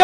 ก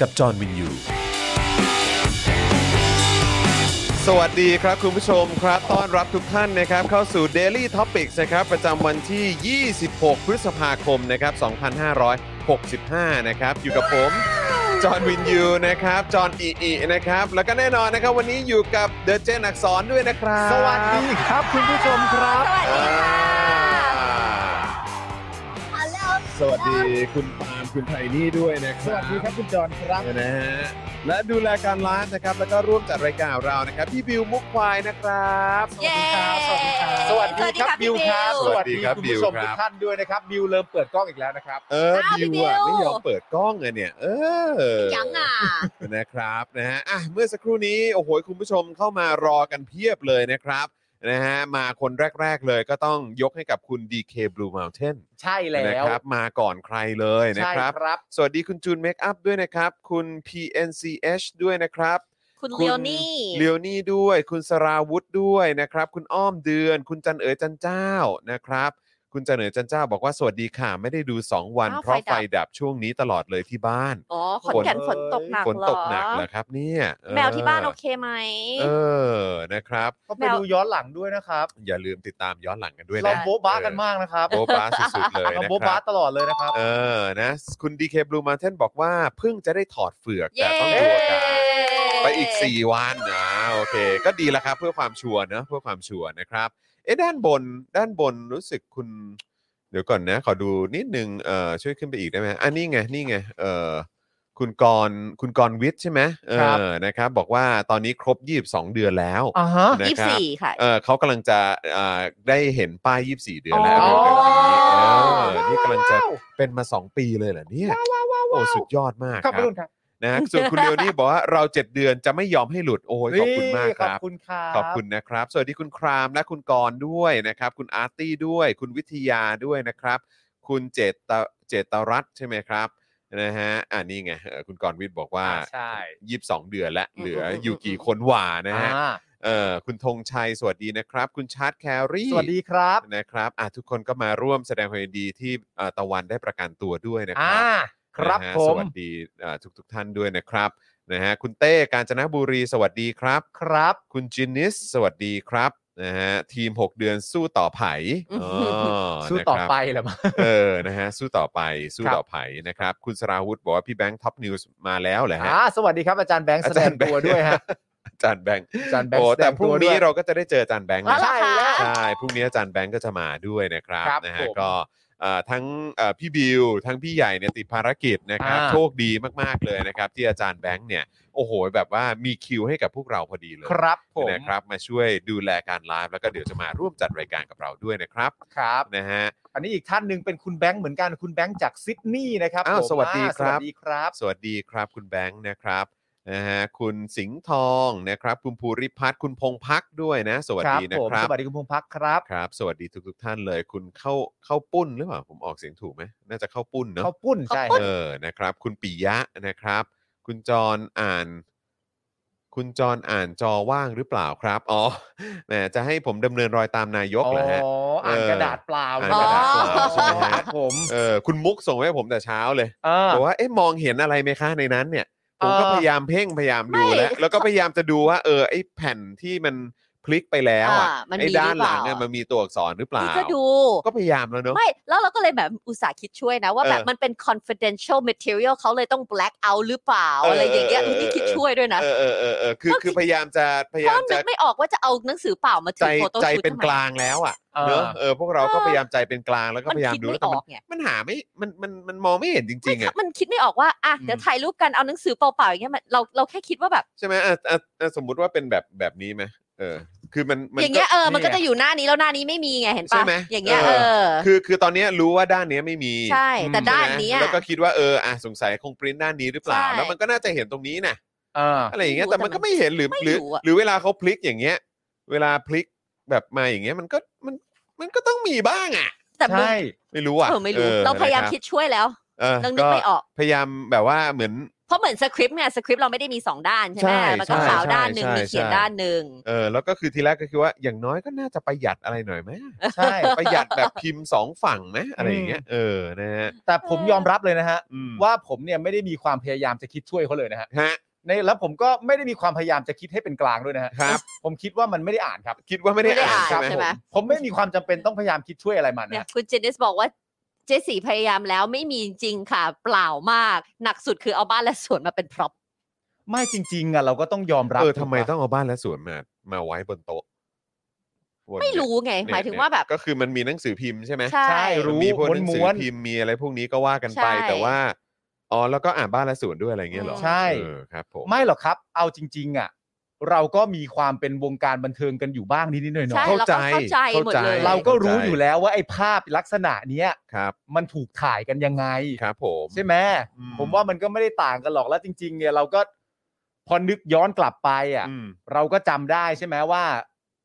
กับจอห์นวินยู สวัสดีครับคุณผู้ชมครับ ต้อนรับทุกท่านนะครับ เข้าสู่ Daily Topics นะครับ ประจำวันที่ 26 พฤษภาคมนะครับ 2565 นะครับ อยู่กับผม จอห์นวินยูนะครับ จอห์นอีอีนะครับ แล้วก็แน่นอนนะครับ วันนี้อยู่กับเดอะเจนอักษรด้วยนะครับ สวัสดีครับคุณผู้ชมครับ อ่าสวัสดีคุณปาล์มคุณไทนี่ด้วยนะค ส รัวับสดีครับคุณจอนครับ นะฮะและดูแลการร้านนะครับ แล้วก็ร่วมจัดรายการเรานะครับ พี่บิวมุกควายนะครับ เย้ สวัสดีครับ สวัสดีครับ บิวครับ พี่ สวัสดีคุณผู้ชมทุกท่านด้วยนะครับ บิวเริ่มเปิดกล้องอีกแล้วนะครับ เออ อ้าว บิว พี่ อะ บิว ไม่ยอมเปิดกล้องเลยเนี่ย เออ ยังอ่ะ นะครับนะฮะอ่ะเมื่อสักครู่นี้โอ้โหคุณผู้ชมเข้ามารอกันเพียบเลยนะครับนะฮะมาคนแรก ๆ เลยก็ต้องยกให้กับคุณ DK Blue Mountain ใช่แล้ นะ ว ครับมาก่อนใครเลยนะ ใช่ ครับ ครับ สวัสดีคุณจูนเมคอัพด้วยนะครับ คุณ PNCH ด้วยนะครับ คุณ คุณ เลโอนี่ เลโอนี่ด้วยคุณสราวุธด้วยนะครับ คุณอ้อมเดือน คุณจันเอ๋ยจันเจ้านะครับ คุณจันเอ๋ยจันเจ้าบอกว่าสวัสดีค่ะ ไม่ได้ดู 2 วัน อ้าว เพราะไฟ ไฟดับ ดับช่วงนี้ตลอดเลยที่บ้าน อ๋อขอนแก่น ฝน ฝนตกหนัก ฝน เหรอ ตกหนักเหรอครับเนี่ยเออ แมวที่บ้านโอเคไหม เออนะครับ ก็ไป แมว ดูย้อนหลังด้วยนะครับ อย่าลืมติดตามย้อนหลังกันด้วยนะ เราโบ๊ะบ้ากันมากนะครับ โบ๊ะบ้าสุด ๆเลย เรา นะ โบ๊ะ ค บ้า รับ ตลอดเลยนะครับ เออนะคุณดีเคบลูมาเทนบอกว่าเพิ่งจะได้ถอดเฟือกแต่ เย้ ต้องกลัวกัน ไปอีก 4 วันนะโอเค ก็ดีแล้วครับ เพื่อความชัวร์นะเพื่อความชัวร์นะครับ เอ๊ะด้านบนด้านบนรู้สึกคุณ เดี๋ยวก่อนนะ ขอดูนิดนึงเอ่อช่วยขึ้นไปอีกได้ไหมอันนี้ไงนี่ไงเอ่อคุณกรณ์คุณกรณ์วิทย์ใช่ไหมเอ ครับ อนะครับ บอกว่าตอนนี้ครบ 22 เดือนแล้ว อ่าฮะ นะ ยี่สิ ค บ รับ สี่ค่ะ เออเขากำลังจะอ่าได้เห็นป้าย 24 เดือนแล้ว อ๋อ เร็วๆนี้เออนี่กำลังจะเป็นมา 2 ปีเลยเหรอเนี่ยโอ้สุดยอดมากขคอ รั บบ คุณครับ นะฮะส่วนคุณเลโอนี่บอกว่าเราเจ็ดเดือนจะไม่ยอมให้หลุดโอ้ยขอบคุณมาก นี่ ค ขอบ รับ คุณครับ ขอบคุณนะครับ สวัสดีคุณครามและคุณกรณ์ด้วยนะครับ คุณอาร์ตี้ด้วย คุณวิทยาด้วยนะครับ คุณเจตเจตรัตน์ใช่ไหมครับนะฮะอ่านี่ไงเออคุณกรณ์วิทย์บอกว่า อ่าใช่ ยี่สิบสองเดือนและ อืม เหลือ มอืม อยู่กี่คนหว่านะฮะ อ่า เออคุณธงชัยสวัสดีนะครับ คุณชาร์ตแครี่ สวัสดีครับ นะครับอ่ะทุกคนก็มาร่วมแสดงความยินดีที่เอ่อตะวันได้ประกันตัวด้วยนะค อ่า รับ ครับ นะฮะ ผ ส ม วัสดีทุกทุกๆท่านด้วยนะครับนะฮะคุณเต้กาญจนบุรีสวัสดีครับ ครับ คุณจินนิส สวัสดีครับนะฮะทีม 6 เดือนสู้ต่อไผ่อ๋อ สู้ต่อ นะครับ ไปเหรอมั้ง เออนะฮะสู้ต่อไปสู้ ครับ ต่อไผ่นะครับ คุณสราวุธบอกว่าพี่แบงค์ท็อปนิวส์มาแล้วเหรอฮะ อ่าสวัสดีครับอาจารย์แบงค์แสดง แบ ตัวด้วยฮะ อาจารย์แบงค์ อาจารย์แบง โอ้ ค์แสด แต่ ง พรุ่ ตั ง วด้ นี้ วย เราก็จะได้เจออาจารย์แบงค์ แล้ว นะ ล่ะค่ะ ใช่พรุ่งนี้อาจารย์แบงค์ก็จะมาด้วยนะครับ ครับ นะ ผ ฮะ ม ก็เอ่อทั้งเอ่อพี่บิวทั้งพี่ใหญ่เนี่ยติดภารกิจนะครับ อ่า โชคดีมากๆเลยนะครับ ที่อาจารย์แบงค์เนี่ยโอ้โหแบบว่ามีคิวให้กับพวกเราพอดีเลย ครับผม นะครับมาช่วยดูแลการไลฟ์แล้วก็เดี๋ยวจะมาร่วมจัดรายการกับเราด้วยนะครับ ครับ นะฮะ อันนี้อีกท่านหนึ่งเป็นคุณแบงค์เหมือนกันคุณแบงค์จากซิดนีย์นะครับ อ้าว ผม สวัสดี อ่า ครัสวับสดีครับ สวัสดีครับคุณแบงค์นะครับนะฮะคุณสิงห์ทองนะครับ คุณภูริพัฒน์คุณพงพักด้วยนะ สวัสดีนะ ผม ครั ส บ วัสดีคุณพงษ์พักครับ ครับ สวัสดีทุกทท่านเลย คุณเข้าเข้าปุ้นหรือเปล่าผมออกเสียงถูกไหมน่าจะเข้าปุ้นเนาะ เขาวปุ้นใช่ เออนะครับ คุณปิยะนะครับ คุณจรอ่าน คุณจรอ่านจอว่างหรือเปล่าครับอ๋ อแหมจะให้ผมดำเนินรอยตามนายก อ๋อ เหรอฮะ อ่าน เออก ระดาษเปล่า อ่านกระดาษเปลอ๋่าอ ใช่ไหมฮะ ครับผม เออคุณมุกส่งไว้ให้ผมแต่เช้าเลย เอ่า บอกว่าเอ๊ะมองเห็นอะไรไหมคะในนั้นเนี่ย ผมก็ เออ พยายามเพ่งพยายามดูแล้ว ไม่ แล้วก็พยายามจะดูว่า เออไอ้แผ่นที่มัน พลิกไปแล้วอะ อ่ามันมี ไอ้ด้านหลัง หรือะอเปล่ามั มันมีตัวอักษรหรือเปล่า พี่ก็ดู ก็พยายามแล้วเนอะ ไม่ แล้วเราก็เลยแบบอุตส่าห์คิดช่วยนะ ว่า เออ แบบมันเป็น confidential material เขาเลยต้อง black out หรือเปล่า เอออ อะไรอย่างเงี้ย เออเออ นี่คิดช่วยด้วยนะ เออเออเออเออคือ ก็ คือพยายามจะพยา เพ ยาม ราะนึ จะ กไม่ออกว่าจะเอาหนังสือเปล่ามาถื ใจ อโฟโต้ ใจ ชูต เป็นกทำไม ลางแล้วอ่ะ เออ เนอะเออพวกเราก็พยายามใจเป็นกลางแล้วก็ มัน พยายาม คิด ดู ไม่ แล้วแต่ อ มั อน กไง มันหาไม่มันมันมันมองไม่เห็นจริงๆ ไม่ อ่ะ ค่ะมันคิดไม่ออกว่าอ่ะเดี๋ยวถ่ายรูปกันเอาหนังสือเปล่าๆอย่างเงี้ยมันเราเราแค่คิดว่าแบบ ใช่ไหมอ่ะอ่ะอ่ะสมมุติว่าเป็นแบบแบบนี้ไหมเออ คือมันมัน อย่างเงี้ยเออมันก็ ไง จะอยู่หน้านี้แล้วหน้านี้ไม่มีไงเห็น ใช่ ปะ ไหม อย่างเงี้ย เอ เอ อ อ คือคือตอนเนี้ยรู้ว่าด้านเนี้ยไม่มี ใช่แต่ ใช่ ด้าน ไหม เนี้ย แล้วก็คิดว่าเอออ่ะสงสัยคงปริ้นด้านนี้หรือเปล่า ใช่ แล้วมันก็น่าจะเห็นตรงนี้นะ เออ อะไรอย่างเงี้ย ไม่รู้ แต่มันก็ไม่เห็นหรือ ไม่ หรือ รู้อะ หรือเวลาเขาพลิกอย่างเงี้ย เวลาพลิกแบบมาอย่างเงี้ยมันก็มันมันก็ต้องมีบ้างอ่ะ แต่มึง ใช่ ไม่รู้อ่ะ เออไม่รู้ ออ เราพยายาม นะบ คิดช่วยแล้ว เออ เรื่องนึ ก็ กไม่ออก พยายามแบบว่าเหมือน เพราะเหมือนสคริปต์เนี่ยสคริปต์เราไม่ได้มีสองด้านใช่ไหม ใช่ มันก็ ใช่ ขาว ใช่ ด้านหนึ่ง ใช่ มีเขียน ใช่ ด้านหนึ่ง เออแล้วก็คือทีแรกก็คือว่าอย่างน้อยก็น่าจะประหยัดอะไรหน่อยไหม ใช่ ประหยัดแบบพิมพ์สองฝั่งไหมอะไรอย่างเงี้ยเออนะฮะ แต่ผมยอมรับเลยนะฮะ อืม ว่าผมเนี่ยไม่ได้มีความพยายามจะคิดช่วยเขาเลยนะฮะ ฮะ ในแล้วผมก็ไม่ได้มีความพยายามจะคิดให้เป็นกลางด้วยนะฮะ ครับ ผมคิดว่ามันไม่ได้อ่านครับ คิดว่าไม่ได้ ไม่ได้ อ่าน อ่าน ใช่ไหม ใช่ไหม ผมไม่มีความจำเป็นต้องพยายามคิดช่วยอะไรมัน เนี่ย นะ คุณเจนิสบอกว่าเจสีพยายามแล้วไม่มีจริงค่ะ เปล่ามาก หนักสุดคือเอาบ้านและสวนมาเป็นพร็อพ ไม่จริงๆอ่ะเราก็ต้องยอมรับ เออทำไมต้องเอาบ้านและสวนมามาไว้บนโต๊ะบน ไม่รู้ไง เนี่ หมายถึง เนี่ ว่าแบบ ก็คือมันมีหนังสือพิมพ์ใช่ไหม ใช่ ใช่รู้ มีพวกหนังสื ม้ อ วน พิมพ์มีอะไรพวกนี้ก็ว่ากันไป ใช่ แต่ว่าอ๋อแล้วก็อ่านบ้านและสวนด้วยอะไรอย่างเงี้ยเหรอ ใช่ เออครับผม ๆไม่หรอกครับ เอาจริง ๆ อ่ะ เราก็มีความเป็นวงการบันเทิงกันอยู่บ้างนิดๆหน่อย ใช่ เข้าใจ เราก็เข้าใจหมดเลย ๆเราก็รู้อยู่แล้วว่าไอ้ภาพลักษณะเนี้ย ครับ มันถูกถ่ายกันยังไง ครับผม ใช่ไหม อืม ผมว่ามันก็ไม่ได้ต่างกันหรอกแล้วจริง ๆ เนี่ยเราก็พอนึกย้อนกลับไปอ่ะ อืม เราก็จำได้ใช่ไหมว่า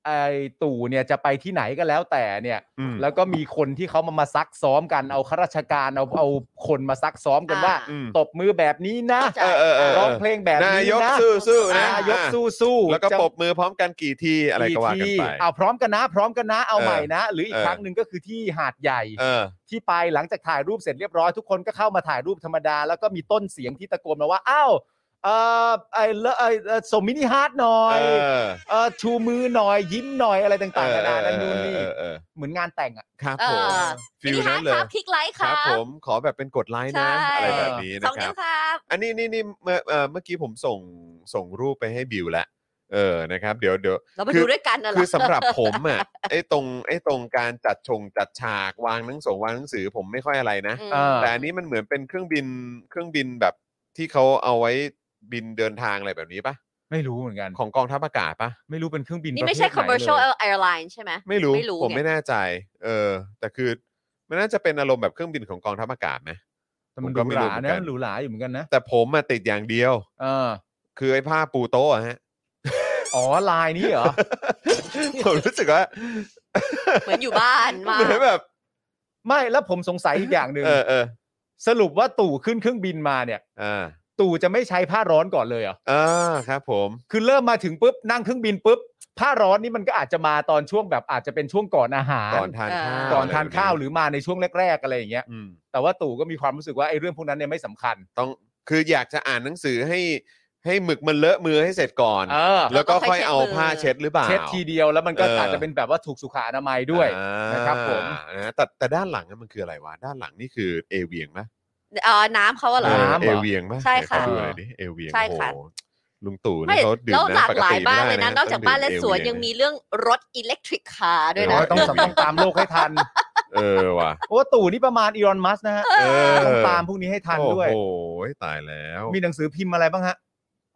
ไอ้ตู่เนี่ยจะไปที่ไหนก็แล้วแต่เนี่ย อืม แล้วก็มีคนที่เขามามาซักซ้อมกันเอาข้าราชการเอาเอาคนมาซักซ้อมกันว่า อืม ตบมือแบบนี้นะ เข้าใจ เออเออเออ ร้องเพลงแบบ นา นี้ ยก นะ สู้ๆนะ นายกสู้สู้ แล้วก็ จะ ปรบมือพร้อมกันกี่ทีอะไรก็ว่ากัน ที่ ไป เอาพร้อมกันนะ พร้อมกันนะเอา เออ ใหม่นะ หรืออีก เออ ครั้งหนึ่งก็คือที่หาดใหญ่ เออ ที่ไปหลังจากถ่ายรูปเสร็จเรียบร้อยทุกคนก็เข้ามาถ่ายรูปธรรมดา แล้วก็มีต้นเสียงที่ตะโกนมาว่าอ้าวเออไอ้เลอะไอ้เอ่อส่งมินิฮาร์ดหน่อ เอย อ เออชูมือหน่อยยิ้มหน่อยอะไรต่างๆนานานั่นนู่นนี่ เออเออเออ เหมือนงานแต่งอ่ะ ครับ เอ ผม อ ฟิล นี่ฮา นั้ ร์นดเลยครับคลิกไลค์ ค ครั รั บบ ผมขอแบบเป็นกดไลค์นะ ใช่ อะไรแบบนี้ ส นะ อง ค นิ้ รับ วครับ อันนี้นี่นี่เมื่อเอ่อเมื่อกี้ผมส่งส่งรูปไปให้บิวแล้วเออนะครับ เดี๋ยวเดี๋ยว เรามา คื ดู อ ด้วยกันนะเหรอ คือสำหรับผมอ่ะ ไอ้ตรงไอ้ตรงการจัดชงจัดฉากวางหนังสงวางหนังสือผมไม่ค่อยอะไรนะ อืม เออ แต่อันนี้มันเหมือนเป็นเครื่องบินเครื่องบินแบบที่เขาเอาไว้บินเดินทางอะไรแบบนี้ปะ ไม่รู้เหมือนกัน ของกองทัพอากาศปะ ไม่รู้เป็นเครื่องบิน นี่ไม่ใช่ ประเภทหน commercial เลย airline ใช่ไหม ไม่รู้ ไม่รู้ ผม ไง ไม่แน่ใจ เออ แต่คือมันน่าจะเป็นอารมณ์แบบเครื่องบินของกองทัพอากาศไหม แต่มันหผมก็ รู ไม่ ห รู้ รา เหมือนกั นะ น มันหรูหราอยู่เหมือนกันนะ แต่ผมมาติดอย่างเดียว เออ คือไอ้ผ้าปูโต๊ะอะฮะ อ๋อลายนี้เหรอ ผมรู้สึกว่า เหมือนอยู่บ้านมาก เหมือนแบบ ไม่แล้วผมสงสัยอีกอย่างหนึ่ง เออเออ สรุปว่าตู่ขึ้นเครื่องบินมาเนี่ย อ่า ตู่จะไม่ใช้ผ้าร้อนก่อนเลยเหรอ อ่าครับผม คือเริ่มมาถึงปุ๊บนั่งเครื่องบินปุ๊บผ้าร้อนนี่มันก็อาจจะมาตอนช่วงแบบอาจจะเป็นช่วงก่อนอาหาร ก่อนทานข้าว ก่อนทานข้าวหรือมาในช่วงแรก ๆ อะไรอย่างเงี้ย ม แต่ว่าตู่ก็มีความรู้สึกว่าไอ้เรื่องพวกนั้นเนี่ยไม่สำคัญ ต้องคืออยากจะอ่านหนังสือให้ให้หมึกมันเลอะมือให้เสร็จก่อน เออ แล้วก็ค่อยเอาผ้าเช็ดหรือเปล่า เช็ดทีเดียวแล้วมันก็ เอออ อาจจะเป็นแบบว่าถูกสุขอนามัยด้วย อ่า นะครับผม นะแต่แต่ด้านหลังอะมันคืออะไรวะ ด้านหลังนี่คือเอเวียงไหม เออน้ำเขาอะเหรอ น้ำ เอ เหรอ เวียงไหม ใช่ค่ะ ไหนขอดูหน่อยดิเอเวียง ใช่ค่ะ โอ้โหลุงตู่ ไม่ นี่เขาดื่ม แล้วห น้ำ ลาก ปก หลาย ติ บ้าน ไม่ เลย ได้ นะนอกจากบ้านและสวนยังมีเรื่องรถอิเล็กทริกคาร์ด้วยนะ โอ้ยต้องต้องตามโลกให้ทัน เออว่ะ โอ้ตู่นี่ประมาณอีรอนมัสนะฮะ เออ ต้องตามพวกนี้ให้ทันด้วย โอ้โหตายแล้ว มีหนังสือพิมพ์อะไรบ้างฮะ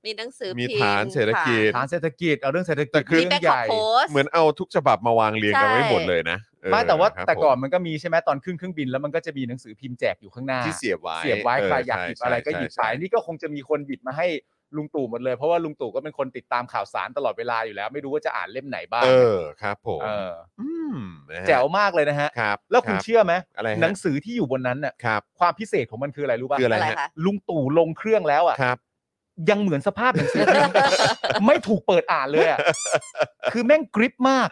มีหนังสือ มี พิมพ์ ฐานเศรษฐกิจ ฐานเศรษฐกิจเอาเรื่องเศรษฐกิ แต่ จ คือ มี เรื่อแบง ง ให ค์ ญ่ โพส เหมือนเอาทุกฉบับมาวางเรียงกันไว้ ใช่ หมดเลยนะเออ ไม่แต่ว่า ครับ แต่ก่อน ผม มันก็มีใช่ไหมตอนขึ้นเครื่องบินแล้วมันก็จะมีหนังสือพิมพ์แจกอยู่ข้างหน้า ที่เสียบไว้ เสียบไว้ใครอยากหยิบ ใช่ อะไรก็หยิบไป ใช่ใช่ นี่ก็คงจะมีคนหยิบมาให้ลุงตู่หมดเลยเพราะว่าลุงตู่ก็เป็นคนติดตามข่าวสารตลอดเวลาอยู่แล้ว ไม่รู้ว่าจะอ่านเล่มไหนบ้าง เออครับผม เออ มนะฮะ แจ๋วมากเลยนะฮะ ครับ แล้วคุณ รับ เชื่อไหม อะไรฮะ หนังสือที่อยู่บนนั้นน่ะ ครับ ความพิเศษของมันคืออะไรรู้ป่ะ คืออะไร อะไร ฮะ คะ ลุงตู่ลงเครื่องแล้วอ่ะ ครับ ยังเหมือนสภาพหนังสื อ ไม่ถูกเปิดอ่านเลยอ่ะคือแม่งกริปมาก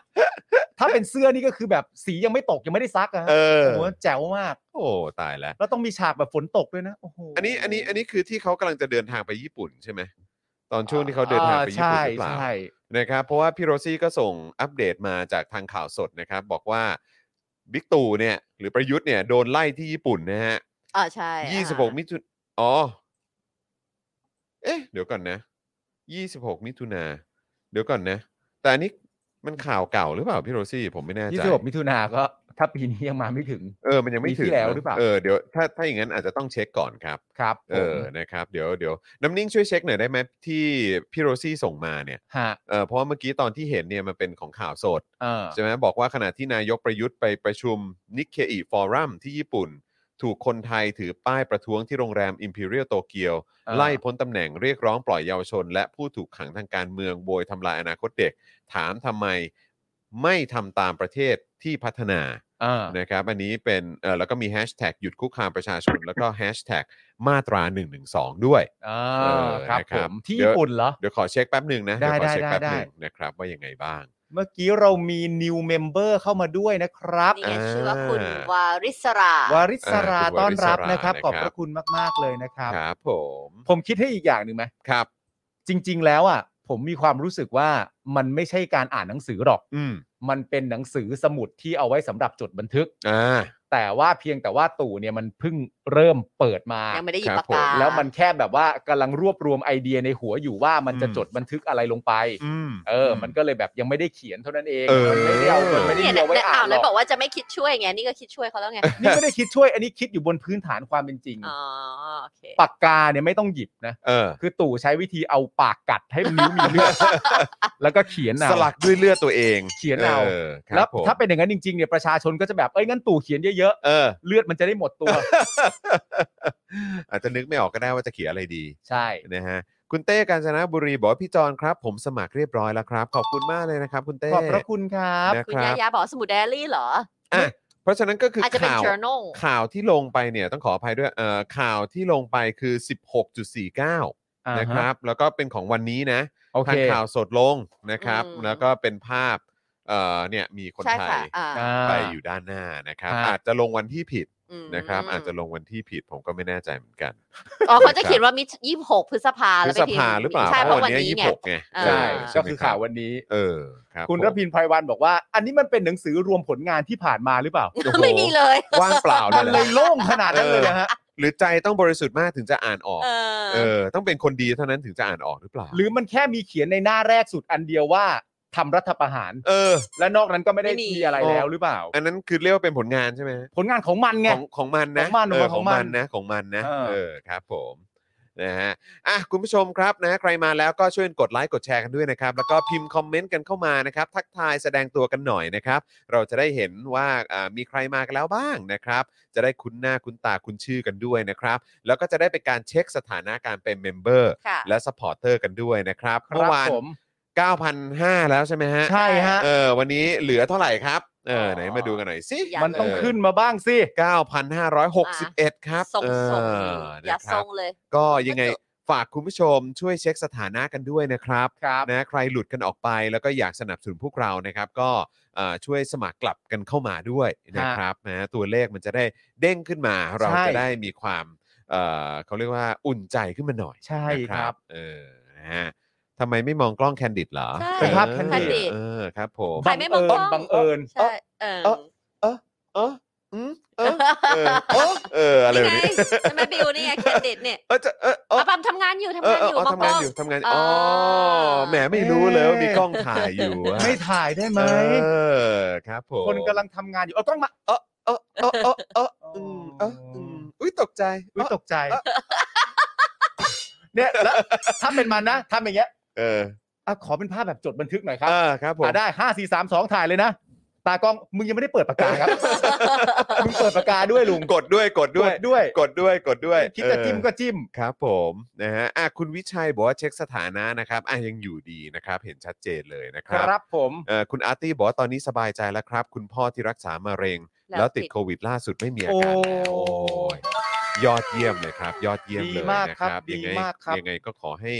ถ้าเป็นเสื้อนี่ก็คือแบบสียังไม่ตกยังไม่ได้ซักอะฮะ เออ โอ้โหแจ๋วมาก โอ้ตายแล้ว แล้วต้องมีฉากแบบฝนตกด้วยนะโอ้โห อันนี้อันนี้อันนี้คือที่เขากำลังจะเดินทางไปญี่ปุ่นใช่ไหมตอนช่วงที่เขาเดินทางไปญี่ปุ่นหรือเปล่า ใช่ นะครับเพราะว่าพี่โรซี่ก็ส่งอัปเดตมาจากทางข่าวสดนะครับ บอกว่าบิ๊กตู่เนี่ยหรือประยุทธ์เนี่ยโดนไล่ที่ญี่ปุ่นนะฮะ อ่าใช่ ยี่สิบหกมิถุนอ๋อ เอ๊ะ เดี๋ยวก่อนนะยี่สิบหกมิถุนา เดี๋ยวก่อนนะ แต่อันนี้มันข่าวเก่าหรือเปล่าพี่โรซี่ ผมไม่แน่ ยี่ ใจ สิบหกมิถุนาก็ถ้าปีนี้ยังมาไม่ถึง เออ มันยังไม่ ปีที่ ถึง แล้ว นะ หรือเปล่า เออ เดี๋ยว ถ้า ถ้าอย่างนั้นอาจจะต้องเช็คก่อนครับ ครับผม เออ นะครับ เดี๋ยว เดี๋ยว น้ำนิ่งช่วยเช็คหน่อยได้ไหมที่พี่โรซี่ส่งมาเนี่ย ฮะ เออ เพราะว่าเมื่อกี้ตอนที่เห็นเนี่ยมันเป็นของข่าวสด เออ ใช่ไหมบอกว่าขณะที่นายกประยุทธ์ไปประชุมนิเคอีฟอรัมที่ญี่ปุ่น ถูกคนไทยถือป้ายประท้วงที่โรงแรม Imperial Tokyo อ่า ไล่พ้นตำแหน่งเรียกร้องปล่อยเยาวชน และผู้ถูกขังทางการเมืองโบยทำลายอนาคตเด็ก ถามทำไมไม่ทำตามประเทศที่พัฒนา เออ นะครับอันนี้เป็นเอ่อแล้วก็มีแฮชแท็กหยุดคุกคามประชาชน แล้วก็แฮชแท็กมาตรา 112 ด้วย อ่า เออ ครับ นะค ผ รับ มที่ เดี๋ยว ญี่ปุ่นเหรอ เดี๋ยวขอเช็คแป๊บหนึ่งนะเดี๋ยวขอ ได้ เช็คแป๊บ ได้ ห ได้ นึ่งนะครับว่ายังไงบ้าง เมื่อกี้เรามี new member เข้ามาด้วยนะครับ นี่ไงชื่อว่า อ่า คุณวาริศราว าริศรา อ่าคุณวาริศรา ต้อนรับนะครับ นะครับ ขอบพระคุณมาก ๆ เลยนะครับ ครับผม ผมคิดให้อีกอย่างหนึ่งไหม ครับ จริง ๆ แล้วอ่ะผมมีความรู้สึกว่ามันไม่ใช่การอ่านหนังสือหรอก อืม มันเป็นหนังสือสมุดที่เอาไว้สำหรับจดบันทึก อ่า แต่ว่าเพียงแต่ว่าตู่เนี่ยมันเพิ่งเริ่มเปิดมา ยังไม่ได้หยิบ ครับปาผกม กา แล้วมันแค่แบบว่ากำลังรวบรวมไอเดียในหัวอยู่ว่ามันจะ อืม จดบันทึกอะไรลงไป อืม เออ มันก็เลยแบบยังไม่ได้เขียนเท่านั้นเอง เออ มันไม่ได้เอามันไม่ได้ เนี่ย มีเอาไว้ เนี่ย อ่า อ้าวน ห แล้ ร วบ อ อก กว่าจะไม่คิดช่วยไงนี่ก็คิดช่วยเขาแล้วไง นี่ไม่ได้คิดช่วย อันนี้คิดอยู่บนพื้นฐานความเป็นจริง อ๋อโอเค ปากกาเนี่ยไม่ต้องหยิบนะ เออ คือตู่ใช้วิธีเอาปากกัดให้นิ้วมีเลือด แล้วก็เขียนเอา สลักด้วยเลือดตัวเอง เขียนเอา อค แล้ รั ว บผม ถ้าเป็นอย่างนั้นจริงๆเนี่ยประชาชนก็จะแบบเอ้ยงั้นตู่เขียนเยอะ เอ อ ๆ เลือดมันจะได้หมดตัว อาจจะนึกไม่ออกก็ได้ว่าจะเขียนอะไรดี ใช่ นะฮะคุณเต้กาญจนบุรีบอกว่าพี่จอนครับ ผมสมัครเรียบร้อยแล้วครับ ขอบคุณมากเลยนะครับ คุณเต้ ขอบพระคุณครับ นะ คุ ค ณ รั ยา บ ยาบอกสมุดไดอารี่เหรอ อ่ะเพราะฉะนั้นก็คืออ อาจจะเป็น ข่าว journal ข่าวที่ลงไปเนี่ยต้องขออภัยด้วยเอ่อข่าวที่ลงไปคือ 16.49 อ่าฮ นะครับ แล้วก็เป็นของวันนี้นะ โอเค ทางข่าวสดลงนะครับ อืม แล้วก็เป็นภาพเอ่อเนี่ยมีคน ใช่ ไท ค่ะ ย อ่า อ่า ไปอยู่ด้านหน้านะครับ ฮะ อาจจะลงวันที่ผิด อืม นะครับ อาจจะลงวันที่ผิดผมก็ไม่แน่ใจเหมือนกัน อ๋อเขาจะเขียนว่ามิยี่สิบหกพฤษภา พฤ แล้วไป ษ พิม ภา พ์ หรือเปล่า ใช่เพ เพราะ ราะ วั วัน น นี้ นี้ ยี่สิ ไง บหกไง อ่า ใช่ก็ใไหม คือ รั ข่า บ ววันนี้ เออครับ คุณ ผม รพินไพรวันบอกว่า อันนี้มันเป็นหนังสือรวมผลงานที่ผ่านมาหรือเปล่า โอ้โห ไม่มีเลย ว่างเปล่า มัน เล เลย ย โล่งขนาดนั้นเลยนะฮะ หรือใจต้องบริสุทธิ์มากถึงจะอ่านออก เอ เอออต้องเป็นคนดีเท่านั้นถึงจะอ่านออกหรือเปล่า หรือมันแค่มีเขียนในหน้าแรกสุดอันเดียวว่าทำรัฐประหาร เออ และนอกนั้นก็ไม่ได้ ไม่มี มีอะไรแล้วหรือเปล่า อันนั้นคือเรียกว่าเป็นผลงานใช่ไหม ผลงานของมันไง ของของมันขนะองมัน เออข ข อ อง งมัน มันนะของมันนะ เออ เออครับผม นะฮะ อ่ะคุณผู้ชมครับนะใครมาแล้วก็ช่วยกดไลค์กดแชร์กันด้วยนะครับ แล้วก็พิมพ์คอมเมนต์กันเข้ามานะครับ ทักทายแสดงตัวกันหน่อยนะครับ เราจะได้เห็นว่าอ่ามีใครมากันแล้วบ้างนะครับ จะได้คุ้นหน้าคุ้นตาคุ้นชื่อกันด้วยนะครับ แล้วก็จะได้เป็นการเช็คสถานะการเป็นเมมเบอร์ ค่ะ และสปอร์เตอร์กันด้วยนะครับ ค เมื่อ รับ วาน ผม 9,500 แล้วใช่ไหมฮะ ใช่ฮะ เออวันนี้เหลือเท่าไหร่ครับเออไหนมาดูกันหน่อยสิ อยาก มันต้องขึ้นมาบ้างสิ 9,561 ครับ ส่ง เอ ส่ง อ อย่า นะครั ส่ บ งเลย ก็ยังไงฝากคุณผู้ชมช่วยเช็คสถานะกันด้วยนะครับ ครับ นะใครหลุดกันออกไปแล้วก็อยากสนับสนุนพวกเรานะครับ ก็เอ่อช่วยสมัครกลับกันเข้ามาด้วยนะครับนะตัวเลขมันจะได้เด้งขึ้นมาเรา ใช่ จะได้มีความเอ่อเขาเรียกว่าอุ่นใจขึ้นมาหน่อย ใช่ นะครับ เออนะฮะทำไมไม่มองกล้องแคนดิดเหรอ ใช่ เป็นภาพ Candid เออครับผม ใครไม่มองกล้อง บังเอิญ ใช่เออ เอออืมเออเออเออเอออะไรแบบนี้ นี่ไงใช่ไหมบิวนี่ไงเครดิตเนี่ย เออจะเออเออ ปะปั๊มทำงานอยู่เอองทำาน เอ อยู่ อ ปะ ทำงาน ปั๊ม อยู่ทำงาน เอออ๋ อ๋อแหมไม่รู้เลยว่ามีกล้องถ่ายอยู่อะ ไม่ถ่ายได้ไหม เออครับผม คนกำลังทำงานอยู่ เอากล้องมา เออเออเออเอออืมเอออืมอุ้ยตกใจ อุ้ยตกใจ เนี่ยแล้วถ้าเป็นมันนะทำอย่างเงี้ย เออ อ่ะขอเป็นภาพแบบจดบันทึกหน่อยค เอ รับ อครับผม อ่ะได้ห้าสี่สามสองถ่ายเลยนะ ตากล้องมึงยังไม่ได้เปิดปากกาครับ มึงเปิดปากกาด้วยลุง กดด้วยกดด้วย กดด้วย กดด้วยกดด้วย คิดจะจิ้มก็จิ้ม เออครับผมนะฮะอ่ะคุณวิชัยบอกว่าเช็คสถานะนะครับอ่ะยังอยู่ดีนะครับ เห็นชัดเจนเลยนะค ครับ รับผม เอ่อคุณอาร์ตี้บอกว่าตอนนี้สบายใจแล้วครับ คุณพ่อที่รักษามะเร็ง แล้ว แล้วติด ติด โควิดล่าสุดไม่มีอาการแล้ว โอ้ โอ้ยยอดเยี่ยมเลยครับ ยอดเยี่ยมเลย ดีมาก นะค ครั รั บบ ยังไง ดีมากครับ ยังไงก็ขอให้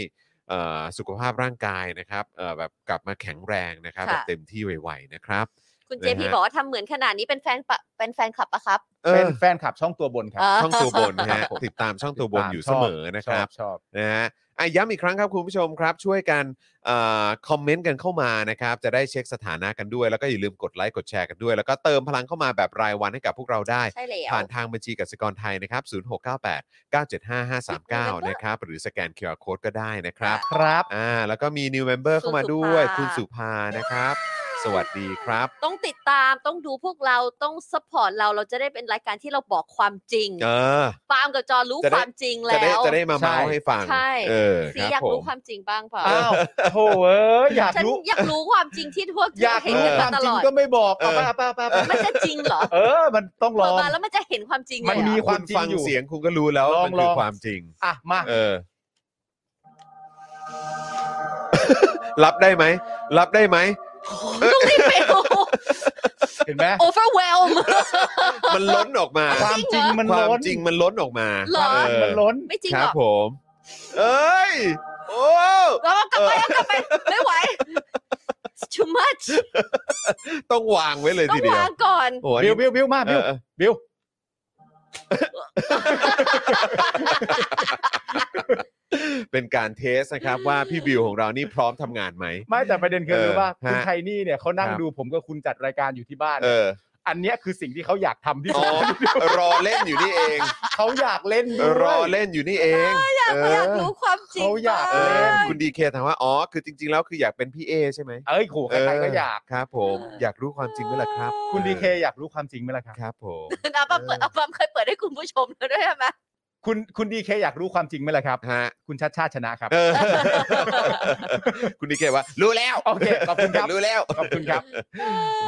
เอ่อสุขภาพร่างกายนะครับเอ่อแบบกลับมาแข็งแรงนะครับ ค่ะ แบบเต็มที่ไวๆนะครับ คุณเจพี นะฮะ บอกว่าทำเหมือนขนาดนี้เป็นแฟนปะเป็นแฟนคลับปะครับ เอ เป็ อน แฟนคลับช่องตัวบนครับ เออ ช่องตัวบนนะฮะติดตามช่องตัวบนอยู่เสมอนะครับ ชอบ นะฮะอ่ะย้ำอีกครั้งครับคุณผู้ชมครับ ช่วยกันเออคอมเมนต์กันเข้ามานะครับ จะได้เช็คสถานะกันด้วย แล้วก็อย่าลืมกดไลค์กดแชร์กันด้วย แล้วก็เติมพลังเข้ามาแบบรายวันให้กับพวกเราได้ ใช่แล้ว ผ่านทางบัญชีกสิกรไทยนะครับ 0698 975539 นะครับ หรือสแกน QR Code ก็ได้นะครับ ครับ อ่า แล้วก็มี new member เข้ามาด้วย คุ คุณ ณสุ สุภา ภา นะครับ สวัสดีครับ ต้องติดตามต้องดูพวกเราต้องสปอร์ตเราเราจะได้เป็นรายการที่เราบอกความจริง เออ ปาล์มกับจอรู้ จะได้ ความจริง จะ แล้ ได้ ว จะได้มาเมาส์ ใช่ ให้ฟัง ใช่ เออคสีรับ อยาก ผ รู้ ม ความจริงบ้างเปล่า อ้าวโถเอ้ยอยาก ฉัน รู้ อยากรู้ความจริงที่พวกเธ อยา อก เห็น รู้ กัน ค มาว าม ต จริงลอด ก็ไม่บอก เอ เอา อ ป้าป้าป้า มันจะจริงเหรอ เออ มันต้องล เปิ อ ด ง มาแล้วมันจะเห็นความจริงเล มันยเหรอ มี คุ วา ณ จริง ฟัง อยู่ เสียงคุณก็รู้แล้วว่ามัน ล คือ อง ความจริง อ่ะ มา เออ รับได้ไหม รับได้ไหม ต้องรีบไป ดู เห็นไหม overwhelm มันล้นออกมา ความจริงมัน ความ ล้น จริงมันล้นออกมา เหรอ ความ เอ จริง อ มันล้น ไม่จริง ค ห รั ร บ อก ผม เอ้ย โอ้ เรากลับไปเอากลับไป ไม่ไหว It's too much ต้องวางไว้เลย ต้อ ที ง เดียว วางก่อน โอ้ย บิวบิวบิวมา เอ บิว อเออ บิว เป็นการเทสนะครับ ว่าพี่บิวของเรานี่พร้อมทำงานไหม ไม่แต่ประเด็นคือ เออ รู้ป่ะคุณ ฮะ ไทนี่เนี่ยเขานั่ง ครับ ดูผมกับคุณจัดรายการอยู่ที่บ้าน เออ อันเนี้ยคือสิ่งที่เขาอยากทำที่ อ๋ สุ อ ด รอเล่นอยู่นี่เอง เขาอยากเล่นด้วย รอเล่นอยู่นี่เอง เอ อยาก อ รู้ความจริง เขาอยาก เอ ล่น อคุณดีเคถามว่า อ๋อ คือจริง ๆ แล้วคืออยากเป็นพี่เอใช่ไหม เอ้ยโหใครๆก็อยาก ครับผมอยากรู้ความจริงไหมล่ะครับ คุณดีเค ออ อยากรู้ความจริงไหมล่ะครับ ครับผม อัลบั้มเปิดอัลบั้มเคยเปิดให้คุณผู้ชมแล้วด้วยใช่ไหม คุณคุณดีเคอยากรู้ความจริงไหมล่ะครับ ฮะ คุณชัดชาติชนะครับ เออคุณดีเคว่า รู้แล้ว โอเคขอบคุณครับ รู้แล้ว ขอบคุณครับ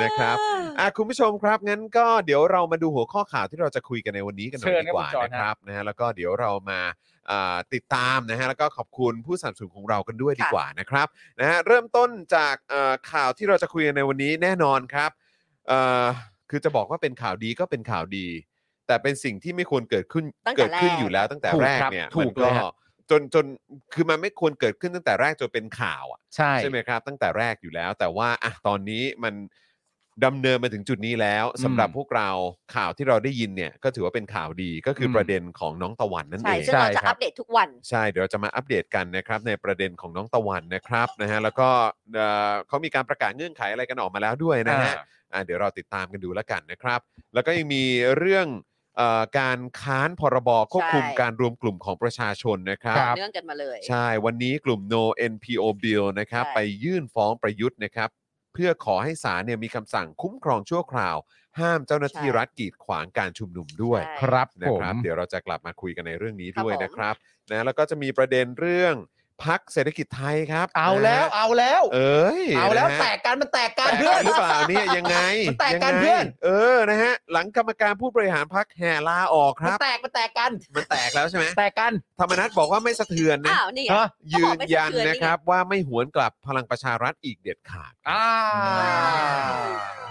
นะครับอ่ะคุณผู้ชมครับงั้นก็เดี๋ยวเรามาดูหัวข้อข่าวที่เราจะคุยกันในวันนี้กันหน่อย เชิญ ดี ครับ กคุว่าณจอห์น นะครับนะฮะแล้วก็เดี๋ยวเรามาอ่าติดตามนะฮะแล้วก็ขอบคุณผู้สนับสนุนของเรากันด้วยดีกว่านะครับนะฮะเริ่มต้นจากเอ่อข่าวที่เราจะคุยกันในวันนี้แน่นอนครับเอ่อคือจะบอกว่าเป็นข่าวดีก็เป็นข่าวดี แต่เป็นสิ่งที่ไม่ควรเกิดขึ้น ตั้งแต่ เกิดขึ้น แรก อยู่แล้วตั้งแต่ ถูก แรก ครับ เนี่ย ถู มัน กเลยฮะ จนจนคือมันไม่ควรเกิดขึ้นตั้งแต่แรกจนเป็นข่าวอะ ใช่ ใช่ไหมครับตั้งแต่แรกอยู่แล้ว แต่ว่าอ่ะตอนนี้มันดำเนินมาถึงจุดนี้แล้วสำหรับพวกเราข่าวที่เราได้ยินเนี่ยก็ถือว่าเป็นข่าวดีก็คือประเด็นของน้องตะวันนั่น ใช่ เอง ซึ่งเราจะอัปเดตทุกวัน ใช่เดี๋ยวเราจะมาอัปเดตกันนะครับในประเด็นของน้องตะวันนะครับนะฮะแล้วก็เอ่อเขามีการประกาศเงื่อนไขอะไรกันออกมาแล้วด้วยนะฮะ อ่า อ่ะเดี๋ยวเราติดตามกันดูแล้วกันนะครับ แล้วก็ยังมีเรื่องเออการค้านพรบควบคุม ใช่ การรวมกลุ่มของประชาชนนะครับ ครับ เนื่องกันมาเลย ใช่ วันนี้กลุ่ม No NPO Bill นะครับ ใช่ ไปยื่นฟ้องประยุทธ์นะครับ เพื่อขอให้ศาลเนี่ยมีคำสั่งคุ้มครองชั่วคราว ห้ามเจ้าหน้าที่รัฐกีดขวางการชุมนุมด้วย ใช่ ครับ นะ ผม ครับเดี๋ยวเราจะกลับมาคุยกันในเรื่องนี้ ครับ ด้วย ผม นะครับนะแล้วก็จะมีประเด็นเรื่องพักเศรษฐกิจไทยครับ เอาแล้ว นะฮะ เอาแล้ว เอ้ย เอาแล้ว นะฮะ แตกกันมันแตกกัน แตก เพื่อ กัน นหรือเปล่าเนี่ยยังไง มันแตกกัน ยังไง เพื่อน เออนะฮะหลังกรรมการผู้บริหารพักแห่ลาออกค มัน รับ แตกมันแตกกัน มันแตกแล้วใช่ไหม แตกกัน ธรรมนัฐบอกว่าไม่สะเทือนนะ อ้าวนี่ไง ฮะ ยืนยันนะครับว่าไม่หวนกลับพลังประชารัฐอีกเด็ดขาด อ่า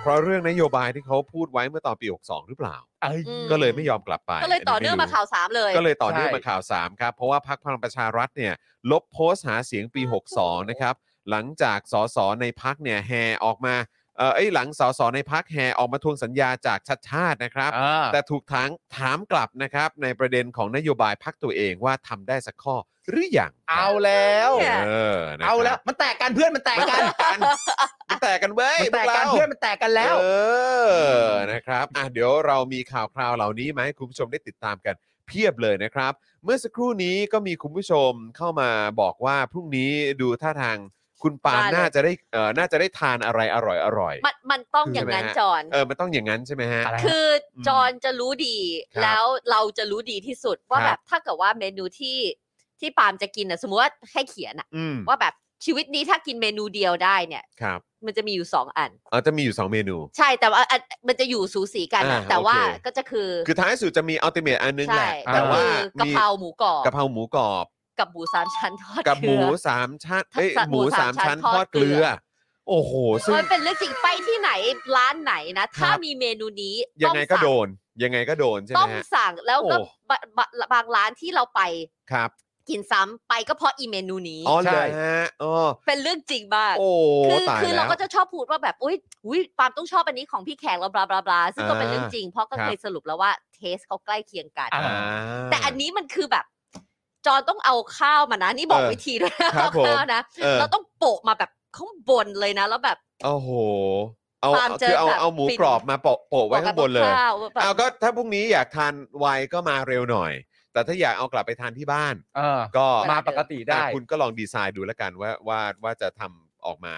เพราะเรื่องนโยบายที่เขาพูดไว้เมื่อตอนปี 62 หรือเปล่า เอ้ย อืม ก็เลยไม่ยอมกลับไป ก็เลยต่อเนื่องมาข่าวสามเลย ก็เลยต่อเนื่องมา ใช่ ข่าวสามครับเพราะว่าพักพลังประชารัฐเนี่ยลบโพสต์หาเสียงปี 62 นะครับหลังจากสสในพักเนี่ยแห่ออกมาเออไอยหลังสสในพักแห่ออกมาทวงสัญญาจากชัดชาตินะครับ อ่า แต่ถูกถามถามกลับนะครับ ในประเด็นของนโยบายพักตัวเองว่าทำได้สักข้อหรือยัง เอาแล้ว เนี่ย เออนะครับ เอาแล้วมันแตกกันเพื่อนมันแตกกัน มันแตกกันเว้ย มันแตกกัน พวรา เพื่อนมันแตกกันแล้ว เออนะครับอ่ะเดี๋ยวเรามีข่าวคราวเหล่านี้มาให้คุณผู้ชมได้ติดตามกันเพียบเลยนะครับ เมื่อสักครู่นี้ก็มีคุณผู้ชมเข้ามาบอกว่าพรุ่งนี้ดูท่าทางคุณปาล์ม ได้เลย น่าจะได้เออน่าจะได้ทานอะไรอร่อยอร่อยๆ มันมันต้องอย่างนั้นจอน เออมันต้องอย่างนั้นใช่ไหมฮะ อะไร คือจอนจะรู้ดี ครับ แล้วเราจะรู้ดีที่สุดว่า ค แบ รับ บถ้าเกิดว่าเมนูที่ที่ปาล์มจะกินน่ะสมมติว่าให้เขียนน่ะ อืม ว่าแบบชีวิตนี้ถ้ากินเมนูเดียวได้เนี่ย ครับ มันจะมีอยู่สองอัน อ๋อจะมีอยู่สองเมนู ใช่แต่ว่าอันมันจะอยู่สูสีกันน่ะ อ่า แต่ว่า โอเค ก็จะคือ คือท้ายสุดจะมีอัลติเมทอันนึงแห ใช่ ละ อ่า แต่ ก็ ว่า คือ มี กะเพราหมูกรอบ กะเพราหมูกรอบ กับหมูสามชั้นทอด กับ เก ห ลื มู อ สามชั้นเอ้ย ทอด หมูสามชั้น ท ท อด อดเกลื เกลื อ อ โอ้โห ซึ่ง มันเป็นเรื่องจริงไปที่ไหนร้านไหนนะ ถ้า ครับ มีเมนูนี้ ยั ต้อง ง ไงก็ สั่ง โดน ยังไงก็โดนใช่ไห ต้ ม อง ฮะ สั่งแล้วก็ โอ้ บะบะบางร้านที่เราไป ครับ กินซ้ำไปก็เพราะอีเมนูนี้ อ๋อเหร ใช่ อฮะอ๋อ เป็นเรื่องจริงมาก โอ้ คื ตาย คือ แล้ เรา ว ก็จะชอบพูดว่าแบบอุ้ยอุ้ยปาล์มต้องชอบอันนี้ของพี่แขกแล้วบลาบลาบลาซึ่งก็เป็นเรื่อง อ่า จริง เพราะก็ ครับ เคยสรุปแล้วว่าเทสเขาใกล้เคียงกัน อ่า อ่า แต่อันนี้มันคือแบบ จอนต้องเอาข้าวมานะ นี่บอก เออ วิธีด้วยนะครับ ผม ข้าวนะ เออ เราต้องโปะมาแบบข้างบนเลยนะ แล้วแบบ โอ้โหเอา ปาล์มเจอ คือเอา แบบ เอาหมู ฟิน กรอบมาโปะโปะไว้ โะกั ข้างบนเลย ข้าวแบบ เอาก็ถ้าพรุ่งนี้อยากทานไวก็มาเร็วหน่อย แต่ถ้าอยากเอากลับไปทานที่บ้าน เออ ก็ มาปกติได้ อ่ะคุณก็ลองดีไซน์ดูแล้วกันว่าว่าว่าจะทำออกมา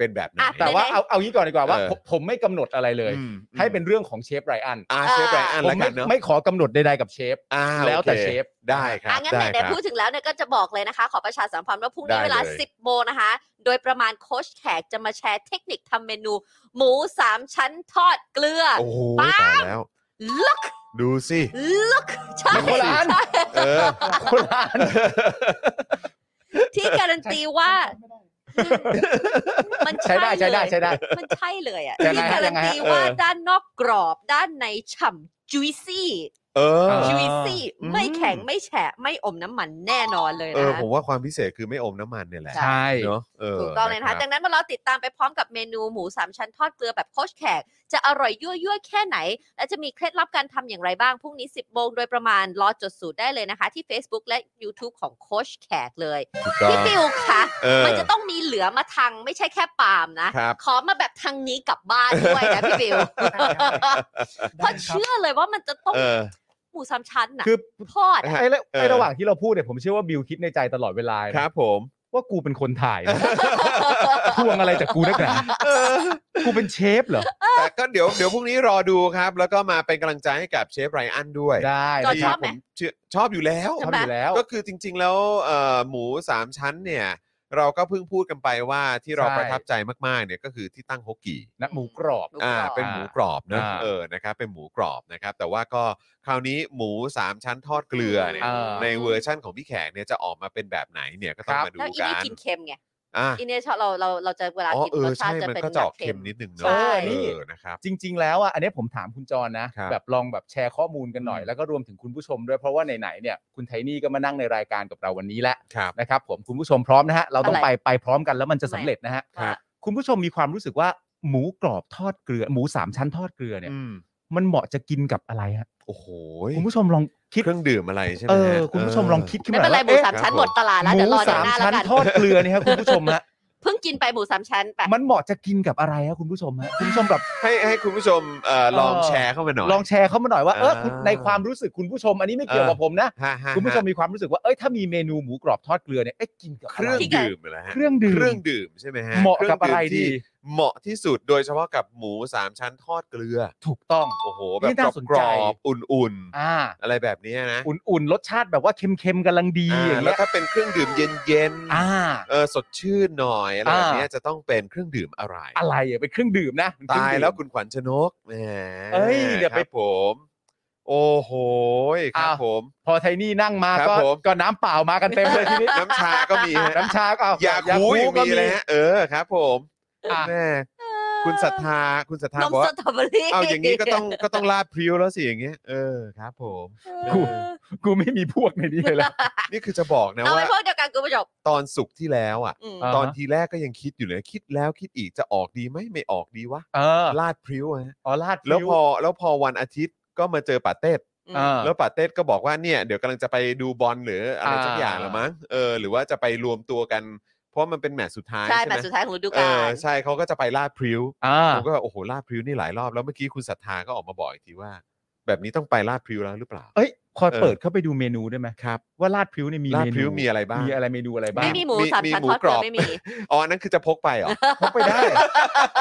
เป็นแบบไหน แต่ว่าเอาเอางี้ก่อนดีกว่าว่า เออ ผมผมไม่กำหนดอะไรเลย อืม ให้เป็นเรื่องของเชฟไรอัน อาเชฟไรอัน ผม แล้วกั ไม่ นเนาะ ไม่ขอกำหนดใดๆกับเชฟ อ่า แล้วแต่ โอค เชฟ ได้ครับ อ่ะงั้น ได้ ไหน ครับๆพูดถึงแล้วเนี่ยก็จะบอกเลยนะคะ ขอประชาสัมพันธ์ว่าพรุ่งนี้ ได้ เวลา เลย 10 โมงนะคะ โดยประมาณโค้ชแขกจะมาแชร์เทคนิคทำเมนู หมูสามชั้นทอดเกลือ โอ้โห ปั๊บ ตายแล้ว ลึก ดูสิ ลึก ใช่ มันคนละอัน ใช่ เออ คนละอัน ที่การันตีว่า มัน ใช้ได้ใช้ได้ เลย ใช้ได้ มันใช่เลยอ่ะ ยังไง ที่ ฮะ การั ยั น งไงฮะ ตีว่า เออ ด้านนอกกรอบด้านในฉ่ำ juicy เออ า juicy ไม่แข็งไม่แฉะไม่อมน้ำมันแน่นอนเลย เออ นะ ผมว่าความพิเศษคือไม่อมน้ำมันเนี่ยแหละ ใช่ เนาะเออ ถูกต้องเลยนะรัคะบดังนั้นมาเราติดตามไปพร้อมกับเมนูหมูสามชั้นทอดเกลือแบบโคชแขก จะอร่อยยั่วยั่วๆแค่ไหน และจะมีเคล็ดลับการทำอย่างไรบ้าง พรุ่งนี้ 10โมงโดยประมาณรอจดสูตรได้เลยนะคะ ที่ Facebook และ YouTube ของโคชแขกเลย ถูกต้อง พี่ปิวค่ะ เออ มันจะต้องมีเหลือมาทางไม่ใช่แค่ปาล์มนะ ครับ ขอมาแบบทางนี้กลับบ้านด้วย นะพี่บิว เพราะเชื่อเลยว่ามันจะต้อง เออ หมูสามชั้นนะ คือ ทอดอะ ฮะ ไอ้ระ เออ ไอ้ระหว่างที่เราพูดเนี่ยผมเชื่อว่าบิวคิดในใจตลอดเวลานะครับ ผม ว่ากูเป็นคนถ่ายนะทวงอะไรจากกูนักหนากูเป็นเชฟเหรอ แต่ก็เดี๋ยวเดี๋ยวพรุ่งนี้รอดูครับ แล้วก็มาเป็นกำลังใจให้กับเชฟไรอันด้วย ได้ จอ นะ ช ค อ รั บบไหม เชื่อชอบอยู่แล้ว ใช่ ทำ ไหม อยู่แล้ว ก็คือจริง ๆ แล้วเอ่อหมูสามชั้นเนี่ย เราก็เพิ่งพูดกันไปว่าที่เรา ใช่ ประทับใจมากๆเนี่ยก็คือที่ตั้งฮกกี้ นะหมูกรอบ หมูกรบ อ่าเป็นหมูกรอบนะ อ่า เออนะครับเป็นหมูกรอบนะครับ แต่ว่าก็คราวนี้หมูสามชั้นทอดเกลือเนี่ย อ่า ในเวอร์ชั่นของพี่แขกเนี่ยจะออกมาเป็นแบบไหนเนี่ยก็ต้องมาดู แล้วอี กั นี่ น กินเค็มไง อ่ะ อีเนี่ยชอบเราเราเราจะเวลา อ๋อ กิน เอ ร อ สชา ใช่ ติจะ มัน เป็น ก็จะ แบ ออบ ก เค็ เค็ ม มนิดนึงเนาะ ใช่ เออนะครับ จริง ๆ แล้วอ่ะอันนี้ผมถามคุณจรนะครับ แบบลองแบบแชร์ข้อมูลกันหน่อย อืม แล้วก็รวมถึงคุณผู้ชมด้วยเพราะว่าไหนๆเนี่ยคุณไทนี่ก็มานั่งในรายการกับเราวันนี้แล้ว ครับ นะครับผมคุณผู้ชมพร้อมนะฮะเราต้อง อะไร ไปไปพร้อมกันแล้วมันจะสำเร็จนะฮะ ครับ คุณผู้ชมมีความรู้สึกว่าหมูกรอบทอดเกลือ หมูสามชั้นทอดเกลือเนี่ย อืม มันเหมาะจะกินกับอะไรฮะ โอ้โห คุณผู้ชมลองคิด เครื่องดื่มอะไรใช่ไหม เออ ฮะ คุณผู้ชมลองคิดขึ้น ไม่ มา เป็นไรหมู ว่า สามคชั้นรับ หมดตลาดแล้วเดี๋ยวรอ หมูสาน มเดือหน้าแล้ ชั้ วน กัน ทอดเกลือ เนี่ยฮะคุณผู้ชมฮะ เพิ่งกินไปหมูสามชั้นไป มันเหมาะจะกินกับอะไรฮะคุณผู้ชมฮะคุณผู้ชมแบบ ให้ให้คุณผู้ชมเอ่อลอง เออ แชร์เข้ามาหน่อย ลองแชร์เข้ามาหน่อยว่าเออ อ่า คุณในความรู้สึกคุณผู้ชม อันนี้ไม่เกี่ยวกับผมนะ ฮะฮะ คุณผู้ชม ฮะ มีความรู้สึกว่าเอ้ยถ้ามีเมนูหมูกรอบทอดเกลือเนี่ยเอ้ยกินกับ เค อะไรรื่องดื่มนะฮะ เครื่องดื่ม เครื่องดื่มใช่ไหมฮะ เหมาะกับ คง อะไร มที่ ดี เหมาะที่สุดโดยเฉพาะกับหมูสามชั้นทอดเกลือ ถูกต้อง โอ้โห แบ นี่ บ น่าสน กร ใจ อบๆอุ่น อ่า ๆ อะไรแบบเนี้ยนะ อุ่นๆรสชาติแบบว่าเค็มๆกำลังดี อ่า อย่าง แล้ เงี้ วย ถ้าเป็นเครื่องดื่มเย็น อ่า ๆเออสดชื่นหน่อยอะไร อ่า แบบเนี้ยจะต้องเป็นเครื่องดื่มอะไร อะไรอ่ะเป็นเครื่องดื่มนะเป็นเครื่อ ตาง ย ดื่ม แล้วคุณขวัญชนกแหม เอ้ยเดี๋ยวไป ครับผม โอ้โหครับ อ้าว ผม พอไทนี่นั่งมา ครับ ก็ ผม ก็น้ำเปล่ามากันเต็มเลยที นี้ น้ำชาก็มีฮะ น้ำชาก็เ ยาคูยัง ก็ มีเลยฮะเออครับ ผม อ่ะ แม่คุณศรัทธาคุณศรัทธาน ม บอก ส ว่า ตรอเบอรี่ เอาอย่างนี้ก็ ต้องก็ต้องลาดพริ้วแล้วสิอย่างเงี้ยเออครับ ผม เออ กู กูไม่มีพวกในนี้ เลยละ นี่คือจะบอกนะ เอาไป ว่า พวกเดียวกันกูประจบ ตอนสุกร์ที่แล้วอ่ะ อืม อ่า ตอนทีแรกก็ยังคิดอยู่เลยคิดแล้วคิดอีกจะออกดีไหมไม่ออกดีวะ เออ ลาดพริ้วอะฮะ อ๋อลาด แล้ว พริ้ พอแล้วพอวันอาทิตย์ก็มาเจอป่าเต้ด เออ แล้วป่าเต้ดก็บอกว่าเนี่ยเดี๋ยวกำลังจะไปดูบอลหรืออะไร อ่า สักอย่างละมั้งเออหรือว่าจะไปรวมตัวกัน เพราะมันเป็นแมตช์สุดท้าย ใช่ ใช่ไห แม ม ตช์สุดท้ายของฤเอกดูา อ ล ใช่เขาก็จะไปลาดพริ้ว อ่า ผมก็แบบโอ้โหลาดพริ้วนี่หลายรอบแล้วเมื่อกี้คุณศรัทธาก็ออกมาบอกอีกทีว่า แบบนี้ต้องไปลาดพริ้วแล้วหรือเปล่า เอ้ยพอ เออ เปิดเข้าไปดูเมนูได้ไหม ครับ ว่าลาดพริ้วเนี่ยมี ลาด เม พริ้ นู วมีอะไรบ้าง มีอะไรเมนูอะไรบ้าง ไม่มีหมู มี สามชั้น มีหมู ทอด ก เก ร ลื อบ อไม่มี อ๋อนั่นคือจะพกไปเหรอ พกไปได้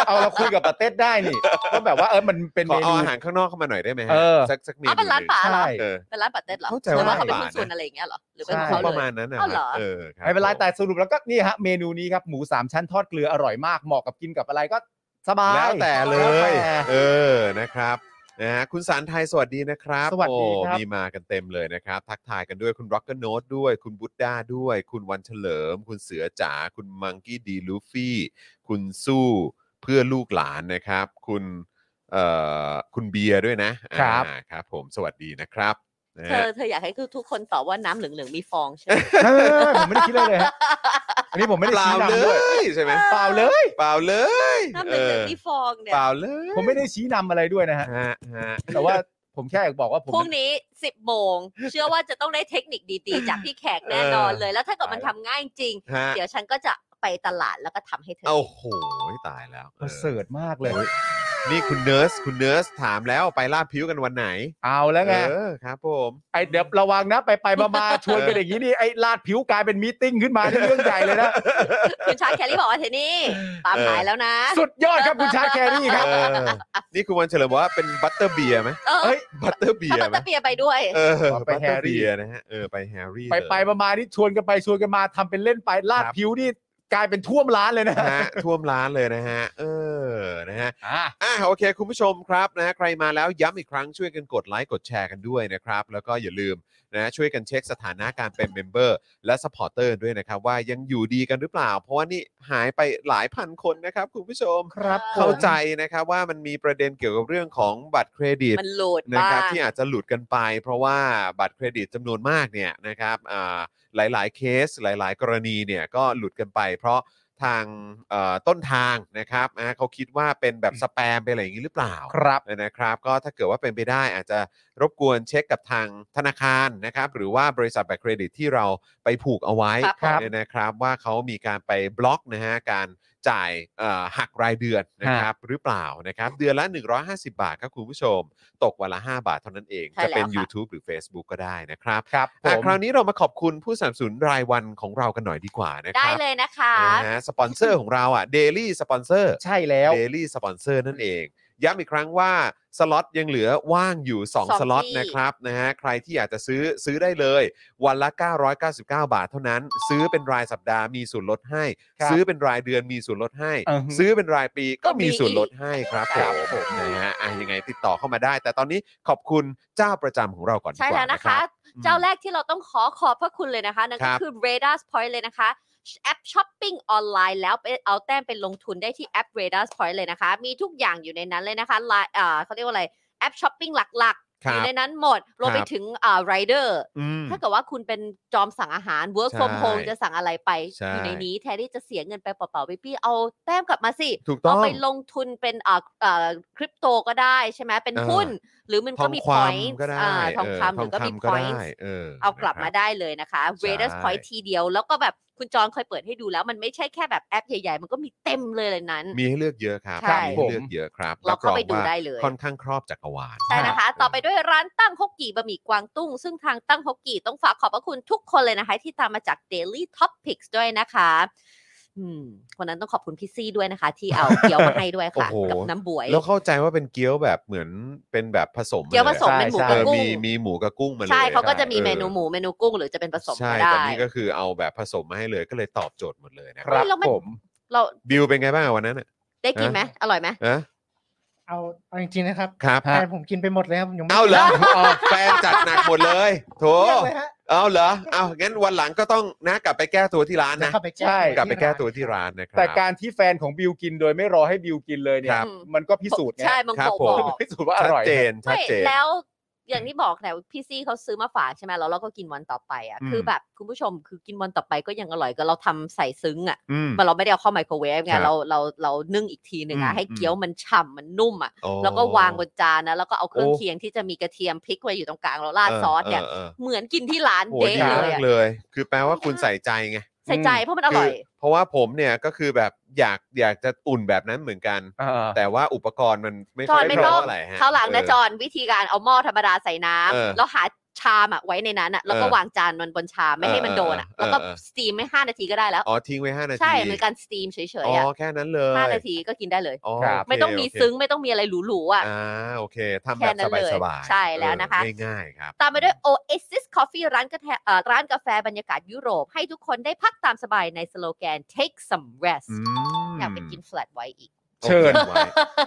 เอาเราคุยกับปาเต้ดได้นี่ก็แบบว่าเออมันเป็น ขอ เม เอา นู อาหารข้างนอกเข้ามาหน่อยได้ไหมฮะ เออ สักสักเมนู เอาเป็นร้านป่าเหรอ ใช่ เออ เป็นร้านป่าเต้นเหรอ เข้าใจ หรือ ว่า เขาเป็น ร้านป่าหุ้นส่วนอะไรอย่างเงี้ยเหรอหรือ ใช่ เป็นขอขงปเขาเล ระมาย ณนั้นนะ เอาเหรอ เออคบ ไม่เป็นไรแต่สรุปแล้วก็นี่ฮะเมนูนี้ครับหมูสามชั้นทอดเกลืออร่อยมากเหมาะกับกินกับอะไรก็สบาย แล้วแต่เลย แล้วแต่ เออนะครับนะฮะคุณสารไทยสวัสดีนะครับ สวัสดีครับ โอ้มีมากันเต็มเลยนะครับ ทักทายกันด้วยคุณร็อกเกอร์โนด้วย คุณบุตด้าด้วย คุณวันเฉลิม คุณเสือจ๋าคุณมังกี้ดีลูฟี่ คุณสู้เพื่อลูกหลานนะครับ คุณเอ่อคุณเบียร์ด้วยนะครับ อ่าครับ ผมสวัสดีนะครับ นะ เธ ฮะ อเธออยากให้ทุกๆคนตอบว่าน้ำเหลืองๆมีฟองใช่ไหม ไม่ไม่ไม่ผมไม่ได้คิดเลยเลยฮะอันนี้ผมไม่ได้ เปล่าชี้ำนเล ด้วย ยใช่ไหม เปล่าเลย เปล่าเลย น้ำเห เอ ลือง อ ๆมีฟองเนี่ เป ย ล่าเลย ผมไม่ได้ชี้นำอะไรด้วยนะฮะ ฮะฮะ แต่ว่าผมแค่อยากบอกว่าผม พรุ่งนี้ 10โมง เชื่อว่าจะต้องได้เทคนิคดีๆ จากพี่แขกแน่นอนเลย แล้วถ้าเกิดมันทำง่ายจริง ฮะ เดี๋ยวฉันก็จะไปตลาดแล้วก็ทำให้เธอ โอ้โหตายแล้ว ประเสริฐมากเลย โอ้นี่คุณเนิร์สคุณเนิร์สถามแล้วไปลาดพริ้วกันวันไหน เอาแล้วไง เออครับผม ไอเดี๋ยวระวังนะไปไปมามาชวนกันอย่างนี้นี่ไอลาดผิวกลายเป็นมีตติ้งขึ้นมานี่เรื่องใหญ่เลยนะ คุณชาร์ลแคลรี่บอกว่าเทนี่ปาล์ม เออ หายแล้วนะ สุดยอดครับคุณชาร์ลแครี่ครับ เออนี่คุณวันเฉลิมบอกว่าเป็นบัตเตอร์เบียร์ไหม เออ เฮ้ย บัตเตอร์เบีย ถ้า ร์ มัน ไหม จะเปียไปด้วย เออ ขอไป บัตเตอร์ แฮร์รี่ เบียร์นะฮะเออไปแฮร์รี่ ไป เลย ไปมามานี่ชวนกันไปชวนกันมาทำเป็นเล่นไปลาด ครับ ผิวนี่กลายเป็นท่วมร้านเลยนะ นะฮะท่วมร้านเลยนะฮะ เออนะฮะ อ่ะ อ่ะโอเค คุณผู้ชมครับนะใครมาแล้วย้ำอีกครั้งช่วยกันกดไลค์กดแชร์กันด้วยนะครับ แล้วก็อย่าลืมนะช่วยกันเช็คสถานะการเป็นเมมเบอร์และสปอร์เตอร์ด้วยนะครับ ว่ายังอยู่ดีกันหรือเปล่า เพราะว่านี่หายไปหลายพันคนนะครับคุณผู้ชม ครับ เออ เข้าใจนะครับว่ามันมีประเด็นเกี่ยวกับเรื่องของบัตรเครดิต มันโหลด นะ บ้า ครับ ง ที่อาจจะหลุดกันไป เพราะว่าบัตรเครดิตจำนวนมากเนี่ยนะครับอ่าหลายๆเคสหลาย ๆ กรณีเนี่ยก็หลุดกันไป เพราะทางเอ่อต้นทางนะครับอ่าเขาคิดว่าเป็นแบบสแปมไปนอะไรอย่างนี้หรือเปล่า ครับ นะครับก็ถ้าเกิดว่าเป็นไปได้อาจจะรบกวนเช็คกับทางธนาคารนะครับหรือว่าบริษัทบัตรเครดิตที่เราไปผูกเอาไว้ ครับ เนี่ยนะครับว่าเขามีการไปบล็อกนะฮะการจ่ายเอ่อหักรายเดือนนะครับหรือเปล่านะครับเดือนละ 150 บาทครับคุณผู้ชม ตกวันละ 5 บาทเท่านั้นเอง ใช่ จะเป็น แล้วค่ะ YouTube หรือ Facebook ก็ได้นะครับ ครับผ อ่ะ ม คราวนี้เรามาขอบคุณผู้สนับสนุนรายวันของเรากันหน่อยดีกว่านะค ได้ รับ เลยนะคะ นะฮะสปอนเซอร์ของเราอ่ะ Daily สปอนเซอร์ ใช่แล้ว Daily สปอนเซอร์นั่นเอง ย้ำอีกครั้งว่าสล็อตยังเหลือว่างอยู่ สอง 2 สล็อต ที่ นะครับนะฮะใครที่อยากจะซื้อซื้อได้เลย วันละ 999 บาทเท่านั้น ซื้อเป็นรายสัปดาห์มีส่วนลดให้ ครับ ซื้อเป็นรายเดือนมีส่วนลดให้ อือฮึ ซื้อเป็นรายปีก็มี ก็มี ส่วนลดให้ครับ ครับ ผมนะฮะอ่ะยังไงติดต่อเข้ามาได้ แต่ตอนนี้ขอบคุณเจ้าประจำของเราก่อนดี ใช่ ก แล้ ว่าว นะ นะ ครั คะ บ เจ้าแรกที่เราต้องขอขอบพระคุณเลยนะคะ นั่น ค ก็ รับ คือ Radars Point เลยนะคะ แอปช้อปปิ้งออนไลน์แล้วไปเอาแต้มไปลงทุนได้ที่แอป Radars Point เลยนะคะ มีทุกอย่างอยู่ในนั้นเลยนะคะไลน์อ่าเขาเรียกว่าอะไรแอปช้อปปิ้งหลัก ครับๆอยู่ในนั้นหมดรวมไป ครับ ถึงอ่าไรเดอร์ อืม ถ้าเกิดว่าคุณเป็นจอมสั่งอาหาร work ใช่ from home จะสั่งอะไรไป ใช่ อยู่ในนี้แทนที่จะเสียเงินไปเปล่าๆไปปี้เอาแต้มกลับมาสิ ถูกต้ เอา อง ไปลงทุนเป็นเอ่อเอ่อคริปโตก็ได้ใช่ไหมเป็น เออ หุ้น หรือมัน ท ก็ อง มี คำ points ก็ได้ อ่าทอง เ คำหรือก็มี ทงคำ points ได้เออ เอากลับมา นะครับ ได้เลยนะคะ r a d e r s Point ทีเดียว แล้วก็แบบคุณจอนเคยเปิดให้ดูแล้ว มันไม่ใช่แค่แบบแอปใหญ่ๆ มันก็มีเต็มเลยเลยนั้น มีให้เลือกเยอะครับ ใช่ มีให้เลือกเยอะครับ เราเข้าไป บ ดู องว่ ได้เลย ค่อนข้างครอบจักรวาล ใช่นะคะ รับ ต่อไปด้วยร้านตั้งฮกกี่บะหมี่กวางตุ้ง ซึ่งทางตั้งฮกกี่ต้องฝากขอบพระคุณทุกคนเลยนะคะ ที่ตามมาจาก Daily Topics ด้วยนะคะ อืมวันนั้นต้องขอบคุณพี่ซี่ด้วยนะคะ ที่เอาเกี๊ยวมาให้ด้วยค่ะ โอ้โห กับน้ำบวย แล้วเข้าใจว่าเป็นเกี๊ยวแบบเหมือนเป็นแบบผสม เกี๊ยวผสม ล เป็นหมู ใช่ เอ กับ อ กุ้ง มีมีหมูกับกุ้งมาเลย ใช่เขาก็จะมี ออ เมนูหมูเมนูกุ้ง หรือจะเป็นผสม ใช่ ก็ แต่ ได้ นี่ก็คือเอาแบบผสมมาให้เลยก็เลยตอบโจทย์หมดเลยนะ ค ค รั รั บบ แล้วมัน ผม เรา บิวเป็นไงบ้างอะวันนั้นอะ ได้กินไหมอร่อยไหม ฮะ เอาเอาจริงๆนะครับ ครับ ฮะ แฟนผมกินไปหมดแล้วผมยังไม่ เอาเหรอ กิน อ๋อแฟนจัดหนักหมดเลยโถ เรื่องเลยฮะ เอาเหรอเอางั้นวันหลังก็ต้องนะกลับไปแก้ตัวที่ร้าน เดี๋ยว นะ เข้าไปแก้ ใช่ ตั กลับไปแก้ ร้าน ตัวที่ร้านนะครับ แต่การที่แฟนของบิวกินโดยไม่รอให้บิวกินเลยเนี่ ค ย รับ มันก็พิสูจน์ไง ใช่มัง ครับ โกะ ผ บ ม อก พิสูจน์ว่าอ ชัด ร่อย เจนชัด ไม่ เจน แล้วอย่างที่บอกเนี่ยพี่ซี่เขาซื้อมาฝากใช่ไหมแล้วเราก็กินวันต่อไปอ่ะคืออ ม แบบคุณผู้ชมคือกินวันต่อไปก็ยังอร่อยก็เราทำใส่ซึ้งอ่ะ อืม มันเราไม่ได้เอาเข้าไมโครเวฟไง ครับ เราเราเรานึ่งอีกทีหนึ่ง อื อะ ม ให้ อืม เกี๊ยวมันฉ่ำมันนุ่มอะ โอ้ แล้วก็วางบนจานนะแล้วก็เอาเครื่อง โอ้ เคียงที่จะมีกระเทียมพริกไว้อยู่ตรงกลางแล้วราดซอสเนี่ย ออออ เหมือนกินที่ร้าน โห เดะอดีเลย มาก อะ เลย คือแปลว่าคุณใส่ใจไง ใส่ใจเพราะมันอ คื ร่อย เพราะว่าผมเนี่ยก็คือแบบอยากอยากจะอุ่นแบบนั้นเหมือนกัน เออ แต่ว่าอุปกรณ์มันไม่ จ ค่ อ อน ย ไม่ พร้ ต้ อ อง มอะไรฮะ เท่าวหลังนะ เ จอนวิธีการเอาหม้อธรรมดาใส่น้ำ เออ แล้วหาชามอะไว้ในนั้นอะแล้วก็ เออ วางจานมันบนชามไม่ให้มันโดนอะ เออเออ แล้วก็ เออ สตีมไม่ห้านาทีก็ได้แล้ว อ๋อทิ้งไว้ห้านาที ใช่เหมือนการสตีมเฉย อ๋ ๆ อ อะ แค่นั้นเลย ห้านาทีก็กินได้เลย อ๋อ ครับ โเค ไม่ต้องมี โเค ซึ้งไม่ต้องมีอะไรหรูๆอ่ะ อ่าโอเคทำ แค่ แบบ นั้นเลย สบายๆ ใช่แล้วนะคะ เออง่ายๆครับ ตามไปด้วย Oasis Coffee ร้านกาแฟเอ่อร้านกาแฟบรรยากาศยุโรป ให้ทุกคนได้พักตามสบายในสโลแกน take some rest อืม อยากไปกิน flat white อีก เชิญ ต้องก็บไว้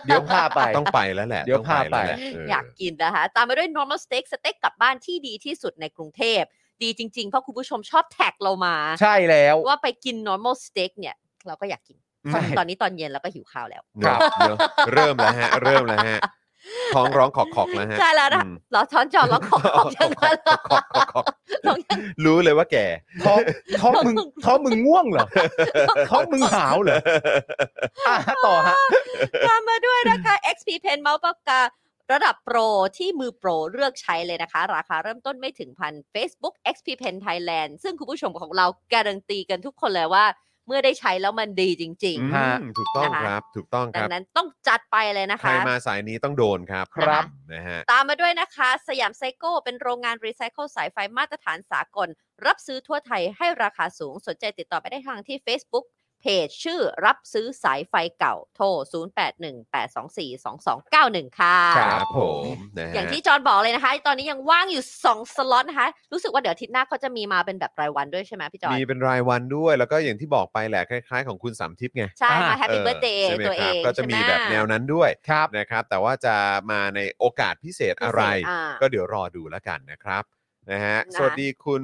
เดี๋ยวพาไป ต้องไปแล้วแหละ เดี๋ยวพาไป ต้องแล้วแหละเ อยากกินนะคะ ตามไปด้วย normal steak สเต็กกลับบ้านที่ดีที่สุดในกรุงเทพ ดีจริง ๆ เพราะคุณผู้ชมชอบแท็กเรามา ใช่แล้ว ว่าไปกิน normal steak เนี่ย เราก็อยากกิน ใช่ ตอนนี้ตอนเย็นเราก็หิวข้าวแล้ว เนอะเนอะเริ่มแล้วฮะ เริ่มแล้วฮะ ท้องร้องขอกขอกๆแล้วฮะ ใช่แล้วนะ อืม เหรอช้อนจอร้องขอขอยังไงล่ะ ขอกๆขอกๆขอก ร้องยัง ๆรู้เลยว่าแก่ ท้องท้องมึงท้องมึงง่วงเหรอท้องมึงหาวเหรออ่ะต่อฮะ ตามมาด้วยนะคะ XP Pen เมาส์ปากการะดับโปรที่มือโปรเลือกใช้เลยนะคะ ราคาเริ่มต้นไม่ถึงพัน Facebook XP Pen Thailand ซึ่งคุณผู้ชมของเราการันตีกันทุกคนเลยว่า เมื่อได้ใช้แล้วมันดีจริง อืม ฮะ ถูกต้อง นะคะ ครับ ถูกต้อง ๆ ค ดั รับ งนั้นต้องจัดไปเลยนะ ใคร คะ มาสายนี้ต้องโดนครับ ครับ นะฮะ ตามมาด้วยนะคะ สยามไซโก้เป็นโรงงานรีไซเคิลสายไฟมาตรฐานสากล รับซื้อทั่วไทยให้ราคาสูงสนใจติดต่อไปได้ทางที่ Facebook เพจชื่อรับซื้อสายไฟเก่าโทร 0818242291 ค่ะ ครับผมนะฮะ อย่างที่จอห์นบอกเลยนะคะ ตอนนี้ยังว่างอยู่ 2 สล็อตนะคะ รู้สึกว่าเดี๋ยวอาทิตย์หน้าเขาจะมีมาเป็นแบบรายวันด้วยใช่ไหมพี่จอห์น มีเป็นรายวันด้วยแล้วก็อย่างที่บอกไปแหละคล้ายๆ ของคุณสามทิพย์ไง ใช่มา อ่า แฮปปี้เบิร์ดเดย์ ใช่ไหม ตัว ค เอ รับ ง ก็จะมี ใช่ไห แบบแนวนั้นด้วย ครับ นะครับ แต่ว่าจะมาในโอกาสพิเศษอะไร า ก็เดี๋ยวรอดูแล้วกันนะครับนะฮะ นะคะ สวัสดีคุณ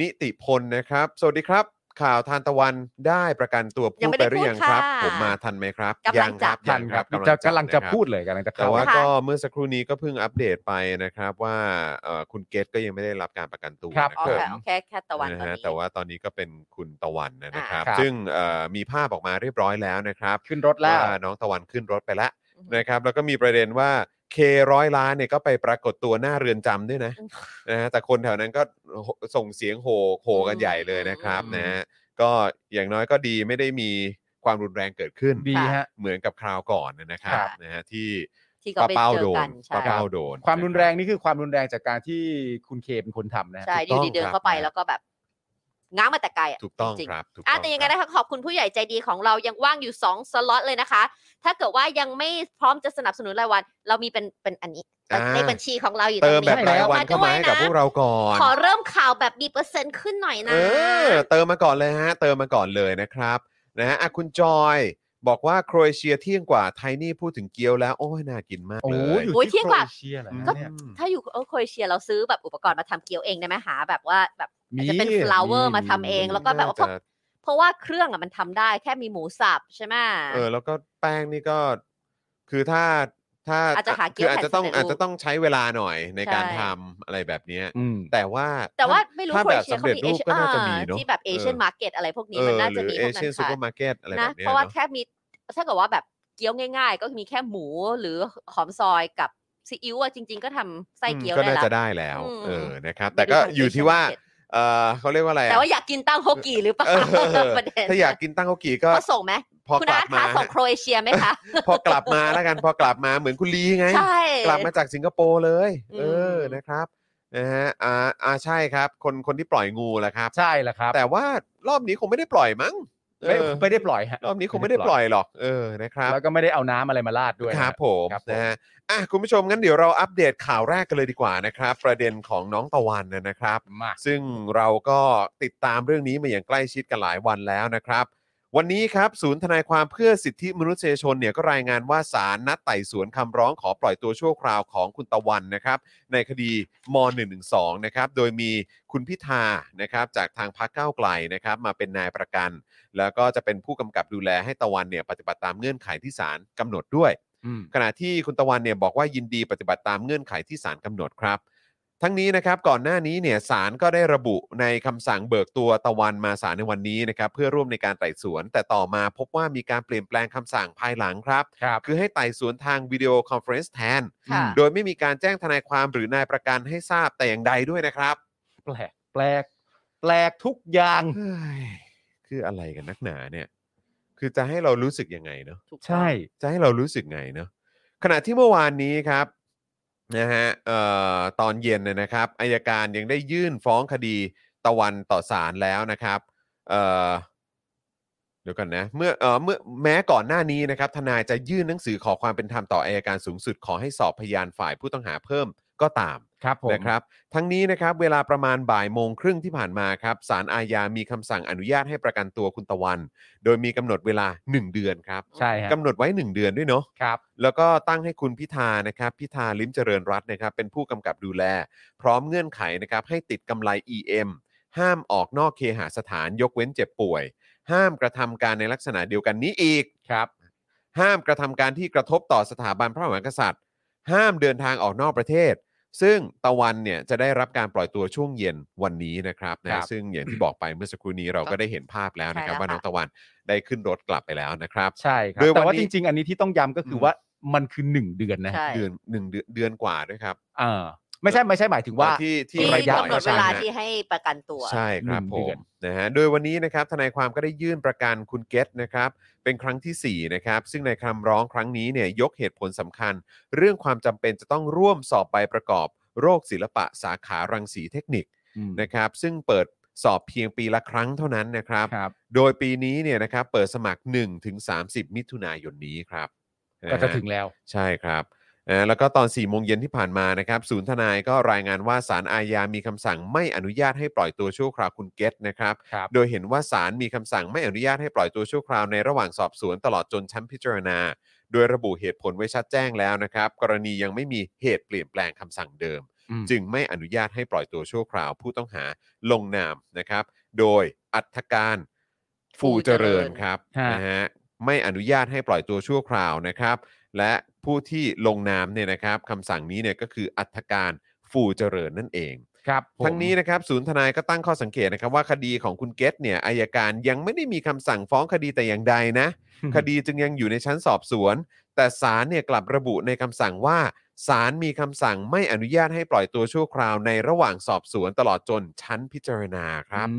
นิติพลนะครับ สวัสดีครับ ข่าวทานตะวันได้ประกันตัวผู้ไปหรือยังครับ ผมมาทันไหมครับ กำลังจะ ยั ทั ง น ค ค รั รั บบ ยั จะ บ กำลังจะ นครับ พูดเลยกำลังจะ แต่ เข้า ว่า ค่ะ ก็เมื่อสักครู่นี้ก็เพิ่งอัปเดตไปนะครับว่าเอ่อคุณเกตก็ยังไม่ได้รับการประกันตัว ครับ นะ โอ ค เครับ โอเคแค่ตะวันตอน ฮ นี้ แต่ว่าตอนนี้ก็เป็นคุณตะวันนะครับ อ่าครับ ซึ่งเอ่อมีภาพออกมาเรียบร้อยแล้วนะครับ ขึ้นรถแล้ว ว่าน้องตะวันขึ้นรถไปแล้ว อือฮึ นะครับ แล้วก็มีประเด็นว่าเคร้อยล้านเนี่ยก็ไปปรากฏตัวหน้าเรือนจำด้วยนะนะฮะแต่คนแถวนั้นก็ส่งเสียงโหโหกันใหญ่เลยนะครับนะฮะก็อย่างน้อยก็ดีไม่ได้มีความรุนแรงเกิดขึ้น ดีฮะ เหมือนกับคราวก่อนนะครับ ค่ะ นะฮะที่ ที่ก็ไปเจอกันใช่ ป้าเป้าโดน ความรุนแรงนี่คือความรุนแรงจากการที่คุณเคเป็นคนทำนะฮะ ใช่ ถูก ดีๆเดิคนรับ เข้าไปแล้วก็แบบง้างมาแต่ไกละ ถูกต้อง จริง ค ๆ รับถูก อ่ะแต่ยังไง ครับ นะคะขอบคุณผู้ใหญ่ใจดีของเรายังว่างอยู่ 2 สล็อตเลยนะคะ ถ้าเกิดว่ายังไม่พร้อมจะสนับสนุนรายวัน เรามีเป็นเป็นอันนี้ อ่า ในบัญชีของเราอยู่ตร เติ ง ม นี้ แบบ ใช่ ราย แล้ว วันเข้ามาให้กับพวกเราก่อน ขอเริ่มข่าวแบบมีเปอร์เซ็นต์ขึ้นหน่อย เอ นะ อเติมมาก่อนเลยฮะ เติมมาก่อนเลยนะครับนะฮะอ่ะคุณจอย บอกว่าโครเอเชียเที่ยงกว่าไทนี่พูดถึงเกี๊ยวแล้ว โอ้ยน่ากินมาก โอ้ เลย ย อยู่ โอ้ยเที่ ที่ ยง โครกว่า เอเชียเหรอ ก็ ฮะเนี่ย ถ้าอยู่โอโครเอเชียเราซื้อแบบอุปกรณ์มาทำเกี๊ยวเองได้ไหมหาแบบว่าแบบอาจจะเป็นฟลาวเวอร์มาทำเองแล้วก็แบบว่าเพราะเพราะว่าเครื่องอ่ะมันทำได้แค่มีหมูสับใช่ไหม เออ แล้วก็แป้งนี่ก็ คือถ้าถ้า อาจจะหาคืเกี๊ยว ออาจจะต้อง แผ่นสำเร็จรูป อาจจะต้องใช้เวลาหน่อยในการ ใช่ ทำอะไรแบบเนี้ย อืม แต่ว่า แต่ว่าไม่รู้ ถ้า โคร แบ เอบ เชีย สำ เขา เร็จ มี รูปก็น่าจะมีเนาะ ที่แบบเอเชียนมาร์เก็ตอะไรพวกนี้มันน่าจะมี เออหรือพวกเอ นั้ เชียน น ซูเปอ ขาย ร์มาร์เก็ตอะไรแบ นะ บนี้ย เพราะว่า เนอ แค่มีถ้าเกิดว่าแบบเกี๊ยวง่าย ๆ ก็มีแค่หมูหรือหอมซอยกับซีอิ๊วอะจริง ๆ ก็ทำไส้เกี๊ยว ก็ ได้ น่า ละ จะได้แล้ว อืม เออนะครับ แต่ก็อยู่ที่ว่าเออเขาเรียกว่าอะไรอะ แต่ว่าอยากกินตั้งโฮกีหรือเปล่า เออ ประเด็น ถ้าอยากกินตั้งเกากีก็ เขาส่งไหม พอ คุณ กลั อา บ ร์ต มา คะส่งโครเอเชียไหมคะ พอกลับมาแล้วกันพอกลับมาเหมือนคุณลีไง ใช่ กลับมาจากสิงคโปร์เลย เอออ ม นะครับนะฮะอ่าอ่าใช่ครับ คนคนที่ปล่อยงูแหละครับ ใช่แล้วครับ แต่ว่ารอบนี้คงไม่ได้ปล่อยมั้งเอ ไม่ อ ไม่ได้ปล่อยฮะ รอบนี้คงไม่ได้ปล่อยหรอกเออนะครับ แล้วก็ไม่ได้เอาน้ำอะไรมาลาดด้วย ครับ นะ ผม ครับผม นะฮะอ่ะคุณผู้ชมงั้นเดี๋ยวเราอัปเดตข่าวแรกกันเลยดีกว่านะครับ ประเด็นของน้องตะวันนะนะครับ มา ซึ่งเราก็ติดตามเรื่องนี้มาอย่างใกล้ชิดกันหลายวันแล้วนะครับ วันนี้ครับศูนย์ทนายความเพื่อสิทธิมนุษยชนเนี่ยก็รายงานว่าศาลนัดไต่สวนคำร้องขอปล่อยตัวชั่วคราวของคุณตะวันนะครับ ในคดีม .112 นะครับ โดยมีคุณพิธานะครับจากทางพรรคก้าวไกลนะครับ มาเป็นนายประกัน แล้วก็จะเป็นผู้กำกับดูแลให้ตะวันเนี่ยปฏิบัติตามเงื่อนไขที่ศาลกำหนดด้วย อืม ขณะที่คุณตะวันเนี่ยบอกว่ายินดีปฏิบัติตามเงื่อนไขที่ศาลกำหนดครับ ทั้งนี้นะครับก่อนหน้านี้เนี่ยศาลก็ได้ระบุในคำสั่งเบิกตัวตะวันมาศาลในวันนี้นะครับเพื่อร่วมในการไต่สวน แต่ต่อมาพบว่ามีการเปลี่ยนแปลงคำสั่งภายหลังครับ ครับ คือให้ไต่สวนทางวิดีโอคอนเฟอเรนซ์แทน ค่ะ โดยไม่มีการแจ้งทนายความหรือนายประกันให้ทราบแต่อย่างใดด้วยนะครับ แปลกแปลก แปลกทุกอย่าง เฮ้ยคืออะไรกันนักหนาเนี่ยคือจะให้เรารู้สึกยังไงเนาะ ใช่ จะให้เรารู้สึกไงเนาะขณะที่เมื่อวานนี้ครับนะฮะเอ่อตอนเย็นเนี่ยนะครับอายการยังได้ยื่นฟ้องคดีตะวันต่อศาลแล้วนะครับเอ่อเดี๋ยวกันนะเมื่อเอ่อเมื่อแม้ก่อนหน้านี้นะครับทนายจะยื่นหนังสือขอความเป็นธรรมต่ออายการสูงสุด ขอให้สอบพยานฝ่ายผู้ต้องหาเพิ่มก็ตาม ครับผม นะครับทั้งนี้นะครับเวลาประมาณบ่ายโมงครึ่งที่ผ่านมาครับศาลอาญามีคำสั่งอนุญาตให้ประกันตัวคุณตะวัน โดยมีกำหนดเวลา 1 เดือนครับ ใช่ฮะ กำหนดไว้ 1 เดือนด้วยเนาะ ครับ แล้วก็ตั้งให้คุณพิธานะครับพิธาลิ้มเจริญรัตน์นะครับเป็นผู้กำกับดูแล พร้อมเงื่อนไขนะครับให้ติดกำไร EM ห้ามออกนอกเคหสถานยกเว้นเจ็บป่วย ห้ามกระทำการในลักษณะเดียวกันนี้อีก ครับ ห้ามกระทำการที่กระทบต่อสถาบันพระมหากษัตริย์ ห้ามเดินทางออกนอกประเทศ ซึ่งตะวันเนี่ยจะได้รับการปล่อยตัวช่วงเย็นวันนี้นะครับ ครั นะ บ ซึ่งอย่างที่บอกไปเมื่อสักครู่นี้เราก็ได้เห็นภาพแล้วนะครับ ใช่แล้ว ว่าน้อง ค่ะ ตะวันได้ขึ้นรถกลับไปแล้วนะครับ ใช่ครับ โดยวันนี้ แต่ว่าจริง ๆ อันนี้ที่ต้องย้ำก็คือว่ามันคือหนึ่งเดือนนะ ใช่ เดือนหนึ่งเดือนเดือนกว่าด้วยครับ อ่าไม่ใช่ไม่ใช่หมายถึงว่า ที่ที่ ที่ ระยะ กำหนดเวลาที่ให้ประกันตัว ใช่ครับ หนึ่ ผ งเดือมน นะฮะโดยวันนี้นะครับทนายความก็ได้ยื่นประกันคุณเกตนะครับเป็นครั้งทีสี่4นะครับซึ่งในคำร้องครั้งนี้เนี่ยยกเหตุผลสำคัญ เรื่องความจำเป็นจะต้องร่วมสอบใบประกอบ โรคศิลปะสาขารังสีเทคนิค อืม นะครับซึ่งเปิดสอบเพียงปีละครั้งเท่านั้นนะครับ ครับ โดยปีนี้เนี่ยนะครับเปิดสมัคร 1 ถึง 30 มิถุนายนนี้ครับ ก็จะ นฮ ถึงแล้ว ใช่ครับนะแล้วก็ตอน 4 โมงเย็นที่ผ่านมานะครับศูนย์ทนายก็รายงานว่าสารอาญามีคำสั่งไม่อนุญาตให้ปล่อยตัวชั่วคราวคุณเกตนะครับ ครับ โดยเห็นว่าศาลมีคำสั่งไม่อนุญาตให้ปล่อยตัวชั่วคราวในระหว่างสอบสวนตลอดจนชั้นพิจารณา โดยระบุเหตุผลไว้ชัดแจ้งแล้วนะครับ กรณียังไม่มีเหตุเปลี่ยนแปลงคำสั่งเดิม อืม จึงไม่อนุญาตให้ปล่อยตัวชั่วคราวผู้ต้องหาลงนามนะครับ โดยอัธการฟูเจริญครับ ฮะ นะฮะไม่อนุญาตให้ปล่อยตัวชั่วคราวนะครับ และผู้ที่ลงนามเนี่ยนะครับคำสั่งนี้เนี่ยก็คืออัธการฟูเจริญนั่นเอง ครับผม ทั้งนี้นะครับศูนย์ทนายก็ตั้งข้อสังเกตนะครับว่าคดีของคุณเกตเนี่ยอายการยังไม่ได้มีคำสั่งฟ้องคดีแต่อย่างใดนะ คดีจึงยังอยู่ในชั้นสอบสวน แต่ศาลเนี่ยกลับระบุในคำสั่งว่าศาลมีคำสั่งไม่อนุญาตให้ปล่อยตัวชั่วคราวในระหว่างสอบสวนตลอดจนชั้นพิจารณาครับ อื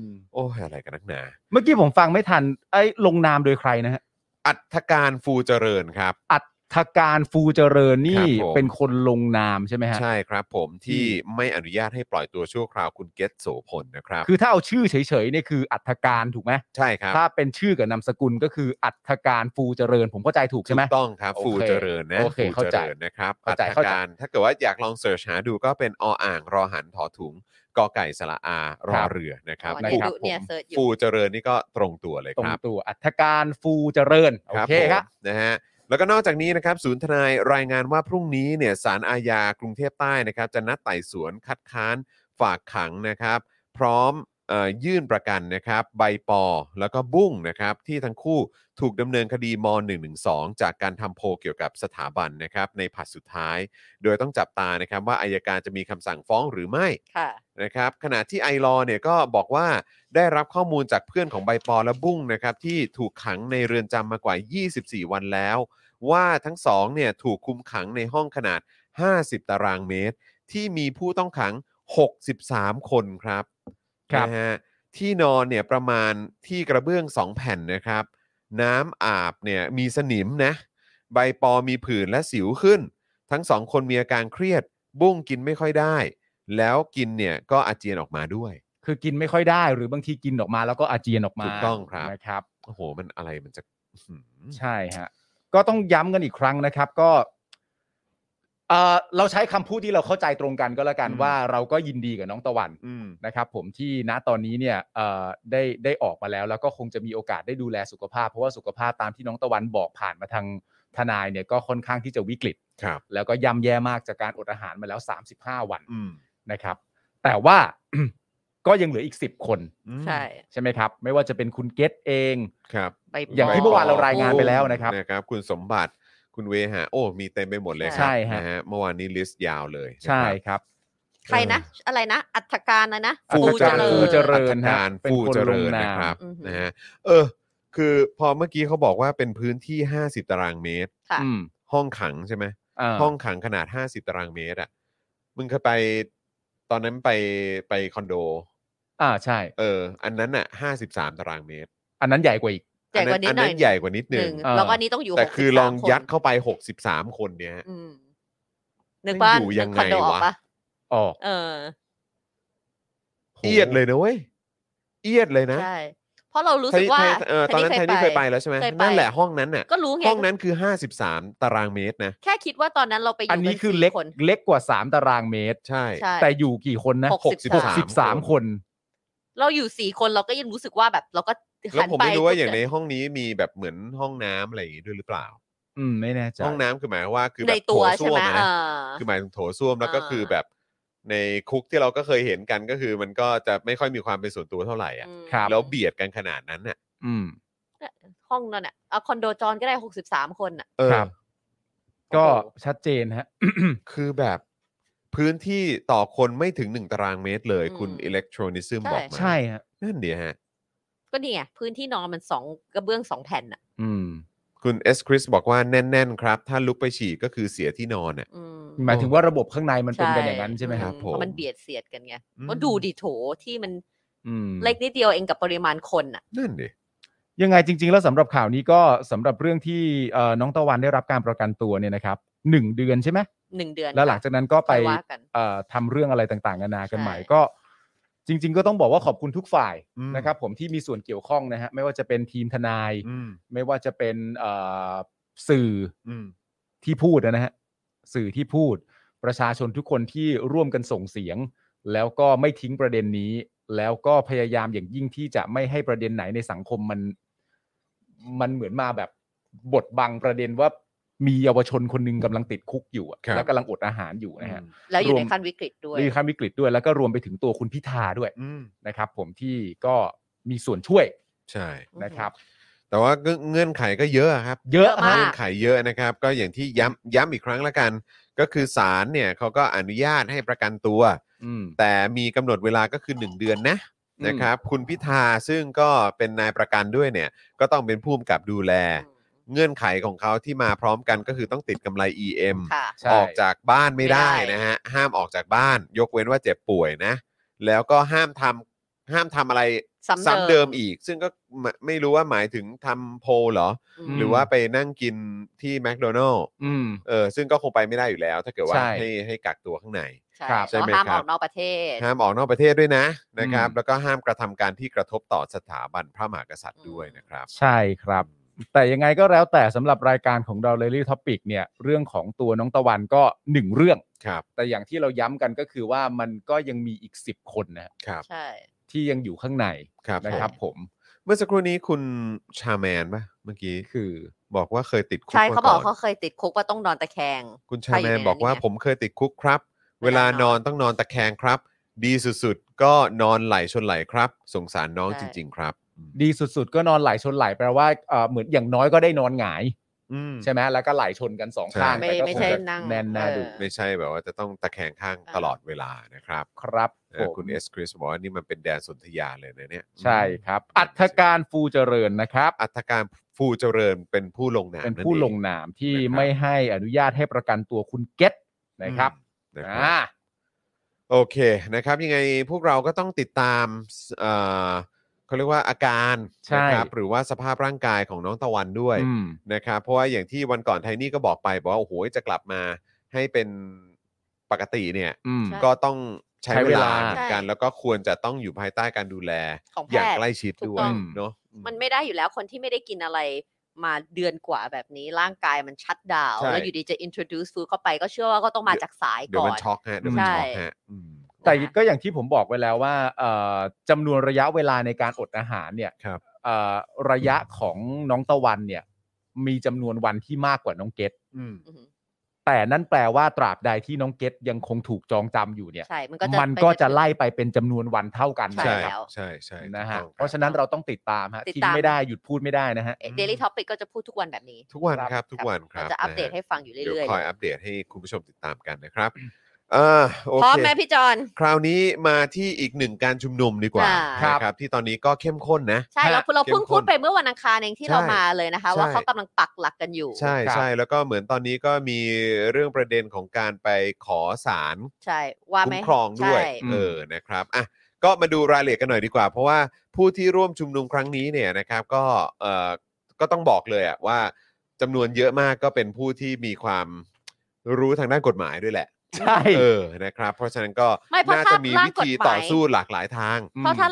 ม โอ้ยอะไรกันนักหนา เมื่อกี้ผมฟังไม่ทันไอ้ลงนามโดยใครนะฮะ อัธการฟูเจริญครับ อัธการฟูเจริญนี่ ครับผม เป็นคนลงนามใช่ไหมฮะ ใช่ครับผมที่ไม่อนุญาตให้ปล่อยตัวชั่วคราวคุณเกตโสพลนะครับ คือถ้าเอาชื่อเฉยๆเนี่ยคืออัธการถูกไหม ใช่ครับ ถ้าเป็นชื่อกับนามสกุลก็คืออัธการฟูเจริญ ผมเข้าใจถูกใช่ไหม ถูกต้องครับ โอเค ฟูเจริญนะ โอเค ฟู เข้า เจ ใจ ริญนะครับอั เข้าใจ ธ เข้าใจ การถ้าเกิดว่าอยากลองเสิร์ชหาดูก็เป็นออ่างรอหันถอถุงกอไก่สระอารอเรือนะครับ อ๋อ นะ เดี๋ย คว รับผดูเนี่ย ม เสิร์ชอยู่ ฟูเจริญนี่ก็ตรงตัวเลย ตร ค ง รับ ตัวอัธการฟูเจริญโอเคครับ ผมนะฮะแล้วก็นอกจากนี้นะครับศูนย์ทนายรายงานว่าพรุ่งนี้เนี่ยสารอาญากรุงเทพใต้นะครับ จะนัดไต่สวนคัดค้านฝากขังนะครับ พร้อมเอ่อยื่นประกันนะครับ ใบปอ แล้วก็บุ้งนะครับ ที่ทั้งคู่ถูกดำเนินคดีม .112 จากการทำโพลเกี่ยวกับสถาบันนะครับ ในผัดสุดท้าย โดยต้องจับตานะครับว่าอายการจะมีคำสั่งฟ้องหรือไม่ ค่ะ นะครับขณะที่ไอรอว์เนี่ยก็บอกว่าได้รับข้อมูลจากเพื่อนของใบปอและบุ้งนะครับที่ถูกขังในเรือนจำมากว่า 24 วันแล้ว ว่าทั้งสองเนี่ยถูกคุมขังในห้องขนาด 50 ตารางเมตร ที่มีผู้ต้องขัง 63 คนครับ ครับ นะฮะที่นอนเนี่ยประมาณที่กระเบื้อง 2 แผ่นนะครับ น้ำอาบเนี่ยมีสนิมนะใบปอมีผื่นและสิวขึ้น ทั้งสองคนมีอาการเครียด บุ้งกินไม่ค่อยได้ แล้วกินเนี่ยก็อาเจียนออกมาด้วย คือกินไม่ค่อยได้หรือบางทีกินออกมาแล้วก็อาเจียนออกมา ถูกต้องครับ นะครับ โอ้โห มันอะไรมันจะอื้อหือ ใช่ฮะก็ต้องย้ำกันอีกครั้งนะครับก็เออเราใช้คำพูดที่เราเข้าใจตรงกันก็แล้วกันว่าเราก็ยินดีกับน้องตะวัน อืม นะครับผมที่ณตอนนี้เนี่ยเอ่อได้ได้ออกมาแล้ว แล้วก็คงจะมีโอกาสได้ดูแลสุขภาพ เพราะว่าสุขภาพตามที่น้องตะวันบอกผ่านมาทางทนายเนี่ยก็ค่อนข้างที่จะวิกฤต ครับ แล้วก็ย่ำแย่มากจากการอดอาหารมาแล้ว 35 วัน อืม นะครับ แต่ว่า ก็ยังเหลืออีก 10 คน อืม ใช่ ใช่ไหมครับ ไม่ว่าจะเป็นคุณเกตเอง ครับ ใบป อย่างที่เมื่อวานเรารายงานไปแล้ว นะครับ นะครับ คุณสมบัติ คุณเวหะ โอ้ มีเต็มไปหมดเลยครับ ใช่ฮะ นฮะ เมื่อวานนี้ลิสต์ยาวเลย ใช่ครับ ใครนะ อะไรนะ อัฐการนะนะ ฟู ปู เจริญ ฟูเจริญ อัฐ ฮะ การ เป็น ฟู คน เจ ล ริ ง ญ นามนะครับ อืม นะฮะ เออ คือพอเมื่อกี้เขาบอกว่าเป็นพื้นที่ 50 ตารางเมตร ค่ะ อืม ห้องขังใช่ไหม อ่า ห้องขังขนาด 50 ตารางเมตรอะมึงเคยไป ตอนนั้นไปไปคอนโด อ่าใช่ เออ อันนั้นน่ะ53 ตารางเมตร อันนั้นใหญ่กว่าอีก ใหญ่กว่านิดหน่อย อัใหญ่กว่านิด ห นึ นึ่ ง ง เออ แล้วก็อันนี้ต้องอยู่ แต่คือ 63 ลองยัด น เข้าไป 63 คนเนี่ยฮะ อืมนึกว่า อยู่ยังไง คอนโดออก วะ ปะ ออก เออ เอียดเลยนะเว้ย เอียดเลยนะ ใช่ เพราะเรารู้สึกว่า ไทยเอ่อตอนนั้นไทยนี่เคยไปแล้วใช่ไหม คยไป นั่นแหละห้องนั้นน่ะ ก็รู้ไง ห้องนั้นคือ 53 ตารางเมตรนะ แค่คิดว่าตอนนั้นเราไปอยู่ อันนี้ กั คือ สี่ เล็ก คน เล็กกว่า 3 ตารางเมตร ใช่ ใช่ แต่อยู่กี่คนนะ หกสิบสาม สิบสามคน เราอยู่สี่คนเราก็ยังรู้สึกว่าแบบ เราก็ แล้วหัน ผม ไป ไม่รู้ว่าอย่างในห้องนี้มีแบบเหมือนห้องน้ำอะไรอย่างงี้ด้วยหรือเปล่า อืม ไม่แน่ใจ ห้องน้ำคือหมายว่าคือแบ ใน บโถ ตัวใช่ ส้ว ไห ม ม อะ เอ นะ อ คือหมายถึงโถส้วมแล้วก็ อ่า คือแบบในคุกที่เราก็เคยเห็นกันก็คือ มันก็จะไม่ค่อยมีความเป็นส่วนตัวเท่าไหร่อ่ะ ม ครับ แล้วเบียดกันขนาดนั้นน่ะ อืม ห้องนั่นอ่ะเอาคอนโดจรก็ได้หกสิบสามคนอ่ะ เออ ครับ ก็ โอ้โห ชัดเจนฮะ คือแบบพื้นที่ต่อคนไม่ถึง 1 ตารางเมตรเลย คุณ อืม อิเล็กทรอนิซึม ใช่ บอกมา ใช่ฮะ นั่นเดียฮะ ก็นี่ไงพื้นที่นอนมันสองกระเบื้องสองแผ่นอ่ะ อืม คุณเอสคริสบอกว่าแน่น ๆ ครับ ถ้าลุกไปฉี่ก็คือเสียที่นอนอ่ะ อืม หมายถึงว่าระบบข้างในมันเป็นกันอย่างนั้นใช่ไหม อื ครับ ผม เพาะมันเบียดเสียดกันไง อืม ก็ดูดิโถที่มัน อืม เล็กนิดเดียวเองกับปริมาณคนอ่ะ นั่นดิ ยังไงจริง ๆ แล้วสำหรับข่าวนี้ก็สำหรับเรื่องที่เอ่อน้องตะวันได้รับการประกันตัวเนี่ยนะครับหนึ่งเดือนใช่ไหม หนึ่งเดือน แล้วหลังจากนั้นก็ไป ค่อยว่ากัน เอ่อทำเรื่องอะไรต่างๆนานากันใหม่ ใช่ ก็ จริง ๆ ก็ต้องบอกว่าขอบคุณทุกฝ่าย อืม นะครับ ผมที่มีส่วนเกี่ยวข้องนะฮะไม่ว่าจะเป็นทีมทนาย อืม ไม่ว่าจะเป็นเอ่อสื่อ อืม ที่พูดนะฮะสื่อที่พูด ประชาชนทุกคนที่ร่วมกันส่งเสียง แล้วก็ไม่ทิ้งประเด็นนี้ แล้วก็พยายามอย่างยิ่งที่จะไม่ให้ประเด็นไหนในสังคมมัน มันเหมือนมาแบบบดบังประเด็นว่ามีเยาวชนคนหนึงกำลังติดคุกอยู่อะ ครับ และกำลังอดอาหารอยู่นะฮะ แล้วอยู่ รวม ในขั้นวิกฤตด้วย มีขั้นวิกฤตด้วย แล้วก็รวมไปถึงตัวคุณพิธาด้วย อืม นะครับ ผมที่ก็มีส่วนช่วย ใช่ นะครับ แต่ว่าเงื่อนเงื่อนไขก็เยอะครับ เยอะ มาก ฮะ เงื่อนไขเยอะนะครับ ก็อย่างที่ย้ำย้ำอีกครั้งละกัน ก็คือศาลเนี่ยเขาก็อนุญาตให้ประกันตัว อืม แต่มีกำหนดเวลาก็คือ 1 เดือนนะ อืม นะครับ คุณพิธาซึ่งก็เป็นนายประกันด้วยเนี่ย ก็ต้องเป็นผู้กำกับดูแล อืม เงื่อนไขของเขาที่มาพร้อมกันก็คือต้องติดกำไร EM ค่ะ ใช่ ออกจากบ้านไม่ได้ ไม่ได้ นะฮะ ห้ามออกจากบ้าน ยกเว้นว่าเจ็บป่วยนะ แล้วก็ห้ามทำห้ามทำอะไรซ้ำเดิมอีก ซึ่งก็ไม่ไม่รู้ว่าหมายถึงทำโพลเหรอ อื ม หรือว่าไปนั่งกินที่แมคโดนัลล์ อืม เออซึ่งก็คงไปไม่ได้อยู่แล้ว ถ้าเกิดว่า ใช่ ให้ให้กักตัวข้างใน ใช่ ครับ ใช่ไหม แล้วห้าม ครั อบ อกนอกประเทศ ห้ามออกนอกประเทศด้วยนะนะครับ อืม แล้วก็ห้ามกระทำการที่กระทบต่อสถาบันพระมหากษัตริย์ด้วยนะครับ ใช่ครับ แต่ยังไงก็แล้วแต่สำหรับรายการของเรา Daily Topic เนี่ยเรื่องของตัวน้องตะวันก็หนึ่งเรื่อง ครับ แต่อย่างที่เราย้ำกันก็คือว่ามันก็ยังมีอีก 10 คนนะฮะ ครับ ใช่ ที่ยังอยู่ข้างใน ครับ นะ ผ ครับ ม ผม เมื่อสักครู่นี้คุณชาแมนปะเมื่อกี้ คือ บอกว่าเคยติดคุก ใช่ ม เขาบอก น เขาเคยติดคุกว่าต้องนอนตะแคง คุณชาแมนบอกว่า ใช่อยู่ในนั้น ผมเคยติดคุกครับ เว เวลา ลานน อ อน น ต้องนอนตะแคงครับ ดีสุดๆ ก็นอนไหลชนไหลครับ สงสารน้อง ใช่ จริง ๆ ครับ ดีสุดๆ ก็นอนไหลชนไหลแปลว่าเอ่อเหมือนอย่างน้อยก็ได้นอนหงาย อืม ใช่ไหมแล้วก็ไหลชนกันสอง ใช่ ข้าง ไม่ แต่ก็ ไม่ คง ใช่ จะ นั่ง แน่นหน้าดู เออ ไม่ใช่แบบว่าจะต้องตะแคงข้าง อ่า ตลอดเวลานะครับ ครับ เอ ผ อ ม คุณเอสคริสบอกว่านี่มันเป็นแดนสนธยาเลยนะเนี่ย ใช่ครับ อัธการฟูเจริญนะครับ อัธการฟูเจริญเป็นผู้ลงนาม เป็น นั่ ผู้ อ ลงนามที่ นะครับ ไม่ให้อนุญาตให้ประกันตัวคุณเก็ตนะครับ อืมนะครับ อ่า โอเคนะครับ ยังไงพวกเราก็ต้องติดตามเอ่อเขาเรียกว่าอาการ ใช่ นะครับหรือว่าสภาพร่างกายของน้องตะวันด้วย อืม นะครับ เพราะว่าอย่างที่วันก่อนไทนี่ก็บอกไปบอกว่าโอ้โหจะกลับมาให้เป็นปกติเนี่ย อืม ใช่ ก็ต้องใช้ ใช้ เว เว ลา ลา เหมือนกัน ใช่ แล้วก็ควรจะต้องอยู่ภายใต้การดูแล ของแพทย์ อย่างใกล้ชิด ถูก ด้วย ต้อง เนาะ มันไม่ได้อยู่แล้วคนที่ไม่ได้กินอะไรมาเดือนกว่าแบบนี้ร่างกายมันชัดดาวน์ ใช่ แล้วอยู่ดีจะ introduce food เข้าไปก็เชื่อว่าก็ต้องมาจากสาย เดี๋ยว ก่อ มัน น ช็อกฮะเดี๋ยวมัน ใช่ ช็อกฮะอืม แต่ก็อย่างที่ผมบอกไว้แล้วว่าเอ่อจำนวนระยะเวลาในการอดอาหารเนี่ย ครับ เอ่อระยะของน้องตะวันเนี่ย มีจำนวนวันที่มากกว่าน้องเกต อืม อือหือ แต่นั่นแปลว่าตราบใดที่น้องเกตยังคงถูกจองจำอยู่เนี่ย ใช่ มันก็จะ มันก็จะ ไป ไล่ไปเป็นจำนวนวันเท่ากัน ใช่ นะคใช่รับ แล้ว ใช่ใช่ถูก นะฮะ ต้องค เพ รับ ราะฉะนั้นเราต้องติดตามฮะ ติด ทิ้ง ตาม ไม่ได้หยุดพูดไม่ได้นะฮะ เอ่อ daily topic ก็จะพูดทุกวันแบบนี้ ทุกวันครับทุกวันครับ เราจะอัปเดต นฮ ให้ฟังอยู่เรื่อยๆ เดี๋ยว เลย คอยอัปเดตให้คุณผู้ชมติดตามกันนะครับ เออโอ พร้อม เค ไหมพี่จอน คราวนี้มาที่อีกหนึ่งการชุมนุมดีกว่า ครับ นะครับ ที่ตอนนี้ก็เข้มข้นนะ ใช่เราเราเพิ่ง เข้มข้น พูดไปเมื่อวันอังคารเองที่ ใช่ เรามาเลยนะคะ ว่า ใช่ เขากำลังปักหลักกันอยู่ ใช่ใช่แล้วก็เหมือนตอนนี้ก็มีเรื่องประเด็นของการไปขอสาร ใช่ว่า คุ้ ไหม มครองด้วย ใช่ เออนะครับอ่ะก็มาดูรายละเอียดกันหน่อยดีกว่า เพราะว่าผู้ที่ร่วมชุมนุมครั้งนี้เนี่ยนะครับ ก็เออก็ต้องบอกเลยอะว่าจำนวนเยอะมากก็เป็นผู้ที่มีความรู้ทางด้านกฎหมายด้วยแหละ ใช่ เออ นะครับ เพราะฉะนั้นก็ ไม่เพราะ น่า ถ้า จะมีวิธี ร่างกฎหมาย ต่อสู้หลากหลายทาง เพราะถ้า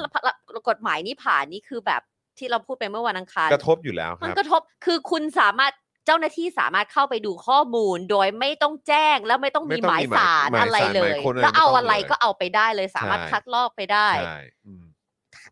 กฎหมายนี้ผ่านนี่คือแบบที่เราพูดไปเมื่อวันอังคาร กระทบอยู่แล้วค มัน รับ กระทบ คือคุณสามารถเจ้าหน้าที่สามารถเข้าไปดูข้อมูล โดยไม่ต้องแจ้งแล้วไม่ต้อง ไม่ มี ต้อง หมาย มีหมาย สาร หมาย อะไร สาร เล หมาย ย คนอะไร แล้วเอาอะไร ไม่ต้องเลย ก็เอาไปได้เลยสามารถ ใช่ คัดลอกไปได้ ใช่อืม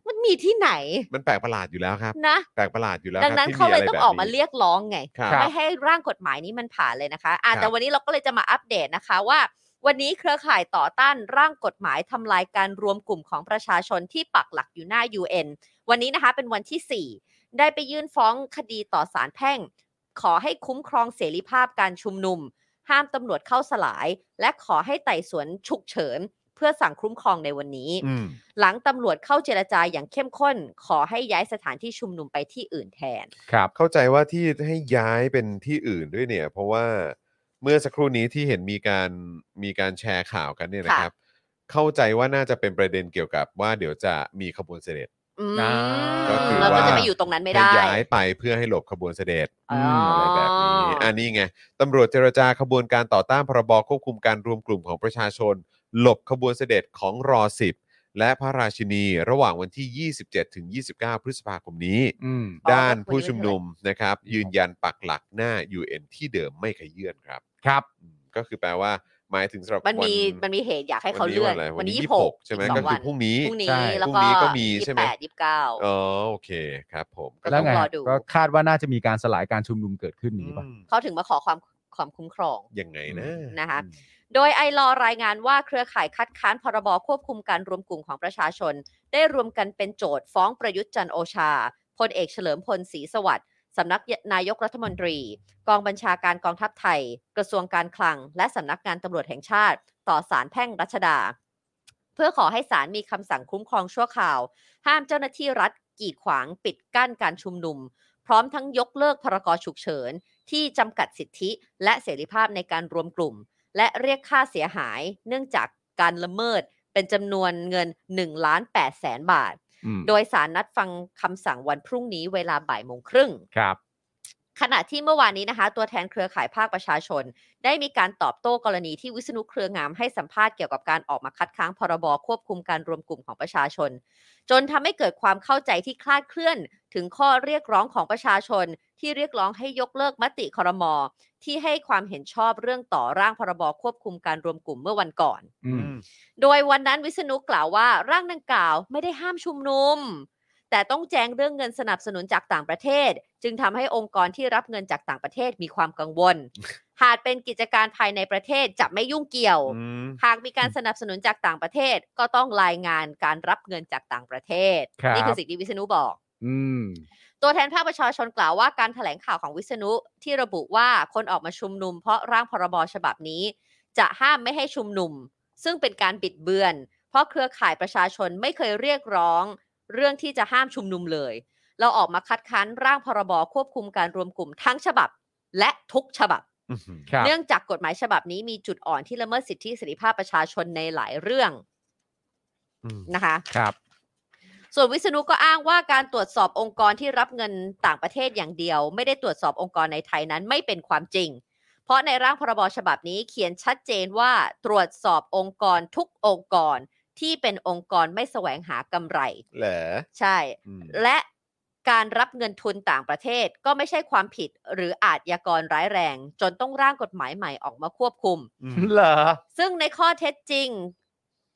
มันมีที่ไหน มันแปลกประหลาดอยู่แล้วครับ นะ แปลกประหลาดอยู่แล้ว ดังนั้น ครับ เขาเลย ที่ ต้องออกมา แบบนี้ เรียกร้องไง ครับ ไม่ให้ร่างกฎหมายนี้มันผ่านเลยนะคะอ่ะ ครับ แต่วันนี้เราก็เลยจะมาอัปเดตนะคะว่า วันนี้เครือข่ายต่อต้านร่างกฎหมายทำลายการรวมกลุ่มของประชาชนที่ปักหลักอยู่หน้า UN วันนี้นะคะเป็นวันที่ 4 ได้ไปยื่นฟ้องคดีต่อศาลแพ่ง ขอให้คุ้มครองเสรีภาพการชุมนุม ห้ามตำรวจเข้าสลาย และขอให้ไต่สวนฉุกเฉิน เพื่อสั่งคุ้มครองในวันนี้ อืม หลังตำรวจเข้าเจรจาอย่างเข้มข้น ขอให้ย้ายสถานที่ชุมนุมไปที่อื่นแทน ครับ เข้าใจว่าที่ให้ย้ายเป็นที่อื่นด้วยเนี่ย เพราะว่าเมื่อสักครู่นี้ที่เห็นมีการมีการแชร์ข่าวกันเนี่ยนะครับ เข้าใจว่าน่าจะเป็นประเด็นเกี่ยวกับว่าเดี๋ยวจะมีขบวนเสด็จ อืม อ่า ก็คือ เราก็จะไป ว่า อยู่ตรงนั้นไม่ ให้ ได้ ย้ายไปเพื่อให้หลบขบวนเสด็จ อ๋อ อะไรแบบนี้อันนี้ไงตำรวจเจรจาขบวนการต่อต้านพรบควบคุมการรวมกลุ่มของประชาชน หลบขบวนเสด็จของรอสิบและพระราชินีระหว่างวันที่ 27 ถึง 29 พฤษภาคมนี้ อืม อ๋อ ด้าน ก็คือ ผู้ชุมนุมนะครับ ยืนยันปักหลักหน้า UN ที่เดิมไม่ขยื่นครับ ครับ อืมก็คือแปลว่าหมายถึงสำหรับ มันมี วั มันมีเหตุอยากให้เขาเลื่อน วัะไร วั วัน น นี้ นี้ 26 26 ใช่ไหม อีกสอง ก็ วั คือน พรุ่งนี้ พรุ่งนี้ ใช่ แล้ว พรุ่ ก็ งนี้ก็มี ยี่ ใช่ สิบ ไหม แปดยี่สิบเก้า อ๋อโอเคครับผมก็ แล้วไง ต้องร ฮะ อดู ก็คาดว่าน่าจะมีการสลายการชุมนุมเกิดขึ้นอย่างนี้ป่ะ อืม เขาถึงมาขอความความคุ้มครอง ยังไงนะ นะคะ โดยไอรอรายงานว่าเครือข่ายคัดค้านพรบควบคุมการรวมกลุ่มของประชาชน ได้รวมกันเป็นโจทย์ฟ้องประยุทธ์จันทร์โอชาพลเอกเฉลิมพลศรีสวัสดิ์สำนักนายกรัฐมนตรี กองบัญชาการกองทัพไทย กระทรวงการคลัง และสำนักงานตำรวจแห่งชาติ ต่อศาลแพ่งรัชดา เพื่อขอให้ศาลมีคำสั่งคุ้มครองชั่วคราว ห้ามเจ้าหน้าที่รัฐกีดขวางปิดกั้นการชุมนุม พร้อมทั้งยกเลิกพรกฉุกเฉิน ที่จำกัดสิทธิและเสรีภาพในการรวมกลุ่ม และเรียกค่าเสียหายเนื่องจากการละเมิดเป็นจำนวนเงิน1ล้าน8แสนบาท อืม โดยสารนัดฟังคำสั่งวันพรุ่งนี้เวลาบ่ายโมงครึ่ง ครับ ขณะที่เมื่อวานนี้นะคะ ตัวแทนเครือข่ายภาคประชาชน ได้มีการตอบโต้กรณีที่วิษณุเครืองามให้สัมภาษณ์เกี่ยวกับการออกมาคัดค้างพรบควบคุมการรวมกลุ่มของประชาชน จนทำให้เกิดความเข้าใจที่คลาดเคลื่อน ถึงข้อเรียกร้องของประชาชน ที่เรียกร้องให้ยกเลิกมติคอรมอที่ให้ความเห็นชอบเรื่องต่อร่างพรบควบคุมการรวมกลุ่มเมื่อวันก่อน อืม โดยวันนั้นวิษณุกล่าวว่าร่างดังกล่าวไม่ได้ห้ามชุมนุม แต่ต้องแจ้งเรื่องเงินสนับสนุนจากต่างประเทศ จึงทำให้องค์กรที่รับเงินจากต่างประเทศมีความกังวล หากเป็นกิจการภายในประเทศจะไม่ยุ่งเกี่ยว อืม หากมีการสนับสนุนจากต่างประเทศ ก็ต้องรายงานการรับเงินจากต่างประเทศ ครับ นี่คือสิ่งที่วิษณุบอก อืม ตัวแทนภาคประชาชนกล่าวว่าการถแถลงข่าวของวิษณุที่ระบุว่าคนออกมาชุมนุมเพราะร่างพรบฉบับนี้ จะห้ามไม่ให้ชุมนุม ซึ่งเป็นการบิดเบือน เพราะเครือข่ายประชาชนไม่เคยเรียกร้อง เรื่องที่จะห้ามชุมนุมเลย เราออกมาคัดค้านร่างพรบควบคุมการรวมกลุ่มทั้งฉบับ และทุกฉบับ ครับ เนื่องจากกฎหมายฉบับนี้มีจุดอ่อนที่ละเมิดสิทธิเสรีภาพประชาชนในหลายเรื่อง อืม นะคะ ครับ ส่วนวิษณุก็อ้างว่าการตรวจสอบองค์กรที่รับเงินต่างประเทศอย่างเดียว ไม่ได้ตรวจสอบองค์กรในไทยนั้นไม่เป็นความจริง เพราะในร่างพรบฉบับนี้เขียนชัดเจนว่าตรวจสอบองค์กรทุกองค์กรที่เป็นองค์กรไม่แสวงหากำไร แหละ ใช่ อืม และการรับเงินทุนต่างประเทศก็ไม่ใช่ความผิดหรืออาชญากรร้ายแรง จนต้องร่างกฎหมายใหม่ออกมาควบคุม เหรอ ซึ่งในข้อเท็จจริง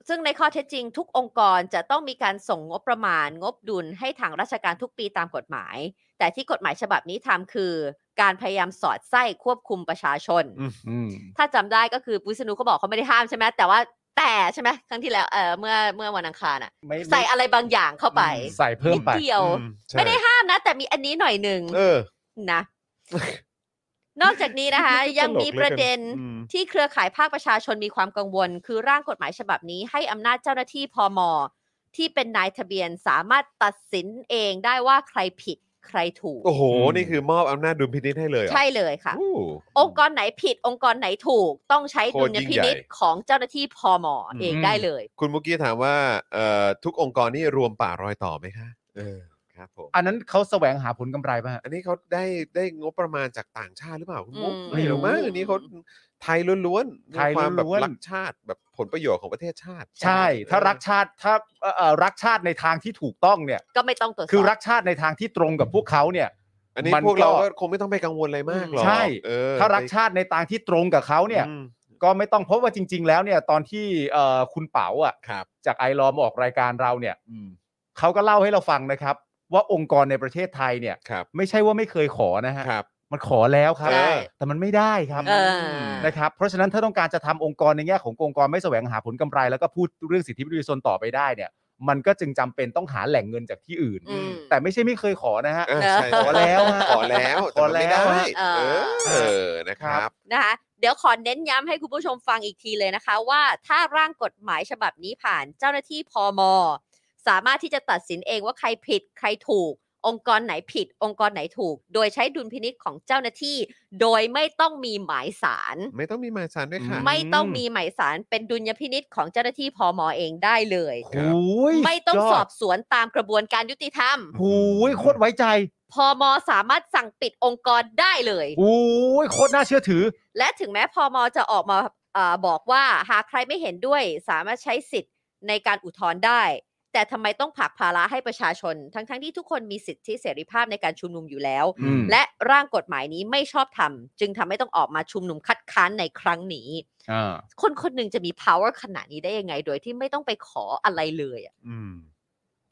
ซึ่งในข้อเท็จจริง ทุกองค์กรจะต้องมีการส่งงบประมาณ งบดุลให้ทางราชการทุกปีตามกฎหมาย แต่ที่กฎหมายฉบับนี้ทำคือ การพยายามสอดไส้ควบคุมประชาชน อืม อืม ถ้าจำได้ก็คือปุษณุเขาบอกเขาไม่ได้ห้ามใช่ไหมแต่ว่าแต่ใช่ไหมครั้งที่แล้วเออเมื่อเมื่อวันอังคารอ่ะ ไม่ ใส่อะไรบางอย่างเข้าไป ใส่เพิ่ม นิด ไป เดียว อืใช่ ไม่ได้ห้ามนะ แต่มีอันนี้หน่อยหนึ่ง เออ นะ นอกจากนี้นะคะ ยังมีประเด็น อืม ที่เครือข่ายภาคประชาชนมีความกังวล คือร่างกฎหมายฉบับนี้ให้อำนาจเจ้าหน้าที่พอมอที่เป็นนายทะเบียนสามารถตัดสินเองได้ว่าใครผิดใครถูก โอ้โห อืม นี่คือมอบอำนาจดุลพินิจให้เลยเหรอ ใช่เลยค่ะ โอ้ องค์กรไหนผิดองค์กรไหนถูก ต้องใช้ดุลยพินิจ โคตรยิ่งใหญ่ ของเจ้าหน้าที่พอมอเองได้เลย คุณมุกกี้ถามว่าเอ่อทุกองค์กรนี่รวมป่ารอยต่อไหมคะเออครับผม อันนั้นเขาแสวงหาผลกำไรป่ะฮะ อันนี้เขาได้ได้งบประมาณจากต่างชาติหรือเปล่าคุณมุก อืม ไม่รู้มั้งอันนี้เขาไทยล้วนๆ ไทยล้วนๆ มีความแบบรักชาติแบบผลประโยชน์ของประเทศชาติ ใช่ ถ้ารักชาติ ถ้าเอ่อเอ่อรักชาติในทางที่ถูกต้องเนี่ย ก็ไม่ต้องตรวจสอบ คือรักชาติในทางที่ตรงกับพวกเขาเนี่ย อันนี้ มัน พวกเราก็ ก็ คงไม่ต้องไปกังวลอะไรมากหรอก ใช่ เออ ถ้ารักชาติในทางที่ตรงกับเขาเนี่ย อืม ก็ไม่ต้องเพราะว่าจริง ๆ แล้วเนี่ย ตอนที่เอ่อคุณเป๋าอ่ะ ครับ จากไอรอมออกรายการเราเนี่ย อืม เขาก็เล่าให้เราฟังนะครับ ว่าองค์กรในประเทศไทยเนี่ย ครับ ไม่ใช่ว่าไม่เคยขอนะฮะ ครับ มันขอแล้วครับ ใช่ แต่มันไม่ได้ครับ เออ นะครับ เพราะฉะนั้นถ้าต้องการจะทำองค์กรในแง่ขององค์กรไม่แสวงหาผลกำไร แล้วก็พูดเรื่องสิทธิมนุษยชนต่อไปได้เนี่ย มันก็จึงจำเป็นต้องหาแหล่งเงินจากที่อื่น อืม แต่ไม่ใช่ไม่เคยขอนะฮะ เออใช่ ขอแล้วฮะ ขอแล้ว ขอแล้ว ต่มันไม่ได้ เอ เอ อ อเออนะครับ นะคะเดี๋ยวขอเน้นย้ำให้คุณผู้ชมฟังอีกทีเลยนะคะ ว่าถ้าร่างกฎหมายฉบับนี้ผ่านเจ้าหน้าที่พอมสามารถที่จะตัดสินเองว่าใครผิดใครถูก องค์กรไหนผิด องค์กรไหนถูก โดยใช้ดุลพินิษของเจ้าหน้าที่ โดยไม่ต้องมีหมายสาร ไม่ต้องมีหมายสารด้วยค่ะ ม ไม่ต้องมีหมายสารเป็นดุลยพินิษของเจ้าหน้าที่พอมเองได้เลย ครับ หูย ไม่ต้อง ยด สอบสวนตามกระบวนการยุติธรรม หูยโคตรไว้ใจ พอมสามารถสั่งปิดองค์กรได้เลย หูยโคตรน่าเชื่อถือ และถึงแม้พอมจะออกมาเออบอกว่าหากใครไม่เห็นด้วยสามารถใช้สิทธิ์ในการอุทธรณ์ได้ แต่ทำไมต้องผลักภาระให้ประชาชน ทั้งๆทที่ทุกคนมีสิทธิเสรีภาพในการชุมนุมอยู่แล้ว อืม และร่างกฎหมายนี้ไม่ชอบทำจึงทำให้ต้องออกมาชุมนุมคัดค้านในครั้งนี้ อ่า คนคนหนึ่งจะมี power ขนาดนี้ได้ยังไง โดยที่ไม่ต้องไปขออะไรเลยอะ อืม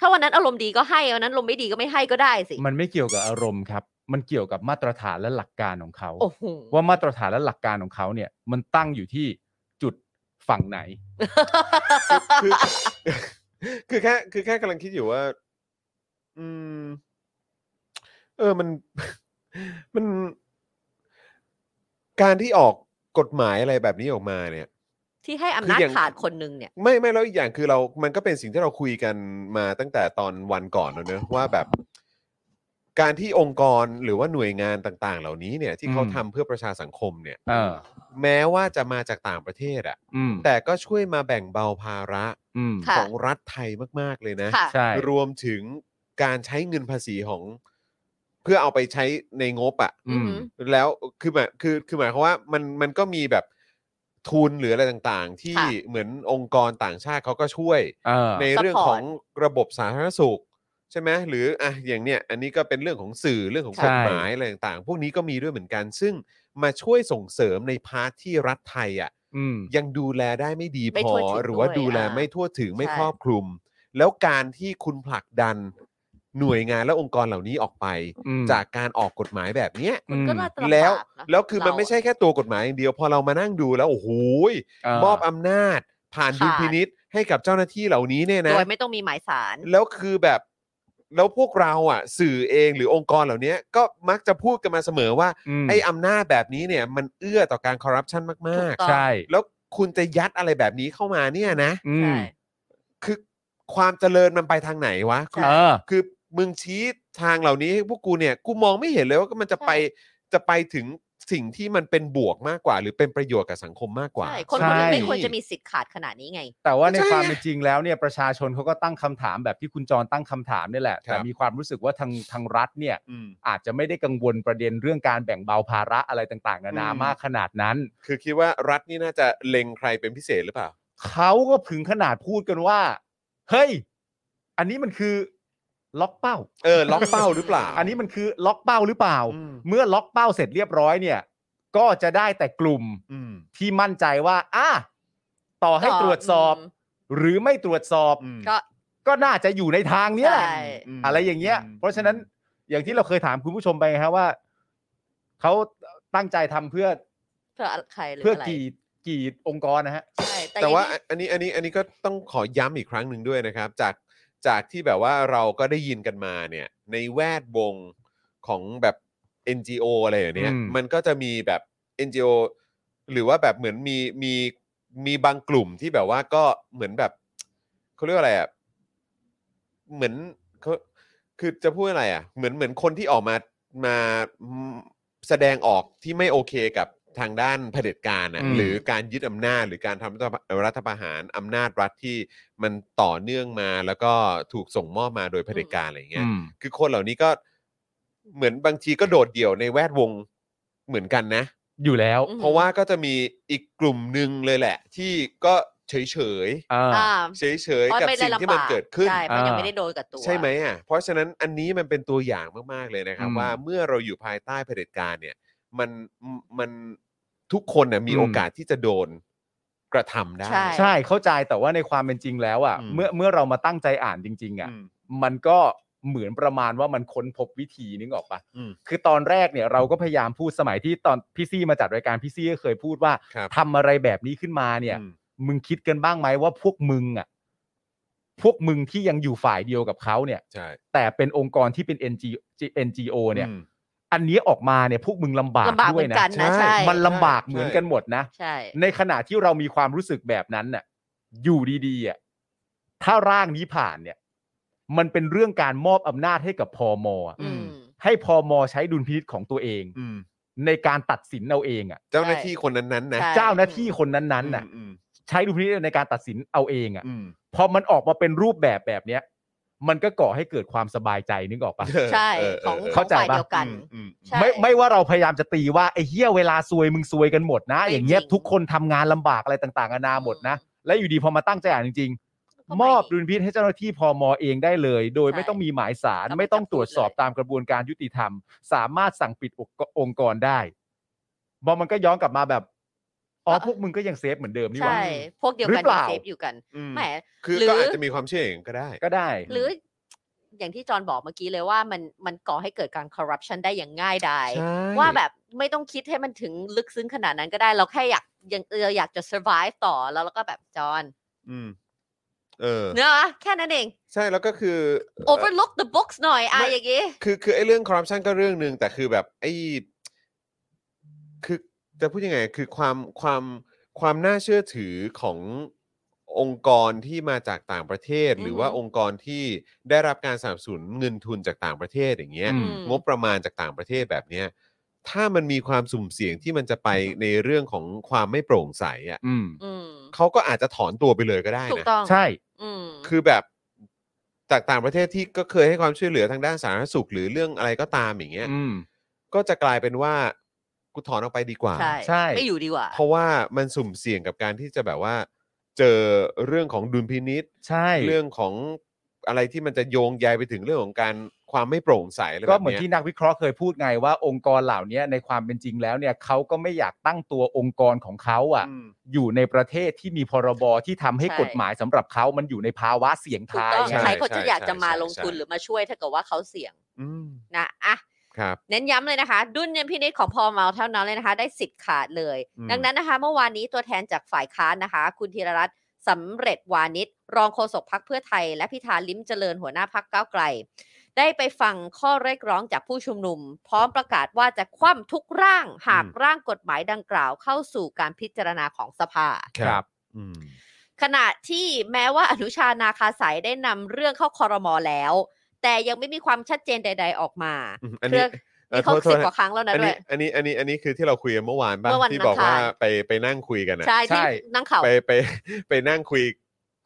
ถ้าวันนั้นอารมณ์ดีก็ให้วันนั้นอารมณ์ไม่ดีก็ไม่ให้ก็ได้สิ มันไม่เกี่ยวกับอารมณ์ครับ มันเกี่ยวกับมาตรฐานและหลักการของเขา โอ้โห ว่ามาตรฐานและหลักการของเขาเนี่ย มันตั้งอยู่ที่จุดฝั่งไหน คือ คือแค่คือแค่กำลังคิดอยู่ว่า อืม เออมัน มัน การที่ออกกฎหมายอะไรแบบนี้ออกมาเนี่ย ที่ให้อำนาจ คืออย่าง ขาดคนหนึงเนี่ย ไม่ไม่แล้วอีกอย่างคือเรา มันก็เป็นสิ่งที่เราคุยกันมาตั้งแต่ตอนวันก่อนแล้วเนอะว่าแบบ การที่องค์กรหรือว่าหน่วยงานต่าง ๆ เหล่านี้เนี่ย ที่เขา อืม ทำเพื่อประชาสังคมเนี่ย เออ แม้ว่าจะมาจากต่างประเทศอะ อืม แต่ก็ช่วยมาแบ่งเบาภาระ อืม ค่ะ ของรัฐไทยมาก ๆ เลยนะ ค่ะ ใช่ รวมถึงการใช้เงินภาษีของ เพื่อเอาไปใช้ในงบอะ่ะ อืม แล้วคือหมายคือคือหมายความว่ามันมันก็มีแบบทุนหรืออะไรต่างๆ ที่ ค่ะ เหมือนองค์กรต่างชาติเขาก็ช่วย เออ ใน Support เรื่องของระบบสาธารณสุข ใช่ไหมหรืออ่ะอย่างเนี้ยอันนี้ก็เป็นเรื่องของสื่อเรื่องของกฎหมายอะไรต่างๆ พวกนี้ก็มีด้วยเหมือนกัน ซึ่งมาช่วยส่งเสริมในพาร์ทที่รัฐไทยอ่ะ อืม ยังดูแลได้ไม่ดี ไม่ พอ ทั่วถึง หรือว่า ด้วย ดูแล อ่ะ ไม่ทั่วถึงไม่ ใช่ ครอบคลุม แล้วการที่คุณผลักดันหน่วยงานและองค์กรเหล่านี้ออกไป อืม จากการออกกฎหมายแบบเนี้ย อืม ก็น่าจะำบาก แล้ว นะ แล้วคือมัน เราะ ไม่ใช่แค่ตัวกฎหมายอย่างเดียวพอเรามานั่งดูแล้วโอ้โหย เ มอบอำนาจ ผ่าน ค่ะ ดุลพินิษให้กับเจ้าหน้าที่เหล่านี้เนี่ยนะ โดยไม่ต้องมีหมายสาร แล้วคือแบบแล้วพวกเราอ่ะ สื่อเองหรือองค์กรเหล่านี้ก็มักจะพูดกันมาเสมอว่า ม ไอ้อำนาจแบบนี้เนี่ย มันเอื้อต่อการคอร์รัปชันมาก ๆ ต่อ ใช่ แล้วคุณจะยัดอะไรแบบนี้เข้ามาเนี่ยนะ อืม ใช่ คือความเจริญมันไปทางไหนวะ คือ เออ คือมึงชี้ทางเหล่านี้ให้พวกกูเนี่ย กูมองไม่เห็นเลยว่ามันจะไปจะไปถึงสิ่งที่มันเป็นบวกมากกว่า หรือเป็นประโยชน์กับสังคมมากกว่า ใช่ คนคนหนึงไม่ ใช่ ควรจะมีสิทธิ์ขาดขนาดนี้ไง แต่ว่าใน ใช่ ความเป็นจริงแล้วเนี่ยประชาชนเขาก็ตั้งคำถามแบบที่คุณจรตั้งคำถามเนี่ยแหละ ครับ แต่มีความรู้สึกว่าทางทางรัฐเนี่ย อืม อาจจะไม่ได้กังวลประเด็นเรื่องการแบ่งเบาภาระอะไรต่างๆนานา อืม มากขนาดนั้น คือคิดว่ารัฐนี่น่าจะเล็งใครเป็นพิเศษหรือเปล่า เขาก็ถึงขนาดพูดกันว่า เฮ้ย อันนี้มันคือล็อกเป้า เออ ล็อกเป้าหรือเปล่า อันนี้มันคือล็อกเป้าหรือเปล่า อืม เมื่อล็อกเป้าเสร็จเรียบร้อยเนี่ย ก็จะได้แต่กลุ่ม อืม ที่มั่นใจว่าอ่ะต่อให้ ต่อ ตรวจสอบ อืม หรือไม่ตรวจสอบ อืม ก็ ก็น่าจะอยู่ในทางเนี้ยแหละ ใช่ อืม อะไรอย่างเงี้ย อืม เพราะฉะนั้นอย่างที่เราเคยถามคุณผู้ชมไปไงฮะว่าเขาตั้งใจทำเพื่อ เพื่อใครหรือ เพื่อ อะไร กี่กี่องค์กรนะฮะ ใช่ แต่ว่า ยังไง อันนี้อันนี้อันนี้ก็ต้องขอย้ำอีกครั้งหนึ่งด้วยนะครับ จากจากที่แบบว่าเราก็ได้ยินกันมาเนี่ย ในแวดวงของแบบ NGO อะไรอย่างเนี้ย อืม มันก็จะมีแบบ NGO หรือว่าแบบเหมือนมีมีมีบางกลุ่มที่แบบว่าก็เหมือนแบบเขาเรียกว่าอะไรอ่ะเหมือนเขาคือจะพูดอะไรอ่ะ เหมือนเหมือนคนที่ออกมามาแสดงออกที่ไม่โอเคกับทางด้านเผด็จการนะ อืม หรือ หรือการยึดอำนาจหรือการทำรัฐประรัฐประหารอำนาจรัฐที่มันต่อเนื่องมาแล้วก็ถูกส่งมอบมาโดยเผด็จการอะไรอย่างเงี้ย อืม คือคนเหล่านี้ก็เหมือนบางทีก็โดดเดี่ยวในแวดวงเหมือนกันนะ อยู่แล้ว อืม เพราะว่าก็จะมีอีกกลุ่มหนึ่งเลยแหละ ที่ก็เฉยเฉย อ่า อ่า ๆเฉยเฉยๆกับ ไได้ สิ่งที่มัน ลำบา เกิดขึ้น ใช่ มันยัง อ่า ไม่ได้โดนกับตัว ใช่ไหมอ่ะ เพราะฉะนั้นอันนี้มันเป็นตัวอย่างมาก ๆ เลยนะครับ อืม ว่าเมื่อเราอยู่ภายใต้เผด็จการเนี่ย มันมันทุกคนเนี่ยมี อืม โอกาสที่จะโดนกระทำได้ ใช่ ใช่เข้าใจแต่ว่าในความเป็นจริงแล้วอ่ะ อืม เมื่อเมื่อเรามาตั้งใจอ่านจริง ๆอ่ะ อืม มันก็เหมือนประมาณว่ามันค้นพบวิธีนึกออกปะ อืม คือตอนแรกเนี่ยเราก็พยายามพูดสมัยที่ตอนพี่ซี่มาจัดรายการพี่ซี่ก็เคยพูดว่า ครับ ทำอะไรแบบนี้ขึ้นมาเนี่ย อืม มึงคิดกันบ้างไหมว่าพวกมึงอ่ะ พวกมึงที่ยังอยู่ฝ่ายเดียวกับเขาเนี่ย ใช่ แต่เป็นองค์กรที่เป็น NGO NGO เนี่ย อืม อันนี้ออกมาเนี่ยพวกมึงลำบาก ลำบาก ด้ เห ว มื ย อน นะ กันนะใช่ มันลำบาก ใช่ เหมือนกันหมดนะ ใช่ ในขณะที่เรามีความรู้สึกแบบนั้นน่ะ อยู่ดีๆอ่ะถ้าร่างนี้ผ่านเนี่ย มันเป็นเรื่องการมอบอำนาจให้กับพมอะ อืม ให้พมใช้ดุลพินิษของตัวเอง อืม ในการตัดสินเอาเองอ่ะ เจ้าหน้าที่คนนั้นๆนะ ใช่ เจ้าหน้าที่คนนั้นๆน่ะ อืม ใช้ดุลพินิษในการตัดสินเอาเองอ่ะ อืม พอมันออกมาเป็นรูปแบบแบบเนี้ย มันก็ก่อให้เกิดความสบายใจนึกออกปะ เออ ใช่ ออออ ของ ออ ของ เข้าใจ ฝ่าย ปะ เดียวกัน อืมอืม ใช่ ไม่ไม่ว่าเราพยายามจะตีว่าไอ้เหี้ยเวลาซวยมึงซวยกันหมดนะ ไม่ อย่างเงี้ย จริง ทุกคนทำงานลำบากอะไรต่างๆนานาหมดนะ และอยู่ดีพอมาตั้งใจอ่านจริง ก็ๆไม่มอบดุลพินิจให้เจ้าหน้าที่พอมอเองได้เลย โดย ใช่ ไม่ต้องมีหมายสาร ก็ไม่ ไม่ต้องตรวจสอบ จำเป็นเลย ตามกระบวนการยุติธรรม สามารถสั่งปิดองค์องค์กรได้มอมันก็ย้อนกลับมาแบบอ๋อพวกมึงก็ยังเซฟเหมือนเดิมนี่หว่า ใช่ พวกเดียว หรื กัอนเปล่า ยังเซฟอยู่กัน อืม แหม คือ หรือ ก็อาจจะมีความเชื่ออย่างนั้นก็ได้ ก็ได้ หรืออย่างที่จอห์นบอกเมื่อกี้เลยว่ามันมันก่อให้เกิดการคอร์รัปชันได้อย่างง่ายดาย ใช่ ว่าแบบไม่ต้องคิดให้มันถึงลึกซึ้งขนาดนั้นก็ได้ เราแค่อยากยังเอออยากจะ survive ต่อแล้วแล้วก็แบบจอห์น อืมเออ เนอะแค่นั้นเอง ใช่แล้วก็คือ overlook the books หน่อยอะ ไม่ อย่างงี้ คือคือไอ้เรื่องคอร์รัปชันก็เรื่องหนึ่งแต่คือแบบไอ้คือจะพูดยังไง คือความความความน่าเชื่อถือขององค์กรที่มาจากต่างประเทศ หรือ อฮึ ว่าองค์กรที่ได้รับการสนับสนุนเงินทุนจากต่างประเทศอย่างเงี้ย อื อืม งบประมาณจากต่างประเทศแบบเนี้ยถ้ามันมีความสุ่มเสี่ยงที่มันจะไปในเรื่องของความไม่โปร่งใสอ่ะ อืม อืม เขาก็อาจจะถอนตัวไปเลยก็ได้ ถูก นะ ต้อง ใช่ อืม คือแบบจากต่างประเทศที่ก็เคยให้ความช่วยเหลือทางด้านสาธารณสุข หรือเรื่องอะไรก็ตามอย่างเงี้ย อืม ก็จะกลายเป็นว่ากูถอนออกไปดีกว่า ใช่ ใช่ ไม่อยู่ดีกว่า เพราะว่ามันสุ่มเสี่ยงกับการที่จะแบบว่า เจอเรื่องของดุลพินิษ ใช่ เรื่องของอะไรที่มันจะโยงใยไปถึงเรื่องของการความไม่โปร่งใสอะไรแบบ ก็ เนี้ย เหมือนที่นักวิเคราะห์เคยพูดไงว่าองค์กรเหล่าเนี้ยในความเป็นจริงแล้วเนี่ยเขาก็ไม่อยากตั้งตัวองค์กรของเขาอ่ะ อืม อยู่ในประเทศที่มีพรบรที่ทำให้ ใช่ กฎหมายสำหรับเขามันอยู่ในภาวะเสี่ยง ถูก ทาย ต้อง ไง ใคร ใช่ เขาจะ ใช่ อยากจะมา ใช่ ลงทุน ใช่ หรือมาช่วยถ้าเกิดว่าเขาเสี่ยง อืม นะอ่ะ ครับ เน้นย้ำเลยนะคะ ดุลยพินิจของพอเมาเท่านั้นเลยนะคะ ได้สิทธิ์ขาดเลย อืม ดังนั้นนะคะ เมื่อวานนี้ตัวแทนจากฝ่ายค้านนะคะ คุณธีรรัตน์สำเร็จวานิชรองโฆษกพักเพื่อไทย และพิธาลิ้มเจริญหัวหน้าพักก้าวไกล ได้ไปฟังข้อเรียกร้องจากผู้ชุมนุม พร้อมประกาศว่าจะคว่ำทุกร่างหากร่างกฎหมายดังกล่าวเข้าสู่การพิจารณาของสภา ครับ อืม ขณะที่แม้ว่าอนุชานาคาสายได้นำเรื่องเข้าคอรมอแล้ว แต่ยังไม่มีความชัดเจนใด ๆ ออกมา อืมอัน เค นี้ รื่ เอ่ นี่ อ เขา โทษโท สิ ษ บก นะ ว่าครั้งแล้วนะ อัน ด้ว นี้ ย อันนี้อันนี้อันนี้คือที่เราคุยกันเมื่อวานบ้าง เมื่อวัน ที่บอกว่า อังคาร ไปไปนั่งคุยกันอะ ใช่ ใช่ ที่นั่งเข่า ไปไป ไปนั่งคุย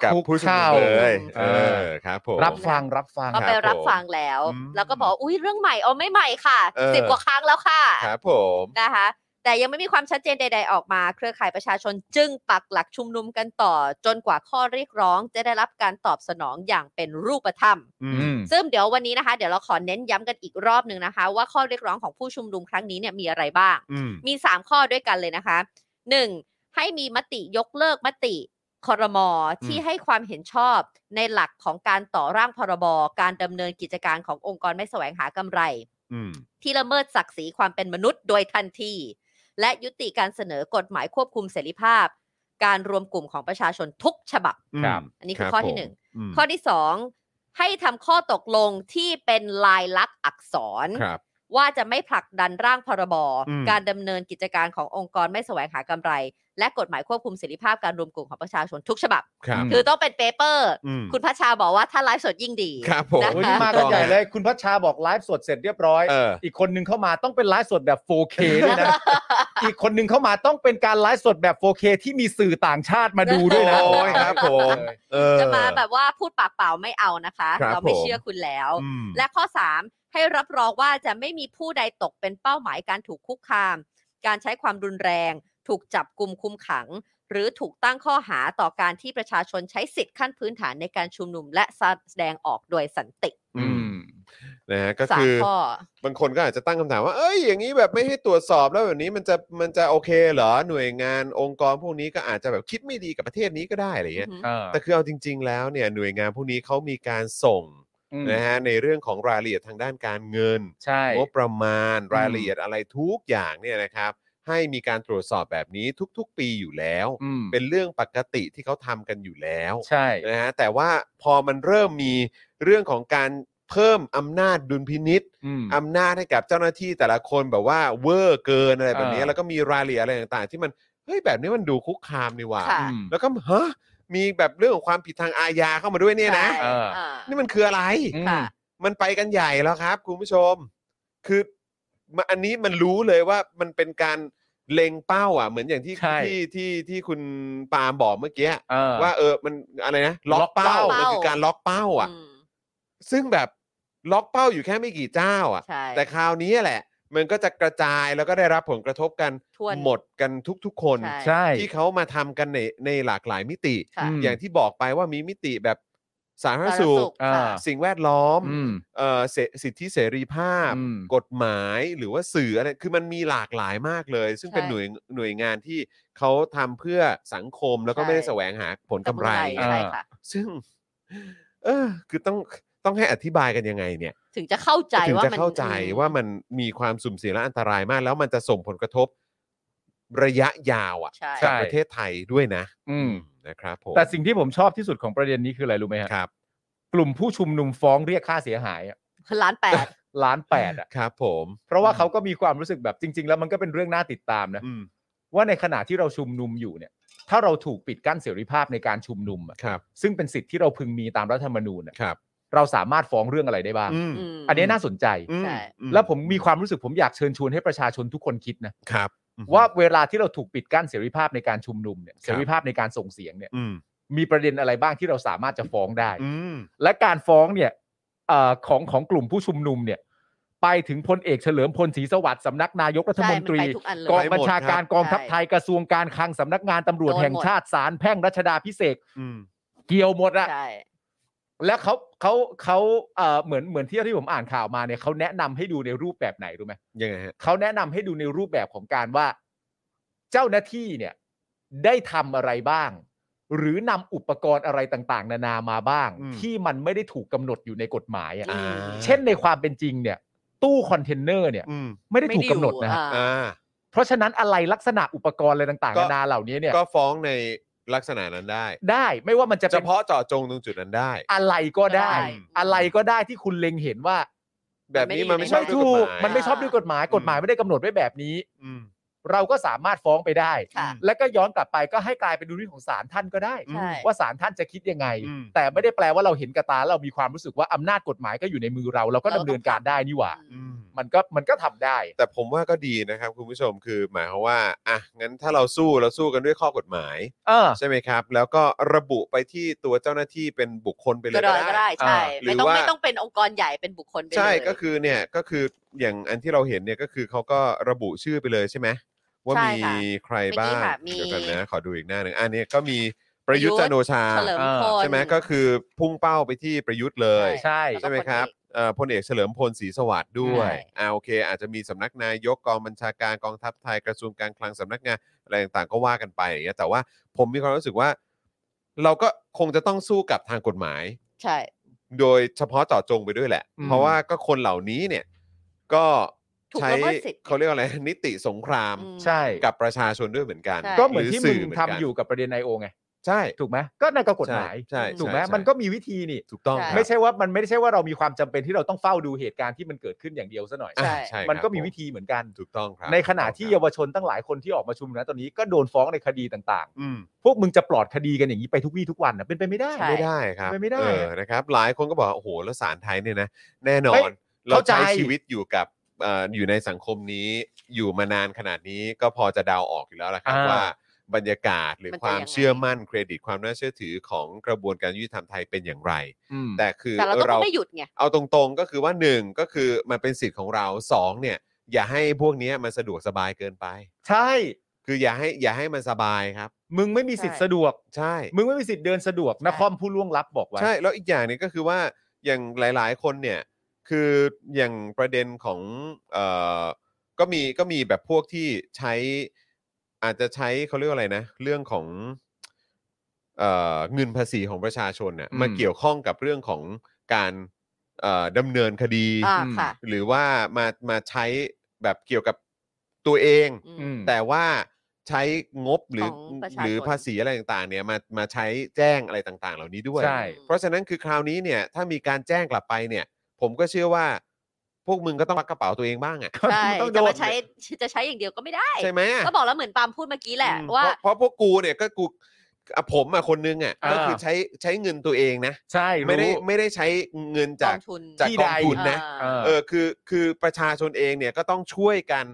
กับ คุก ผู้ชุมนุ เข่าม เลยเอ เออ อครับผม รับฟังรับฟัง ก็ไป ครับ รับ ผม ฟังแล้ว อืม แล้วก็บอกว่าอุ้ยเรื่องใหม่เอาไม่ใหม่ค่ะ เออ สิบกว่าครั้งแล้วค่ะ ครับผม นะคะ แต่ยังไม่มีความชัดเจนใด ๆ ออกมา เครือข่ายประชาชนจึงปักหลักชุมนุมกันต่อ จนกว่าข้อเรียกร้องจะได้รับการตอบสนองอย่างเป็นรูปธรรม อื อื ม ม ซึ่งเดี๋ยววันนี้นะคะ เดี๋ยวเราขอเน้นย้ำกันอีกรอบหนึ่งนะคะ ว่าข้อเรียกร้องของผู้ชุมนุมครั้งนี้เนี่ยมีอะไรบ้าง อืม มี 3 ข้อด้วยกันเลยนะคะ 1. ให้มีมติยกเลิกมติคอรมอที่ให้ความเห็นชอบในหลักของการต่อร่างพรบการดำเนินกิจการขององค์กรไม่แสวงหากำไร อืม ที่ละเมิดศักดิ์ศรีความเป็นมนุษย์โดยทันที และยุติการเสนอกฎหมายควบคุมเสรีภาพ การรวมกลุ่มของประชาชนทุกฉบับ ครับ อันนี้คือข้อที่ ผม หนึ่ง ม ข้อที่ 2 ให้ทำข้อตกลงที่เป็นลายลักษณ์อักษร ครับ ว่าจะไม่ผลักดันร่างพรบ อืม การดำเนินกิจการขององค์กรไม่แสวงหากำไร และกฎหมายควบคุมเสรีภาพการรวมกลุ่มของประชาชนทุกฉบับ ครับ คือต้องเป็นเปเปอร์ อืม คุณพัชชาบอกว่าถ้าไลฟ์สดยิ่งดี ครับผม นะ โอ้ย คะ นี่มากันใหญ่เลย คุณพัชชาบอกไลฟ์สดเสร็จเรียบร้อย เออ อีกคนนึงเข้ามาต้องเป็นไลฟ์สดแบบ 4K ด้วย นะ อีกคนนึงเข้ามาต้องเป็นการไลฟ์สดแบบ 4K ที่มีสื่อต่างชาติมาดูด้วยนะ โอ้ยครับผม เออ จะมาแบบว่าพูดปากเปล่าไม่เอานะคะ ครับ เราไม่ ผม เชื่อคุณแล้ว อืม และข้อ 3 ให้รับรองว่าจะไม่มีผู้ใดตกเป็นเป้าหมายการถูกคุกคาม การใช้ความรุนแรง ถูกจับกลุ่มคุมขัง หรือถูกตั้งข้อหาต่อการที่ประชาชนใช้สิทธิ์ขั้นพื้นฐานในการชุมนุม และแสดงออกโดยสันติ อืม นะฮะก็ สา คือมข้อ บางคนก็อาจจะตั้งคำถามว่า เอ้ยอย่างนี้แบบไม่ให้ตรวจสอบแล้วแบบนี้มันจะมันจะโอเคเหรอหน่วยงานองค์กรพวกนี้ก็อาจจะแบบคิดไม่ดีกับประเทศนี้ก็ได้อะไรเงี้ย เออ แต่คือเอาจริง ๆ แล้วเนี่ยหน่วยงานพวกนี้เขามีการส่ง อืม นะฮะในเรื่องของรายละเอียดทางด้านการเงิน ใช่ งบประมาณ อืม รายละเอียดอะไรทุกอย่างเนี่ยนะครับ ให้มีการตรวจสอบแบบนี้ทุกๆ ปีอยู่แล้ว อืม เป็นเรื่องปกติที่เขาทำกันอยู่แล้ว ใช่ นะฮะแต่ว่าพอมันเริ่มมีเรื่องของการเพิ่มอำนาจดุลพินิษ อืม อำนาจให้กับเจ้าหน้าที่แต่ละคนแบบว่าเวอร์เกินอะไรแบบนี้ เออ แล้วก็มีรายละเอียดอะไรต่างๆ ที่มันเฮ้ยแบบนี้มันดูคุกคามนี่หว่า ค่ะ อืม แล้วก็ฮะมีแบบเรื่องของความผิดทางอาญาเข้ามาด้วยเนี่ยนะ ใช่ เออ เออ นี่มันคืออะไร อืม ค่ะ มันไปกันใหญ่แล้วครับ คุณผู้ชม คือมันอันนี้มันรู้เลยว่ามันเป็นการเล็งเป้าอ่ะ เหมือนอย่างที่ ใช่ ที่ที่ที่คุณปาล์มบอกเมื่อกี้ เออ ว่าเออมันอะไรนะล็อกเป้ามัล็อกเป้ามันคือการล็อกเป้า อ่ะ อืม ซึ่งแบบล็อกเป้าอยู่แค่ไม่กี่เจ้า อ่ะ ใช่ แต่คราวนี้แหละ มันก็จะกระจายแล้วก็ได้รับผลกระทบกัน ทวน หมดกันทุก ๆ คน ใช่ ใช่ ที่เขามาทำกันในในหลากหลายมิติ ค่ะ ม อย่างที่บอกไปว่ามีมิติแบบสาธารณสุข อ่า ค่ะ สิ่งแวดล้อม อืม เอ่อเสสิทธิเสรีภาพ อืม กฎหมายหรือว่าสื่ออะไรคือมันมีหลากหลายมากเลย ซึ่ง ใช่ เป็นหน่วยหน่วยงานที่เขาทำเพื่อสังคมแล้วก็ ใช่ ไม่ได้แสวงหาผลกำไร อ่า ใช่ค่ะ ซึ่ง เออคือต้องต้องให้อธิบายกันยังไงเนี่ย ถึงจะเข้าใจ ถึง ว่า จะ มัน เข้าใจว่ามันมีความสุ่มเสี่ยงและอันตรายมาก แล้วมันจะส่งผลกระทบระยะยาวอ่ะ ใช่ กับ ใช่ ประเทศไทยด้วยนะ อืม นะครับผม แต่สิ่งที่ผมชอบที่สุดของประเด็นนี้คืออะไรรู้ไหมฮะ ครับ กลุ่มผู้ชุมนุมฟ้องเรียกค่าเสียหายอะ ล้านแปด ล้านแปดอ่ะ ครับ ผม เพราะว่าเขาก็มีความรู้สึกแบบจริง ๆ แล้วมันก็เป็นเรื่องน่าติดตามนะ อืม ว่าในขณะที่เราชุมนุมอยู่เนี่ย ถ้าเราถูกปิดกั้นเสรีภาพในการชุมนุมอะ ครับ ซึ่งเป็นสิทธิ์ที่เราพึงมีตามรัฐธรรมนูญอะ ครับ เราสามารถฟ้องเรื่องอะไรได้บ้าง อืม อันนี้น่าสนใจ อืม ใช่ อื แล้วผมมีความรู้สึกผมอยากเชิญชวนให้ประชาชนทุกคนคิดนะครับ อืม ว่าเวลาที่เราถูกปิดกั้นเสรีภาพในการชุมนุมเนี่ยเสรีภาพในการส่งเสียงเนี่ย อืม มีประเด็นอะไรบ้างที่เราสามารถจะฟ้องได้ อืม และการฟ้องเนี่ยเอ่อของของกลุ่มผู้ชุมนุมเนี่ย ไปถึงพลเอกเฉลิมพลศรีสวัสดิ์สำนักนายกรัฐ ใช่ มนตรี ไปทุกอันเลย กอง ไปหมด บัญชาการ ครับ กองทัพ ใช่ ไทยกระทรวงการคลังสำนักงานตำรวจ โดนหมด แห่งชาติศาลแพ่งรัชดาพิเศษก อืม เกี่ยวหมดอะ ใช่ แล้วเขาเขาเขาเอ่อเหมือนเหมือนที่ที่ผมอ่านข่าวมาเนี่ยเขาแนะนำให้ดูในรูปแบบไหนรู้ไหม ยังไงฮะ เขาแนะนำให้ดูในรูปแบบของการว่า เจ้าหน้าที่เนี่ย ได้ทำอะไรบ้าง หรือนำอุปกรณ์อะไรต่างๆ นานามาบ้าง อืม ที่มันไม่ได้ถูกกำหนดอยู่ในกฎหมายอะ อ่า เช่นในความเป็นจริงเนี่ย ตู้คอนเทนเนอร์เนี่ย อืม ไม่ได้ถูกกำหนดนะฮะ ไม่ได้อยู่อ่า อ่า เพราะฉะนั้นอะไรลักษณะอุปกรณ์อะไรต่าง ก็ ๆนานาเหล่านี้เนี่ย ก็ฟ้องในลักษณะนั้นได้ ได้ไม่ว่ามันจะ เฉ ป็น พาะเจาะจงตรงจุดนั้นได้ อะไรก็ได้ ได้ อะไรก็ได้ที่คุณเล็งเห็นว่า แบบนี้มันไม่ชอบ ไม่ ด้วยก ถู ฎ ก หมาย มันไม่ชอบด้วยกฎหมายกฎหมายไม่ได้กำหนดไว้แบบนี้ อืม เราก็สามารถฟ้องไปได้ ค่ะ แล้วก็ย้อนกลับไปก็ให้กลายเป็นดูที่ของศาลท่านก็ได้ ใช่ ว่าศาลท่านจะคิดยังไง อืม แต่ไม่ได้แปลว่าเราเห็นกระตาแล้วเรามีความรู้สึกว่าอำนาจกฎหมายก็อยู่ในมือเรา เราก็ดำเนินการได้นี่หว่า อืม มันก็มันก็ทำได้ แต่ผมว่าก็ดีนะครับ คุณผู้ชมคือหมายความว่าอ่ะงั้นถ้าเราสู้เราสู้กันด้วยข้อกฎหมาย เออ ใช่ไหมครับ แล้วก็ระบุไปที่ตัวเจ้าหน้าที่เป็นบุคคลไปเล ก็ ย ได้ ก็ ก็ ได้ ได้ใช่ หรือ ไม่ต้อง ว่า ไม่ต้องเป็นองค์กรใหญ่เป็นบุคคลไปเลย ใช่ก็คือเนี่ยก็คืออย่างอันที่เราเห็นเนี่ยก็คือเขาก็ระบุชื่อไปเลยใช่ไหมว่า ใช่ มี ค่ะ ใคร เมื่อกี้ บ้าง ค่ะมี เดี๋ยวกันนะขอดูอีกหน้าหนึ่งอันนี้ก็มีประยุทธ์จันทร์โอชา เฉลิมพล ใช่ไหมก็คือพุ่งเป้าไปที่ประยุทธ์เลย ใช่ แล้วก็ ใช่ไหมครับเอ่อพลเอกเฉลิมพลศรีสวัสดิ์ด้วย ใช่ อ่าโอเค อาจจะมีสำนักนายกกองบัญชาการกองทัพไทยกระทรวงการคลังสำนักงานอะไรต่างๆก็ว่ากันไปอย่างเงี้ยแต่ว่าผมมีความรู้สึกว่า เราก็คงจะต้องสู้กับทางกฎหมาย ใช่ โดยเฉพาะเจาะจงไปด้วยแหละ อืม เพราะว่าก็คนเหล่านี้เนี่ยก็ ถูก ใช้ ละเมิดสิทธิ์ เขาเรียกว่าอะไร นิติสงคราม อืม ใช่ กับประชาชนด้วยเหมือนกัน ใช่ ก็เหมือนที่มึง รืสื่เหน ทำ กัน อยู่กับประเด็นไอโอไง ใช่ ถูกไหมก็นั่นก็กฎหมาย ใช่ใช่ ถูกไหม ใช่ใช่ มันก็มีวิธีนี่ ถูกต้อง ใช่ ครับ ไม่ใช่ว่ามันไม่ใช่ว่าเรามีความจำเป็นที่เราต้องเฝ้าดูเหตุการณ์ที่มันเกิดขึ้นอย่างเดียวซะหน่อย อ่ะ ใช่ ใช่ มันก็ ครับ มี ผ วิธีเหมือนกัน ถูกต้องครับ ในขณะที่ ถูก เยา ต้อง วชนตั้งหลายคนที่ออกมาชุมนุมนะตอนนี้ก็โดนฟ้องในคดีต่าง อืม ๆ พวกมึงจะปลอดคดีกันอย่างนี้ไปทุกวี่ทุกวันนะเป็นไปไม่ได้ ใช่ ไม่ได้ครับ ไม่ได้ เออนะครับ หลายคนก็บอกว่าโอ้โหแล้วสารไทยเนี่ยนะแน่นอนเรา เข้าใจ ใช้ชีวิตอยู่กับเอ่ออยู่ในสังคมนี้อยู่มานานขนาดนี้ก็พอจะเดาออกอยู่แล้วละครับว่า บรรยากาศหรือ มันจะ ความ ยังไง เชื่อมั่นเครดิตความน่าเชื่อถือของกระบวนการยุติธรรมไทยเป็นอย่างไร อืม แต่คือ แต่เราก็ไม่หยุดไง เอาตรงๆก็คือว่าหนึ่งก็คือมันเป็นสิทธิ์ของเราสองเนี่ย อย่าให้พวกเนี้ยมันสะดวกสบายเกินไป ใช่ คืออย่าให้อย่าให้มันสบายครับ มึงไม่มีสิทธิ์สะดวก ใช่ มึงไม่มีสิทธิ์เดินสะดวกนครผู้ล่วงลับบอกไว้ ใช่ แล้วอีกอย่างหนึงก็คือว่าอย่างหลาย ๆ คนเนี่ยคืออย่างประเด็นของเอ่อก็มีก็มีแบบพวกที่ใช้อาจจะใช้เขาเรียกว่าอะไรนะ เรื่องของเอ่อเงินภาษีของประชาชนเนี่ย อืม มาเกี่ยวข้องกับเรื่องของการเอ่อดำเนินคดี อ่าค่ะ หรือว่ามามาใช้แบบเกี่ยวกับ ตัวเอง อื อื ม ม แต่ว่าใช้งบหรือ ของประชาชน หรือภาษีอะไรต่างๆเนี่ยมามาใช้แจ้งอะไรต่างๆ เหล่านี้ด้วย ใช่ เพราะฉะนั้นคือคราวนี้เนี่ยถ้ามีการแจ้งกลับไปเนี่ย ผมก็เชื่อว่า พวกมึงก็ต้องรักกระเป๋าตัวเองบ้างอ่ะ ใช่ ต้องโด จะ น มาใช้จะใช้อย่างเดียวก็ไม่ได้ ใช่ไหมอะ ก็บอกแล้วเหมือนปาล์มพูดเมื่อกี้แหละ อืม ว่า เพระเพราะพวกกูเนี่ยก็กูอ่ะผมอ่ะคนนึงอ่ะ อ่า ก็คือใช้ใช้เงินตัวเองนะ ใช่รู้ ไม่ได้ไม่ได้ใช้เงินจาก กองทุน จาก ที่ ก ใด องทุนนะ เออ เออคือคือประชาชนเองเนี่ยก็ต้องช่วยกัน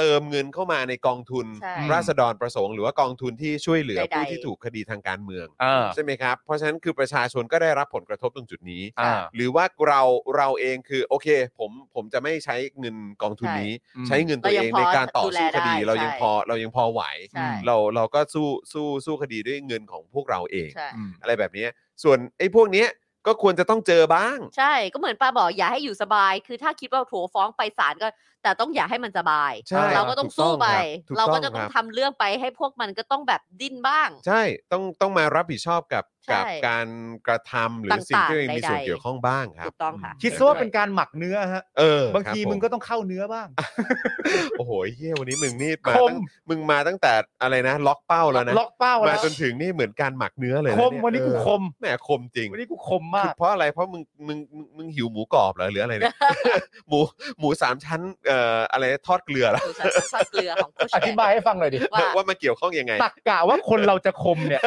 เติมเงินเข้ามาในกองทุน ใช่ ราษฎรประสงค์หรือว่ากองทุนที่ช่วยเหลือผู้ ใดๆ ที่ถูกคดีทางการเมือง เออ ใช่ไหมครับ เพราะฉะนั้นคือประชาชนก็ได้รับผลกระทบตรงจุดนี้ อ่า หรือว่าเราเราเองคือโอเค ผมผมจะไม่ใช้เงินกองทุนนี้ อืม ใช้เงินตัวเองในการต่อสู้คดี เรายังพอเรายังพอไหว ใช่ เราเราก็สู้สู้สู้คดีด้วยเงินของพวกเราเอง ใช่ อืม อะไรแบบนี้ส่วนไอ้พวกเนี้ยก็ควรจะต้องเจอบ้าง ใช่ก็เหมือนปาบอกอย่าให้อยู่สบาย คือถ้าคิดว่าโถฟ้องไปศาลก็ แต่ต้องอย่าให้มันสบาย ใช่ เราก็ต้อง ถูกต้อง สู้ไป ครับถูก เราก็ ต้ จะ อง ต้อ ค ง รับ ทำเรื่องไปให้พวกมันก็ต้องแบบดิ้นบ้าง ใช่ ต้องต้องมารับผิดชอบกับ ใช่ กับการกระทำหรือสิ่งที่ตัวเอง ต่างๆ มีส่วน ใดๆ เกี่ยวข้องบ้างครับ ถูกต้องค่ะ คิดซะว่าเป็นการหมักเนื้อฮะ เออบ างที ครัผ มึงก็ต้องเข้าเนื้อบ้าง โอ้โหเฮียวันนี้มึงนี่มา ค ตั้ ม งมึงมาตั้งแต่อะไรนะ ล็อกเป้าแล้วนะ ล็อกเป้า มา แล้ว จนถึงนี่เหมือนการหมักเนื้อเลยะ คม เย วันนี้กู เออ คม แหมคมจริง วันนี้กูคมมา คือก เพราะอะไรเพราะมึงมึงมึงมึงหิวหมูกรอบเหรอหรืออะไร เนี่ย หมูหมูสามชั้นเอ่ออะไรทอดเกลือเหรอ ดูสารสารเกลือของโคอชแข ธิ ก บายให้ฟังหน่อยดิ ว่า ว่ามันเกี่ยวข้องยังไง ตักกะว่าคนเราจะคม เนี่ย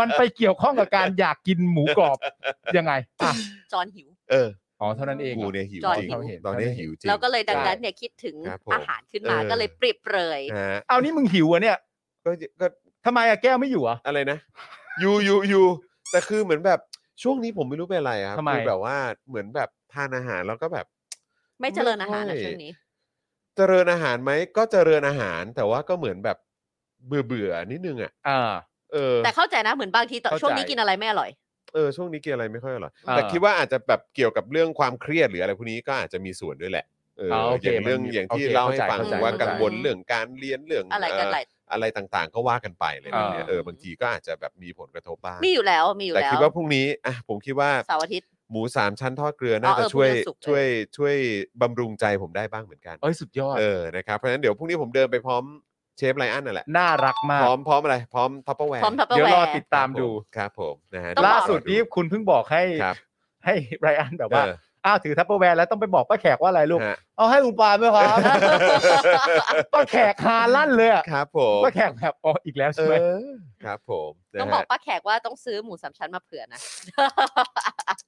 มันไปเกี่ยวข้องกับการอยากกินหมูกรอบยังไงอ่ะ จอนหิว เออ อ๋อเท่านั้นเองเหร กู อ เนี่ยหิว จอย จริง เขาเห็น ตอนนี้หิวจริง แล้วก็เลยดังนั้นเนี่ยคิดถึง ครับผม อาหารขึ้นมา เออ ก็เลยปริบเปรย นะฮะ เอานี่มึงหิวเหรอ่ะเนี่ย ก็ก็ ทำไมอะแก้วไม่อยู่อ่ะ อะไรนะยูยูยูแต่คือเหมือนแบบช่วงนี้ผมไม่รู้เป็นอะไรอะครับ ทำไม คือแบบว่าเหมือนแบบทานอาหารแล้วก็แบบ ไม่เจริญอาหารนะ ไม่ค่ย ช่วงนี้ เจริญอาหารไหมก็เจริญอาหาร แต่ว่าก็เหมือนแบบเบื่อเบื่อๆนิดนึงอ่ะ อ่า เออ แต่เข้าใจนะเหมือนบางทีตอน เข้าใจ ช่วงนี้กินอะไรไม่อร่อย เออช่วงนี้กินอะไรไม่ค่อยอร่อย อ่า แต่คิดว่าอาจจะแบบเกี่ยวกับเรื่องความเครียดหรืออะไรพวกนี้ก็อาจจะมีส่วนด้วยแหละเออ อ่าโอเค อย่างเรื่อง มันมี อย่างที่ โอเค เล่าให้ เข้าใจ ฟัง เข้าใจ ว่า เข้าใจ กังวลเรื่องการเรียนเรื่อง อะไรกัน เอ่อ หลาย อะไรต่างๆ ก็ว่ากันไปเลยแบบเนี้ย อ่า เออบางทีก็อาจจะแบบมีผลกระทบบ้าง มีอยู่แล้วมีอยู่ แต่ แล้ คิด ว ว่าพรุ่งนี้อ่ะผมคิดว่า เสาร์อาทิตย์ หมูสามชั้นทอดเกลือน่า อ๋อ จะ เออ ช่วย พรุ่งนี้วันศุกร์ ช่วยช่วยบำรุงใจผมได้บ้างเหมือนกัน เอ้ยสุดยอด เออนะครับเพราะฉะนั้นเดี๋ยวพรุ่งนี้ผมเดินไปพร้อมเชฟไลอ้อนนั่นแหละ น่ารักมาก พร้อมพร้อมอะไร พร้อมทัพเปอร์แวร์ พร้อมทัพเปอ เดี๋ยวร์แว รอ ร์ ติดตามดู ครับผมนะฮะ ต้องบอก ล่าสุดนี้คุณเพิ่งบอกให้ ครับ ให้ ไรอันแบบว่า เออ อ้าวถือทัพเปอร์แวร์แล้วต้องไปบอกป้าแขกว่าอะไรลูก ฮะ เอาให้ลุงปาไหมครับ ป้าแขกคาลั่นเลยอะ ครับผม ป้าแขกแบบอ๋ออีกแล้ว เอ ใช่ไหม อครับผมนะ ต้องบอก ฮะ ป้าแขกว่าต้องซื้อหมูสามชั้นมาเผื่อนะ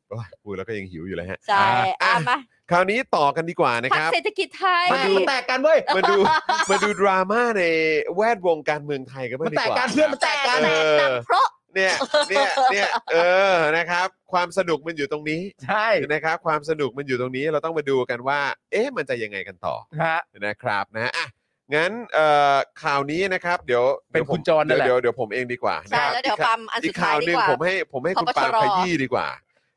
โอ้ยพูดแล้วก็ยังหิวอยู่เลยฮะ ใช่อ่ะมา คราวนี้ต่อกันดีกว่านะ พั ค ก รับ เศรษฐกิจไทย มาดูแตกกันเว้ย มาดูมาดูดราม่าในแวดวงการเมืองไทยกันบ้างดีกว่า มันแตกกันเพื่อนมัน แตกแตกดังเพราะ เนี่ยเนี่ยเนี่ยเออนะครับ ความสนุกมันอยู่ตรงนี้ ใช่ นะครับความสนุกมันอยู่ตรงนี้เราต้องมาดูกันว่า เอ๊ะมันจะยังไงกันต่อ ฮะ นะครับนะอ่ะงั้นเอ่อข่าวนี้นะครับ เดี๋ยว เป็นคุณจรนั่นแหละ เดี๋ยวเดี๋ยวเดี๋ยวผมเองดีกว่า ใช่ นะครับ แล้วเดี๋ยวปั๊มอัน อี สุ ก ด ข่า ท้ายว ห ดี นึ่ง กว่า ผมให้ผมให้คุณปาล์ม พปชร ขยี้ดีกว่า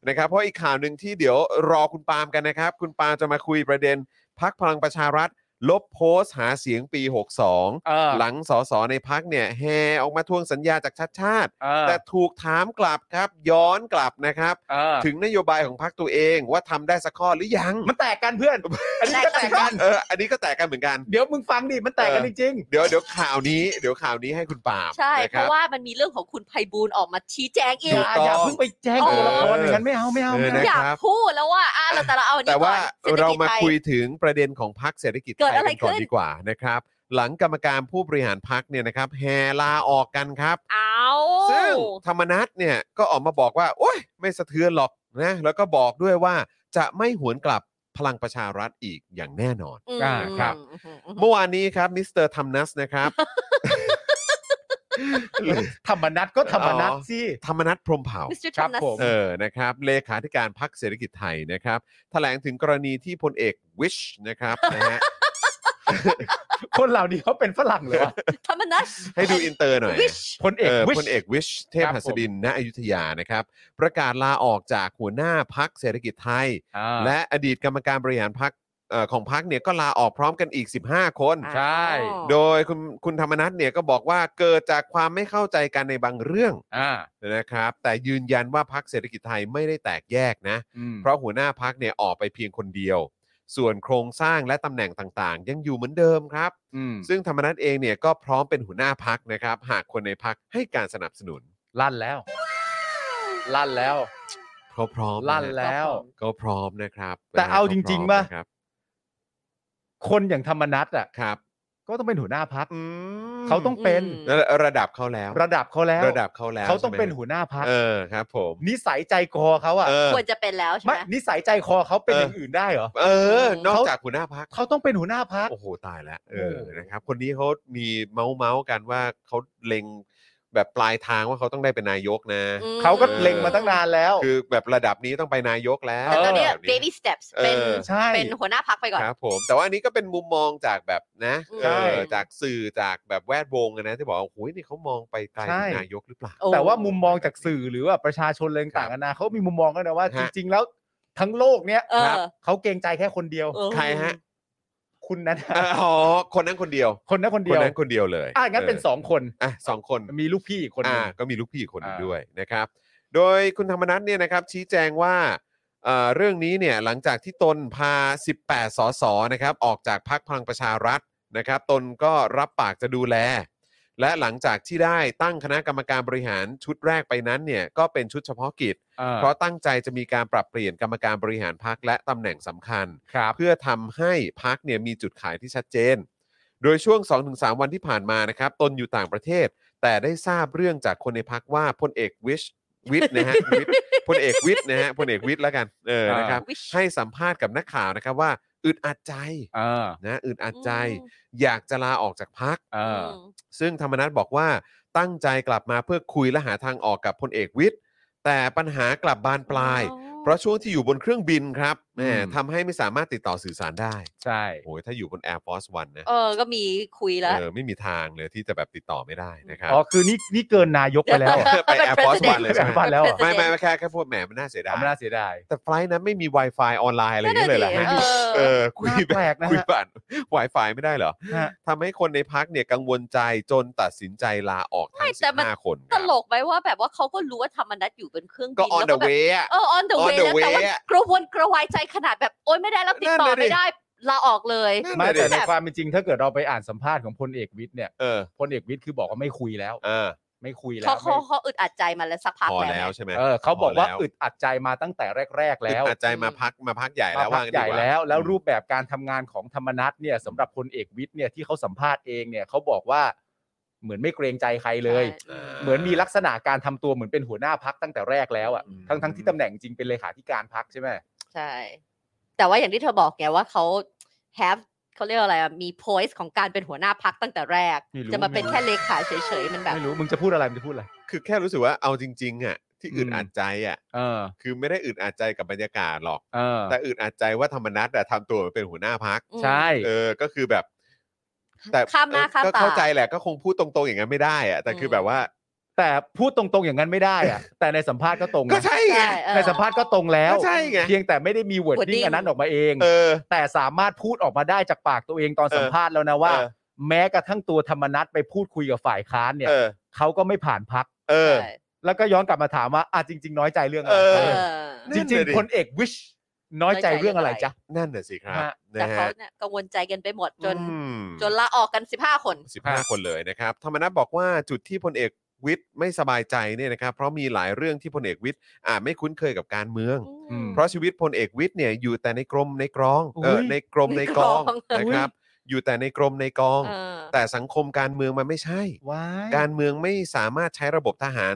นะครับ เพราะอีกข่าวหนึ่งที่เดี๋ยวรอคุณปาล์มกันนะครับ คุณปาล์มจะมาคุยประเด็นพักพลังประชารัฐ ลบโพสต์หาเสียงปี เออ 62 หลังสสในพักเนี่ยแห่ออกมาทวงสัญญาจากชัดชาติ เออ แต่ถูกถามกลับครับ ย้อนกลับนะครับ เออ ถึงนโยบายของพรรคตัวเองว่าทำได้สักข้อหรือยัง มันแตกกันเพื่อน อันนี้ก็แตกกัน เออ อันนี้ก็แตกกันเหมือนกัน เดี๋ยวมึงฟังดิ มันแตกกันจริง เดี๋ยวเดี๋ยวข่าวนี้ เดี๋ยวข่าวนี้ให้คุณปาล์ม ใช่ นะ เพ ครับ ราะว่ามันมีเรื่องของคุณไพบูลย์ออกมาชี้แจง ๆ อี อก ย่าอย่าเพิ่งไปแจ้ง เออ ตัวละครอย่างนั้นไม่เอาไม่เอาไม่ เออ เอา นะ อยาก ครับ พูดแล้วว่าอ่ะเราแต่เราเอาอันนี้ แต่ว่า ก่อนศษฐกิจ เรามา ไท คุยถึงประเด็นของพรรคเศรษฐกิจ เกิ ไท ด ย อะไร กันก่อน ขึ้น ดีกว่านะครับ หลังกรรมการผู้บริหารพรรคเนี่ยนะครับแฮลาออกกันครับ เอา ซึ่งธรรมนัตเนี่ยก็ออกมาบอกว่า โอ๊ย ไม่สะเทือนหรอกนะ แล้วก็บอกด้วยว่าจะไม่หวนกลับพลังประชารัฐอีกอย่างแน่นอน อืม อ่าครับ อืมอืม เมื่อวานนี้ครับมิสเตอร์ทัมนัสนะครับ ธรรมนัตก็ธรรมนัต อ๋อ สิ ธรรมนัตพรหมเผ่า มิสเตอร์ ครับ ทัมนัส ผม เออ นะครับ เลขาธิการพักเศรษฐกิจไทยนะครับ แถลงถึงกรณีที่พลเอกวิชนะครับ นะ ฮะ คนเหล่านี้เขาเป็นฝรั่งเหรอวะ ธรรมนัส ให้ดูอินเตอร์หน่อย วิช พลเอก เออ วิช พลเอกวิช เทพหัสดิน ณ อยุธยา นะครับ ประกาศลาออกจากหัวหน้าพักเศรษฐกิจไทย อ่า และอดีตกรรมการบริหารพักของพักเนี่ย ก็ลาออกพร้อมกันอีก 15 คน ใช่ โดยคุณคุณธรรมนัทเนี่ยก็บอกว่าเกิดจากความไม่เข้าใจกันในบางเรื่อง อ่า นะครับ แต่ยืนยันว่าพักเศรษฐกิจไทยไม่ได้แตกแยกนะ อืม เพราะหัวหน้าพักเนี่ยออกไปเพียงคนเดียว ส่วนโครงสร้างและตำแหน่งต่างๆ ยังอยู่เหมือนเดิมครับ อืม ซึ่งธรรมนัฐเองเนี่ยก็พร้อมเป็นหัวหน้าพักนะครับ หากคนในพักให้การสนับสนุน ลั่นแล้ว ลั่นแล้ว เขาพร้อม ลั่น นะฮะ แล้ว เขาพร้อมนะครับ แต่เอาจริงๆป่ะ เขาพอมนครับ คนอย่างธรรมนัตอ่ะ ครับ ก็ต้องเป็นหัวหน้าพัก อืม เขาต้องเป็น อืม ระระดับเขาแล้ว ระดับเขาแล้ว ระดับเขาแล้ว เขาต้อง ใช่ไม เป็นหัวหน้าพัก เออครับ ผม นิสัยใจคอเขาอ่ะ เออ ควรจะเป็นแล้วใช่ ไม่ ไหม นิสัยใจคอเขาเป็น เออ อ อ ย่างอื่นได้เหรอ เออ นอก เขา จากหัวหน้าพัก เขาต้องเป็นหัวหน้าพัก โอ้โหตายแล้วเออ โอ้ นะครับ คนนี้เขามีเมาส์เมาส์ๆกันว่าเขาเล็งแบบปลายทางว่าเขาต้องได้เป็นนายกนะ อืม เขาก็เล็งมาตั้งนานแล้ว คือแบบระดับนี้ต้องไปนายกแล้ว แต่ตอนเนี้ย แบบ baby steps เออ เป็น ใช่ เป็นหัวหน้าพักไปก่อน ครับผมแต่ว่าอันนี้ก็เป็นมุมมองจากแบบนะ ใช่ เออจากสื่อจากแบบแวดวงอะนะที่บอกว่าโอ้ยนี่เขามองไปไกล ใช่ ถึงนายกหรือเปล่า โอ้ แต่ว่ามุมมองจากสื่อหรือว่าประชาชนอะไรต่างๆนานาเขามีมุมมองกันนะว่า จ ฮะ ริง ๆ แล้วทั้งโลกเนี้ย เออ ครับเขาเกรงใจแค่คนเดียว เออ ใครฮะ คุณนั้น เอออ๋อคนนั้นคนเดียว คนนั้นคน ค เดี น ยว นั้นคนเดียวเลย อ่ะงั้นเป็นสองคน อ่ะสองคน มีลูกพี่อีกคนหนึง อ่าก็มีลูกพี่อีกคนหนึ่ง อ่า ด้วยนะครับ โดยคุณธรรมนัทเนี่ยนะครับชี้แจงว่าเอ่อเรื่องนี้เนี่ยหลังจากที่ตนพา 18 สสนะครับออกจากพักพลังประชารัฐนะครับ ตนก็รับปากจะดูแล และหลังจากที่ได้ตั้งคณะกรรมการบริหารชุดแรกไปนั้นเนี่ยก็เป็นชุดเฉพาะกิจ อ่ เพราะตั้งใจจะมีการปรับเปลี่ยนกรรมการบริหารพักและตำแหน่งสำคัญ ครับ เพื่อทำให้พักเนี่ยมีจุดขายที่ชัดเจน โดยช่วง 2-3 วันที่ผ่านมานะครับ ตนอยู่ต่างประเทศ แต่ได้ทราบเรื่องจากคนในพักว่าพลเอกวิชวิทย์นะฮะ วิทย์พลเอกวิทย์นะฮะพลเอกวิทย์แล้วกันเออ อ่าน นะครับ Wish ให้สัมภาษณ์กับนักข่าวนะครับว่า อึดอัดใจ อ่า นะอึดอัดใจ อยากจะลาออกจากพัก อ่า ม ซึ่งธรรมนัฐบอกว่าตั้งใจกลับมาเพื่อคุยและหาทางออกกับพลเอกวิทย์แต่ปัญหากลับบานปลาย อ๋อ เพราะช่วงที่อยู่บนเครื่องบินครับแหม อืม ทำให้ไม่สามารถติดต่อสื่อสารได้ ใช่ โอ้ยถ้าอยู่บน Air Force One นะ เออ ก็มีคุยแล้ว เออไม่มีทางเลยที่จะแบบติดต่อไม่ได้นะครับ อ๋อ คือนี่นี่เกินนายกไปแล้วอะ ไป เป็น Air Force president One เลยใช่ไหไปม Air Force แล้วอะ เป็น ไม่ president ไม่ไม่แค่แค่พูดแหมมันน่าเสียดาย ทำน่าเสียดาย แต่ไฟล์นั้นไม่มี Wi-Fi ออนไลน์อะไรอย่างเงี้ยเลยเหรอ นั่น ฮะ น่ะดิเออ เออคุยแบบ น่าแปลกนะฮะ คุยผ่าน Wi-Fi ไม่ได้เหรอ ฮะ ทำให้คนในพักเนี่ยกังวลใจจนตัดสินใจลาออกทั้ ไม่ ง แต่มัน 15คนค ต รับ ลกไหมว่าแบบว่าเขาก็รู้ว่าธรรมนัตอยู่บนเครื่องบิน ก็ on แล้ the วแบบ way อะ เออ on the on the way นะแต่ว่า way อะ กระวนกระวายใจขนาดแบบ โอ๊ยไม่ได้รับติดต่อ นั่นน่ะดิ ไม่ได้ลาออกเลย นั่น ไม่ น่ะดิ แต่ในความเป็นจริงถ้าเกิดเราไปอ่านสัมภาษณ์ของพลเอกวิทย์เนี่ย เออ พลเอกวิทย์คือบอกว่าไม่คุยแล้ว เออ ไม่คุยแล้ว เขาเขาเขาอึดอัดใจมาแล้วสักพัก พอ แล้ว แล้ว ไง ใช่ไหม เออเขาบอกว่า พอแล้ว อึดอัดใจมาตั้งแต่แรก ๆ แล้ว อึดอัดใจมาพักมาพักใหญ่แล้ว พั ว่าก งั้น ใหญ่ ดีกว่า แล้วแล้วรูปแบบการทำงานของธรรมนัตเนี่ยสำหรับพลเอกวิทย์เนี่ยที่เขาสัมภาษณ์เองเนี่ยเขาบอกว่าเหมือนไม่เกรงใจใครเลย ใช่ เหมือนมีลักษณะการทำตัวเหมือนเป็นหัวหน้าพักตั้งแต่แรกแล้วอ่ะทั้งทั้งๆที่ตำแหน่งจริงเป็นเลขาธิการพักใช่ไหม ใช่ แต่ว่าอย่างที่เธอบอกไงว่าเขา have เขาเรียกว่าอะไรอะมี poise ของการเป็นหัวหน้าพักตั้งแต่แรก ไม่รู้ จะมาเป็น ไม่รู้ แค่เลขาเฉยๆ มันแบบ ไม่รู้มึงจะพูดอะไรมึงจะพูดอะไร คือแค่รู้สึกว่าเอาจริงๆอ่ะที่ อืม อึดอัดใจอ่ะ เออ คือไม่ได้อึดอัดใจกับบรรยากาศหรอก เออ แต่อึดอัดใจว่าธรรมนัฐอะทำตัวเหมือนเป็นหัวหน้าพัก ใช่ เออก็คือแบบ แต่ ข้ามหน้า เออ ข้าม ก็ ตา เข้าใจแหละก็คงพูดตรงๆอย่างนั้นไม่ได้อะแต่คือแบบว่า แต่พูดตรงๆอย่างนั้นไม่ได้ อ่ะ แต่ในสัมภาษณ์ก็ตรงนะ ก็ใช่ไง ใช่เออ ในสัมภาษณ์ก็ตรงแล้ว ก็ใช่ไง เพียงแต่ไม่ได้มีวอร์ดดิ้ง wording อันนั้นออกมาเอง เออ แต่สามารถพูดออกมาได้จากปากตัวเองตอน เออ สัมภาษณ์แล้วนะว่า เออ แม้กระทั่งตัวธรรมนัตไปพูดคุยกับฝ่ายค้านเนี่ย เออ เขาก็ไม่ผ่านพัก เออ ใช่ แล้วก็ย้อนกลับมาถามว่าอ่ะจริง ๆ น้อยใจเรื่องอะไร เออ เอ เออ อ จริงๆพลเอกวิชน้อยใจเรื่องอะไรจ๊ะ นั่นน่ะสิครับ ฮะ นะ แต่เขา ฮะ เนี่ยกังวลใจกันไปหมดจน อืม จนลาออกกัน 15 คน ครับ 15 คนเลยนะครับธรรมนัฐบอกว่าจุดที่พลเอกวิทย์ไม่สบายใจเนี่ยนะครับ เพราะมีหลายเรื่องที่พลเอกวิทย์อาจไม่คุ้นเคยกับการเมือง อืม เพราะชีวิตพลเอกวิทย์เนี่ยอยู่แต่ในกรมในกรองเออ อุ๊ย ในกรมใน ใน ก ก อ อง ง นะครับ อยู่แต่ในกรมในกอง เออ แต่สังคมการเมืองมันไม่ใช่ ว้าย การเมืองไม่สามารถใช้ระบบทหาร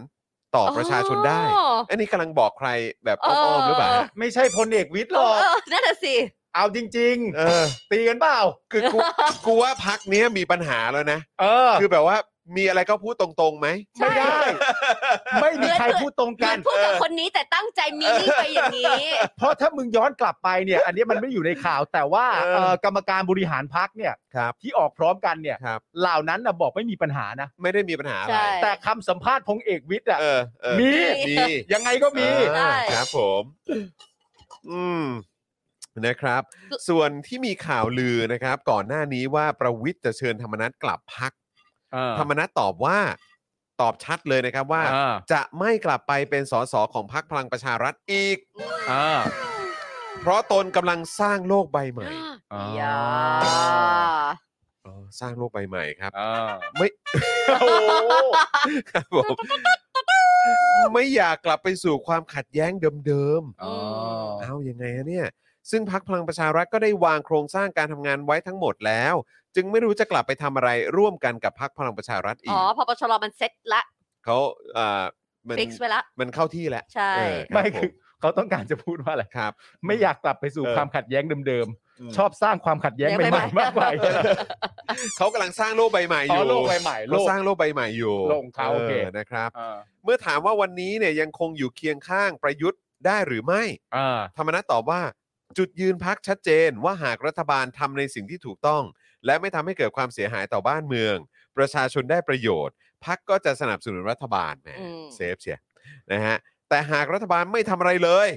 ต่อประชาชนได้ อ๋อ อันนี้กำลังบอกใครแบบอ้อมๆหรือเปล่า เอ ฮะ อ ไม่ใช่พลเอกวิทย์หรอก เออนั่นน่ะสิ เอาจริง เออ ๆ ตีกันเปล่า คือกู กูว่าพักเนี้ยมีปัญหาแล้วนะ เออ คือแบบว่ามีอะไรก็พูดตรงๆไหม ไม่ได้ ไม่มีใครพูดตรง เหมื กั อน นพูดกับคนนี้แต่ตั้งใจมีนี่ไปอย่างนี้ เพราะถ้ามึงย้อนกลับไปเนี่ย อันนี้มันไม่อยู่ในข่าวแต่ว่า เออ เอ่อกรรมการบริหารพักเนี่ย ครับ ที่ออกพร้อมกันเนี่ย ครับ เหล่านั้นนะบอกไม่มีปัญหานะ ไม่ได้มีปัญหาอะไร ใช่ แต่คำสัมภาษณ์พงเอกวิทย์อ่ะ เออเออ มี มี ยังไงก็มี เออ ได้ ครับผม อืมนะครับ ส่วนที่มีข่าวลือนะครับ ก่อนหน้านี้ว่าประวิทย์จะเชิญธรรมนัฐกลับพัก ธรรมนัฐตอบว่า ตอบชัดเลยนะครับว่า จะไม่กลับไปเป็นสสของพักพลังประชารัฐอีก เพราะตนกำลังสร้างโลกใบใหม่ อ๋อ อย่า เออสร้างโลกใบใหม่ครับ อ่า ไม่โอ้โหครับผมไม่อยากกลับไปสู่ความขัดแย้งเดิม อ๋อ ๆเอายังไงฮะเนี่ย ซึ่งพักพลังประชารัฐก็ได้วางโครงสร้างการทำงานไว้ทั้งหมดแล้ว จึงไม่รู้จะกลับไปทำอะไรร่วมกันกับพักพลังประชารัฐอี อ๋ ก อพอปชรมันเซ็ตละ เขาเอ่อมัน ฟิกซ์ไปละ มันเข้าที่แล้ว ใช่ เออ ไม่ รับ คือเขาต้องการจะพูดว่าอะไร ผมครับ ไม่อยากกลับไปสู่ เออ ความขัดแย้งเดิม ม ๆ ชอบสร้างความขัดแย้ง แย้ง ใหม่ ใหม่ๆ ๆมากกว่า เขากำลังสร้างโลกใบใหม่อ อ๋อยู่ โลกใหม่ๆโล เขา ก สร้างโลกใบใหม่อยู่ โลกของเขาโอเค นะครับ อ่า เมื่อถามว่าวันนี้เนี่ยยังคงอยู่เคียงข้างประยุทธ์ได้หรือไม่ อ่า ธรรมนัตตอบว่า จุดยืนพักชัดเจนว่าหากรัฐบาลทำในสิ่งที่ถูกต้อง และไม่ทำให้เกิดความเสียหายต่อบ้านเมือง ประชาชนได้ประโยชน์ พักก็จะสนับสนุนรัฐบาลแหม อืม เซฟเชียนะฮะแต่หากรัฐบาลไม่ทำอะไรเลย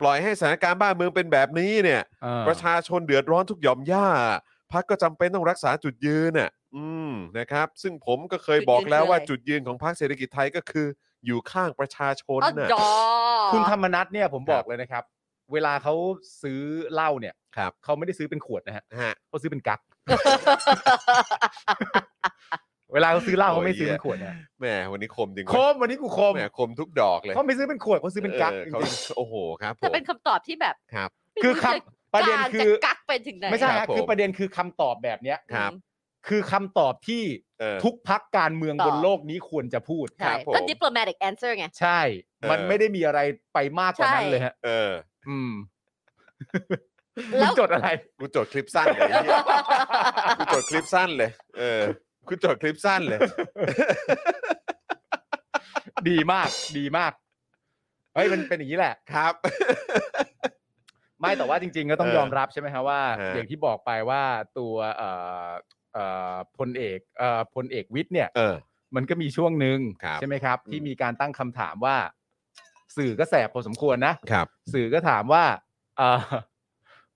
ปล่อยให้สถานการณ์บ้านเมืองเป็นแบบนี้เนี่ย อ่า ประชาชนเดือดร้อนทุกหย่อมย่าพักก็จำเป็นต้องรักษาจุดยืนน่ะอืมนะครับ ซึ่งผมก็เคยบอกแล้วว่าจุดยืนของพรรคเศรษฐกิจไทยก็คืออยู่ข้างประชาชน อ๋อ น่ะ จอ คุณธรรมนัทเนี่ยผม ครับ บอกเลยนะครับ เวลาเขาซื้อเหล้าเนี่ย ครับ เขาไม่ได้ซื้อเป็นขวดนะฮะ ฮะ เขาซื้อเป็นกั๊กเวลาเขาซื้อเหล้าเขาไม่ซื้อเป็นขวดนะ แหมวันนี้คมจริง คมวันนี้กูคม แหมคมทุกดอกเลย เขาไม่ซื้อเป็นขวดเขาซื้อเป็นกั๊ก ออ จ เขา ริง โอ้โหครับผ แต่ ม เป็นคำตอบที่แบบ ครับ ไม่ ๆคือ จะ คำประเด็น กลาง คื จะ อ กักไปถึงไหน ไม่ใช่ ครั ฮะ บผม คือประเด็นคือคำตอบแบบเนี้ย ครับ อืม คือคำตอบที่ เออ ทุกพักการเมือง ตอบบนโลกนี้ควรจะพูด ครั ใช่ บผม ก็ diplomatic answer ไง ใช่ มัน เออ ไม่ได้มีอะไรไปมากกว่านั้น ใช่ เลยฮะ เออ อืม แล้ มึ ว งจด อะไร กูจดคลิปสั้นเลยไอ้เหี้ย กูจดคลิปสั้นเลย เออกูจดคลิปสั้นเลย ดีมากดีมากเฮ้ยมันเป็นอย่างนี้แหละ ครับ ไม่แต่ว่าจริง ๆ ก็ต้อง เออย อมรับใช่ไหมฮะว่า ฮะ อย่างที่บอกไปว่าตัวเอ่อเอ่อพลเอกเอ่อพลเอกวิทย์เนี่ย เออ มันก็มีช่วงหนึ่ง ครับ ใช่ไหมครับ อืม ที่มีการตั้งคำถามว่า สื่อก็แสบพอสมควรนะ ครับ สื่อก็ถามว่าเอ่อ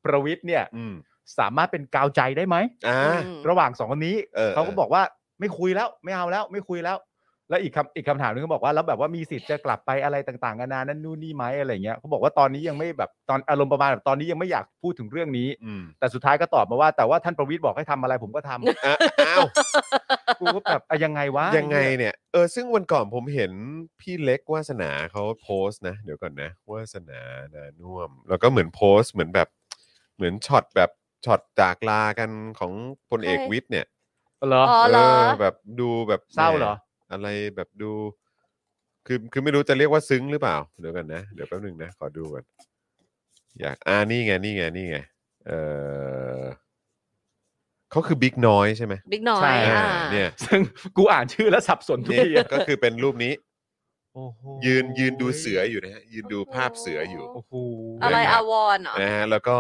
ประวิทย์เนี่ย อืม สามารถเป็นกาวใจได้ไหม อ่า อืม ระหว่างสองคนนี้ เออ เขาก็บอกว่าไม่คุยแล้วไม่เอาแล้วไม่คุยแล้ว แล้วอีกคำอีกคำถามหนึงก็บอกว่าแล้วแบบว่ามีสิทธิ์จะกลับไปอะไรต่างๆนานานั่นนู่นนี่ไหมอะไรเงี้ยเขาบอกว่าตอนนี้ยังไม่แบบตอนอารมณ์ประมาณแบบตอนนี้ยังไม่อยากพูดถึงเรื่องนี้ อืม แต่สุดท้ายก็ตอบมาว่า แต่ว่าท่านประวิทย์บอกให้ทำอะไรผมก็ทำ อ่ะ อ้าว กูก็แบบอ่ะยังไงวะ ยังไงเนี่ยเออซึ่งวันก่อนผมเห็นพี่เล็กวาสนาเขาโพสต์นะ เดี๋ยวก่อนนะวาสนานานุ่วม แล้วก็เหมือนโพสต์เหมือนแบบ เหมือนช็อตแบบช็อตจากลากันของพลเอก ใช่ วิทย์เนี่ย เหรอ อ๋อเหรอ แบบดูแบบ เศร้าเหรอ แมอะไรแบบดู คือคือไม่รู้จะเรียกว่าซึ้งหรือเปล่า เดี๋ยวกันนะ เดี๋ยวแป๊บหนึ่งนะ ขอดูก่อนอยากอ่านี่ไงนี่ไงนี่ไงเออเขาคือบิ๊กน้อยใช่ไหม บิ๊กน้อ ใช่ ย อ่า อ่า เนี่ย ซึ่งกูอ่านชื่อแล้วสับสนทุก นี่ ทีอะ ก็คือเป็นรูปนี้ โอ้โห ยืนยืนดูเสืออยู่นะฮะยืนดูภาพเสืออยู่ โอ้โห อะไร นะครับ อาวรณ์เหรอ นะฮะแล้วก็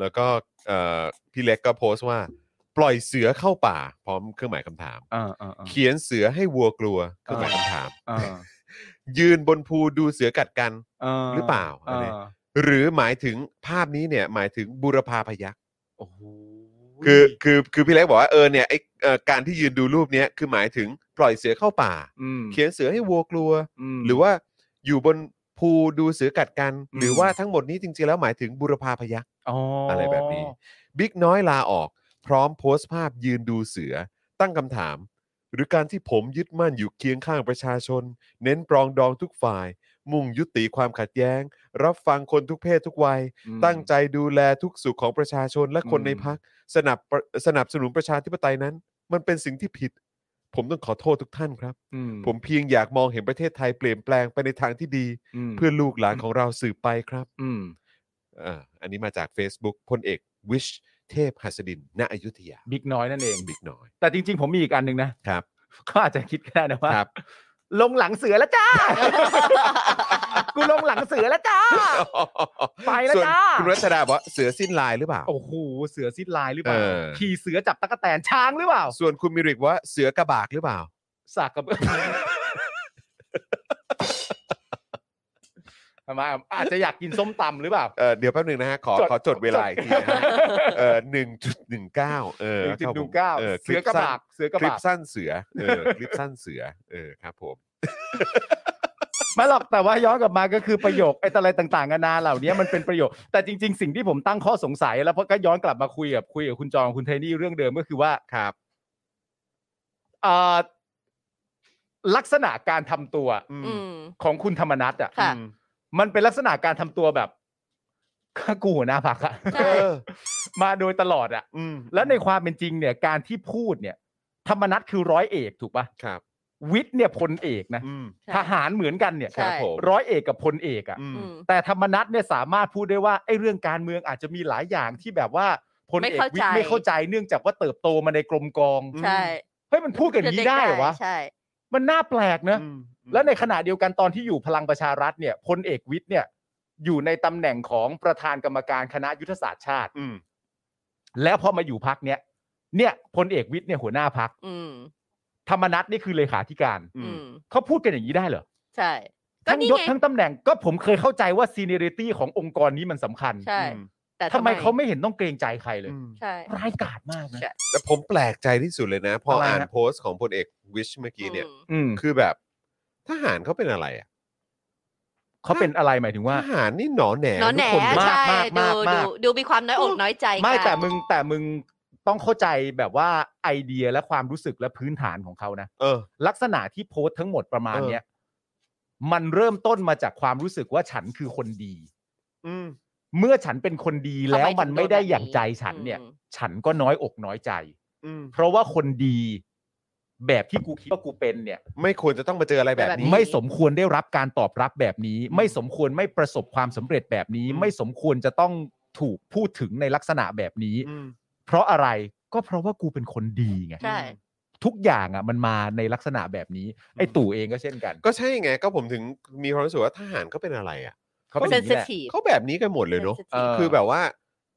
แล้วก็เอ่อพี่เล็กก็โพสต์ว่า ปล่อยเสือเข้าป่า พร้อมเครื่องหมายคำถาม อ่าอ่าอ่า เขียนเสือให้วัวกลัวเครื่องหมายคำถาม อ่า ยืนบนภูดูเสือกัดกัน า หรือเปล่าอันนี้ อ่า หรือหมายถึงภาพนี้เนี่ยหมายถึงบุรพาพยักษ์ โอ้โห คือคือคือพี่เล็กบอกว่าเออเนี่ยไอเอ่อการที่ยืนดูรูปเนี้ยคือหมายถึงปล่อยเสือเข้าป่า อืม เขียนเสือให้วัวกลัว ม หรือว่าอยู่บนภูดูเสือกัดกัน อืม หรือว่าทั้งหมดนี้จริงๆแล้วหมายถึงบุรพาพยักษ์ อ๋ออ อะไรแบบนี้บิ๊กน้อยลาออก พร้อมโพสต์ภาพยืนดูเสือ ตั้งคำถาม หรือการที่ผมยึดมั่นอยู่เคียงข้างประชาชน เน้นปรองดองทุกฝ่าย มุ่งยุติความขัดแย้ง รับฟังคนทุกเพศทุกวัย ตั้งใจดูแลทุกสุขของประชาชนและคน อืม ในพักสนับประสนับสนุนประชาธิปไตยนั้น มันเป็นสิ่งที่ผิด ผมต้องขอโทษทุกท่านครับ อื ผมเพียงอยากมองเห็นประเทศไทยเปลี่ยนแปลงไปในทางที่ดี ม เพื่อลูกหลานของเราสืบไปครับ อืม เอ่ออันนี้มาจาก Facebook พลเอกวิชเทพหัสดินณอยุธยา บิ๊กน้อยนั่นเอง บิ๊กน้อย แต่จริง ๆ ผมมีอีกอันหนึ่งนะครับ ก็อาจจะคิดก็ได้นะว่า ครับ ลงหลังเสือแล้วจ้า กูลงหลังเสือแล้วจ้า ไปแล้ว ส่วน จ้า คุณรัชดาบอกว่าเสือสิ้นลายหรือเปล่า โอ้โหเสือซิดลายหรือเปล่า เออ ขี่เสือจับตะกแตนช้างหรือเปล่า ส่วนคุณมิริกว่าเสือกระบากหรือเปล่า สากกระเบือ ทำไมอ่ะอาจจะอยากกินส้มตำหรือเปล่า เออเดี๋ยวแป๊บหนึ่งนะฮะขอ จด ขอจดเวลาอีกทีนะฮะ เออหนึ่งจุดหนึ่งเก้าเออ หนึ่งจุดหครับผ นึ่ ม งเก้า ออค เสื ลิ อ ป กระ สั้น บากเสือกระ คลิป บาก สั้นเสือเออคลิปสั้นเสือเออครับผม ไม่หรอกแต่ว่าย้อนกลับมาก็คือประโยคไอ้อะไรต่างๆนานาเหล่านี้มันเป็นประโยค แต่จริง ๆ สิ่งที่ผมตั้งข้อสงสัย แล้วเพราะก็ย้อนกลับมาคุยกับคุยกับคุณจองคุณเทนี่เรื่องเดิมก็คือว่า ครับ เอ่อลักษณะการทำตัว อืม อืม ของคุณธรรมนัทอ่ะ ค่ะ อืม มันเป็นลักษณะการทำตัวแบบกูหัวหน้าพักอะ ใช่ เออ มาโดยตลอดอ่ะ อืม แล้วในความเป็นจริงเนี่ยการที่พูดเนี่ย ธรรมนัตคือร้อยเอกถูกปะ ครับ วิทย์เนี่ยพลเอกนะ อืม ใช่ ทหารเหมือนกันเนี่ย ใช่ ครับผม ร้อยเอกกับพลเอกอะ อืม อืม แต่ธรรมนัตเนี่ยสามารถพูดได้ว่าไอ้เรื่องการเมืองอาจจะมีหลายอย่างที่แบบว่าพล ไม่ เอก เข้า วิ ใจ ทย์ไม่เข้าใจเนื่องจากว่าเติบโตมาในกรมกอง ใช่ เฮ้ยมันพูดกันอย่างนี้ได้เหรอวะ ใช่ มันน่าแปลกนะ อืม แล้วในขณะเดียวกันตอนที่อยู่พลังประชารัฐเนี่ยพลเอกวิทย์เนี่ยอยู่ในตำแหน่งของประธานกรรมการคณะยุทธศาสตร์ชาติ อืม แล้วพอมาอยู่พักเนี้ยเนี่ยพลเอกวิทย์เนี่ยหัวหน้าพัก อืม ธรรมนัตนี่คือเลขาธิการ อื อื ม ม เขาพูดกันอย่างนี้ได้เหรอ ใช่ ก็ ทั้ง นี่ ยศ ไง ทั้งตำแหน่งก็ผมเคยเข้าใจว่าซีเนริตี้ขององค์กรนี้มันสำคัญ ใช่ อืม แต่ ทำไมเขาไม่เห็นต้องเกรงใจใครเลย อืม ใช่ ร้ายกาจมากนะ ใช่ แต่ผมแปลกใจที่สุดเลยนะ พอ อะไรฮะ อ่านโพสต์ของพลเอกวิชเมื่อกี้เนี่ย อืม อืม คือแบบทหารเขาเป็นอะไรอ่ะ เขาเป็นอะไรหมายถึงว่า ทหารนี่หนอแหน หนอนแหน ทุกคน มาก ใช่ มาก ดู มากมาดูก ดูมีความน้อยอกน้อยใจ ไม่ กัน แต่มึงแต่มึงต้องเข้าใจแบบว่าไอเดียและความรู้สึกและพื้นฐานของเขานะ เออ ลักษณะที่โพสต์ทั้งหมดประมาณเนี้ยมันเริ่มต้นมาจากความรู้สึกว่าฉันคือคนดี อืม เมื่อฉันเป็นคนดีแล้วมันไม่ได้อย่างใจฉันเนี่ย อืม ฉันก็น้อยอกน้อยใจ อืม เพราะว่าคนดีแบบที่กูคิดว่ากูเป็นเนี่ย ไม่ควรจะต้องมาเจออะไรแบบนี้ ไม่สมควรได้รับการตอบรับแบบนี้ ไม่สมควรไม่ประสบความสำเร็จแบบนี้ อืม ไม่สมควรจะต้องถูกพูดถึงในลักษณะแบบนี้ อืม เพราะอะไรก็เพราะว่ากูเป็นคนดีไง ใช่ ทุกอย่างอ่ะมันมาในลักษณะแบบนี้ ไอ้ตู่เองก็เช่นกัน ก็ใช่ไงก็ผมถึงมีความรู้สึกว่าทหารเขาเป็นอะไรอ่ะ เขาเป็นอย่างนี้แหละ sensitive เขาแบบนี้กันหมดเลยเนาะเอ sensitive อ คือแบบว่า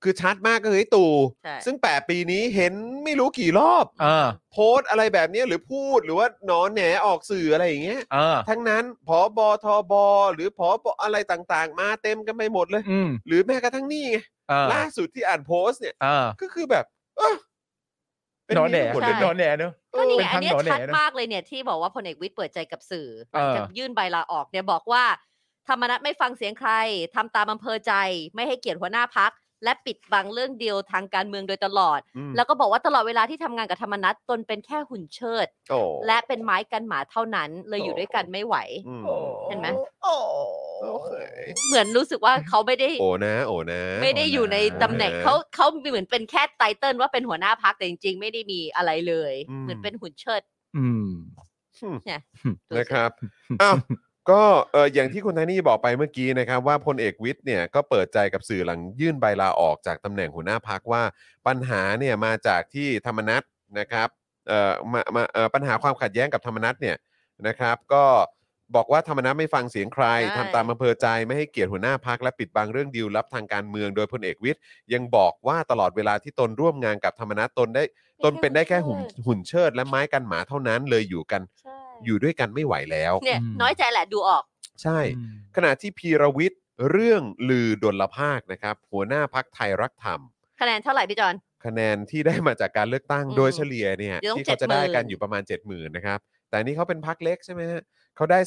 คือชัดมากก็คือไอ้ตู่ ใช่ ซึ่งแปดปีนี้เห็นไม่รู้กี่รอบ เออ โพสต์อะไรแบบเนี้ยหรือพูดหรือว่าหนอนแหนออกสื่ออะไรอย่างเงี้ย เออ ทั้งนั้นพบทบหรือพบอะไรต่างๆ มาเต็มกันไปหมดเลย อืม หรือแม้กระทั่งนี่ไง เออ ล่าสุดที่อ่านโพสต์เนี่ย เออ ก็คือแบบ เออเป็ หนอนแหน ย่างหมด ใช่ เล เป็ ย นหน เน อ อะ นแหนเนอะ ก็นี่ เป็ ไง น อันเนี้ย ทางหนอแหน่ ชัด นะ มากเลยเนี่ยที่บอกว่าพลเอกวิทย์เปิดใจกับสื่อห เอ ลัง อ จากยื่นใบลาออกเนี่ยบอกว่า ธรรมนัฐไม่ฟังเสียงใครทำตามอำเภอใจ ไม่ให้เกียรติหัวหน้าพัก และปิดบังเรื่องเดียวทางการเมืองโดยตลอด อืม แล้วก็บอกว่าตลอดเวลาที่ทำงานกับธรรมนัฐตนเป็นแค่หุ่นเชิด โอ้ และเป็นไม้กันหมาเท่านั้น เลยอยู่ด้วยกันไม่ไหว อืม เห็นไหม โอ้เค เหมือนรู้สึกว่าเขาไม่ได้ โอ้นะ โอ้นะ ไม่ได้อยู่ในตำแหน่ง โอ้นะ เขาเขาเหมือนเป็นแค่ไตเติลว่าเป็นหัวหน้าพักแต่จริงๆ ไม่ได้มีอะไรเลย อืม เหมือนเป็นหุ่นเชิด อืม ดูสิ นะครับ อ้าวก็เอออย่างที่คุณไทนี่บอกไปเมื่อกี้นะครับ ว่าพลเอกวิทย์เนี่ยก็เปิดใจกับสื่อหลังยื่นใบลาออกจากตำแหน่งหัวหน้าพักว่าปัญหาเนี่ยมาจากที่ธรรมนัตนะครับเอ่อมามาเอ่อปัญหาความขัดแย้งกับธรรมนัตเนี่ยนะครับ ก็บอกว่าธรรมนัตไม่ฟังเสียงใคร ใช่ ทำตามอำเภอใจไม่ให้เกียรติหัวหน้าพักและปิดบังเรื่องดีลลับทางการเมืองโดยพลเอกวิทย์ยังบอกว่าตลอดเวลาที่ตนร่วมงานกับธรรมนัตตนได้ตนเป็นได้แค่หุ่นหุ่นเชิด และไม้กันหมาเท่านั้นเลยอยู่กัน ใช่ อยู่ด้วยกันไม่ไหวแล้ว เนี่ย อืม น้อยใจแหละดูออก ใช่ อืม ขณะที่พีรวิทย์เรื่องลือดลภาคนะครับ หัวหน้าพักไทยรักธรรม คะแนนเท่าไหร่พี่จอน คะแนนที่ได้มาจากการเลือกตั้ง อืม โดยเฉลี่ยเนี่ย เดี๋ยวต้อง ที่เขาจะได้ 70,000 กันอยู่ประมาณ 70,000นะครับ แต่อันนี้เขาเป็นพักเล็กใช่ไหมฮะเขาได้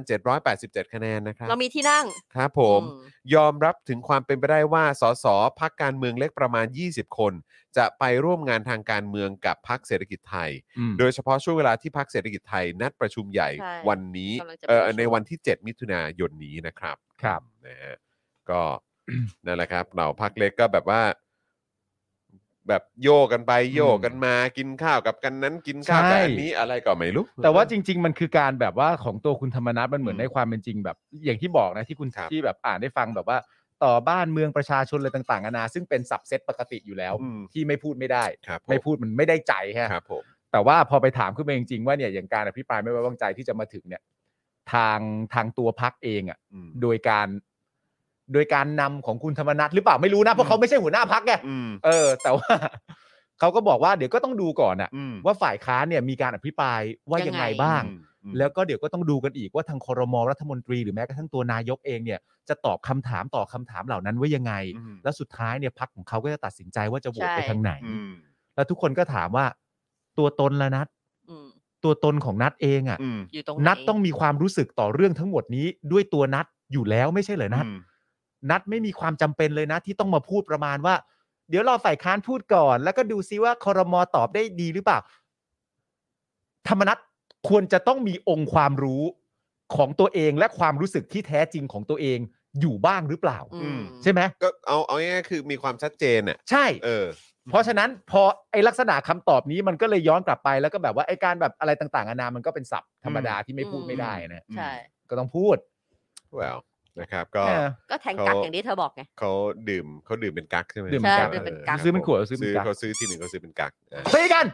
33,787 คะแนนนะครับ เรามีที่นั่ง ครับผม อื ยอมรับถึงความเป็นไปได้ว่าสสพักการเมืองเล็กประมาณ 20 คน จะไปร่วมงานทางการเมืองกับพักเศรษฐกิจไทย อืม โดยเฉพาะช่วงเวลาที่พักเศรษฐกิจไทยนัดประชุมใหญ่ ใช่ วันนี้ กำลังจะ เอ่อ ประชุม ในวันที่ 7 มิถุนายนนี้นะครับ ครับ นะฮะก็ นั่นแหละครับ เหล่าพักเล็กก็แบบว่า แบบโยกกันไปโยกกันมากินข้าวกับกันนั้นกินข้าวกับอันนี้อะไรก็ไม่รู้ แต่ว่าจริง ๆ มันคือการแบบว่าของตัวคุณธรรมนัฐมันเหมือ อื น ม ในความเป็นจริงแบบ อย่างที่บอกนะที่คุณ ครับ ที่แบบอ่านได้ฟังแบบว่า ต่อบ้านเมืองประชาชนอะไรต่างๆนานาซึ่งเป็นสับเซตปกติอยู่แล้ว อืม ที่ไม่พูดไม่ได้ ครับผ ไม่พูดมันไม่ได้ใจฮะ ครับผม แต่ว่าพอไปถามขึ้นมาจริงๆว่าเนี่ยอย่างการอภิปรายไม่ไว้วางใจที่จะมาถึงเนี่ย ทางทางตัวพักเองอ่ะ อืม โดยการ โดยการนำของคุณธรรมนัฐหรือเปล่าไม่รู้นะเพราะเขาไม่ใช่หัวหน้าพักไง อืม เออ แต่ว่า เขาก็บอกว่าเดี๋ยวก็ต้องดูก่อนอ่ะ อืม ว่าฝ่ายค้านเนี่ยมีการอภิปรายว่ายังไงบ้าง อืมอืม แล้วก็เดี๋ยวก็ต้องดูกันอีกว่าทางคอรมอรัฐมนตรีหรือแม้กระทั่งตัวนายกเองเนี่ยจะตอบคำถามต่อคำถามเหล่านั้นว่ายังไง อืม แล้วสุดท้ายเนี่ยพักของเขาก็จะตัดสินใจว่าจะโหวตไป ใช่ ทางไหน อืม แล้วทุกคนก็ถามว่า ตัวตนละนัด อืม ตัวตนของนัทเองอ่ะ อืม อยู่ตรงไห นัทต้องมีความรู้สึกต่อเรื่องทั้งหมดนี้ด้วยตัวนัทอยู่แล้วไม่ใช่เหรอนัท อืม นัทไม่มีความจำเป็นเลยนะ ที่ต้องมาพูดประมาณว่า เดี๋ยวรอฝ่ายค้านพูดก่อน แล้วก็ดูซิว่าคอรมอตอบได้ดีหรือเปล่า ธรรมนัตควรจะต้องมีองค์ความรู้ของตัวเองและความรู้สึกที่แท้จริงของตัวเองอยู่บ้างหรือเปล่า อืม ใช่ไหม ก็เอาเอาง่ายๆคือมีความชัดเจนอ่ะ ใช่ เออ เพราะฉะนั้นพอไอลักษณะคำตอบนี้มันก็เลยย้อนกลับไปแล้วก็แบบว่าไอการแบบอะไรต่างๆนานามันก็เป็นศัพท์ธรรมดาที่ไม่พูด อืม ไม่ได้นะ ใช่ ก็ต้องพูด well นะครับก็ เออ ก็แทงกัก เขา อย่างที่เธอบอกไง เขาดื่มเขาดื่มเป็นกั๊กใช่ไหม ดื่มเป็นกั๊ก ใช่ดื่มเป็นกั๊ก ซื้อเป็นขวดหรือซื้ ซื้ อ อ เป็นกั๊ก เขาซื้อทีหนึ่งเขาซื้อเป็นกั๊กอ่ะ ตีกัน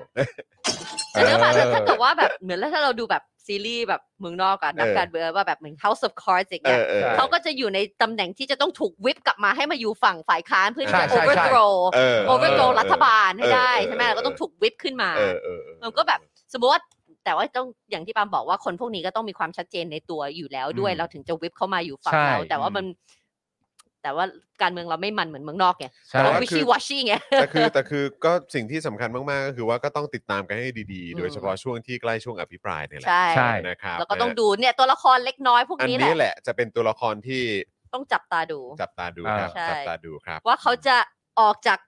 แต่เนื้อมา เออ ถ้าเกิดว่าแบบเหมือนแล้วถ้าเราดูแบบซีรีส์แบบเมืองนอกอะนัก เออ การเมืองว่าแบบเหมือน House of Cards อย่าง เอ เงี้ย อเออ เขาก็จะอยู่ในตำแหน่งที่จะต้องถูกวิปกลับมาให้มาอยู่ฝั่งฝ่ายค้านเพื่อที่จะ ใช่ใช่ใช่ overthrow เออ overthrow เออ รัฐบาลให้ได้ เออเออ ใช่ไหม เออ เราก็ต้องถูกวิปขึ้นมา เออเออเออ มันก็แบบสมมติว่าแต่ว่าต้องอย่างที่ปาล์มบอกว่าคนพวกนี้ก็ต้องมีความชัดเจนในตัวอยู่แล้วด้วย อืม เราถึงจะวิปเข้ามาอยู่ฝั่ง ใช่ เราแต่ว่ามัน แต่ว่าการเมืองเราไม่มันเหมือนเมืองนอกไงเรา แต่ว่าคืวิอ ชีวอชี่ไง แต่คือแต่คือก็สิ่งที่สำคัญมากๆ ก็คือว่าก็ต้องติดตามกันให้ดี อืม ๆ โดยเฉพาะช่วงที่ใกล้ช่วงอภิปรายเนี่ยแหละ ใช่ ใช่ นะครับ แล้วก็ต้อง นะ ดูเนี่ยตัวละครเล็กน้อยพวก อัน นี้แห นี้ ละ แหละจะเป็นตัวละครที่ ต้องจับตาดู จับตาดูครับ ใช่ จับตาดูครับ ว่าเขาจะออกจาก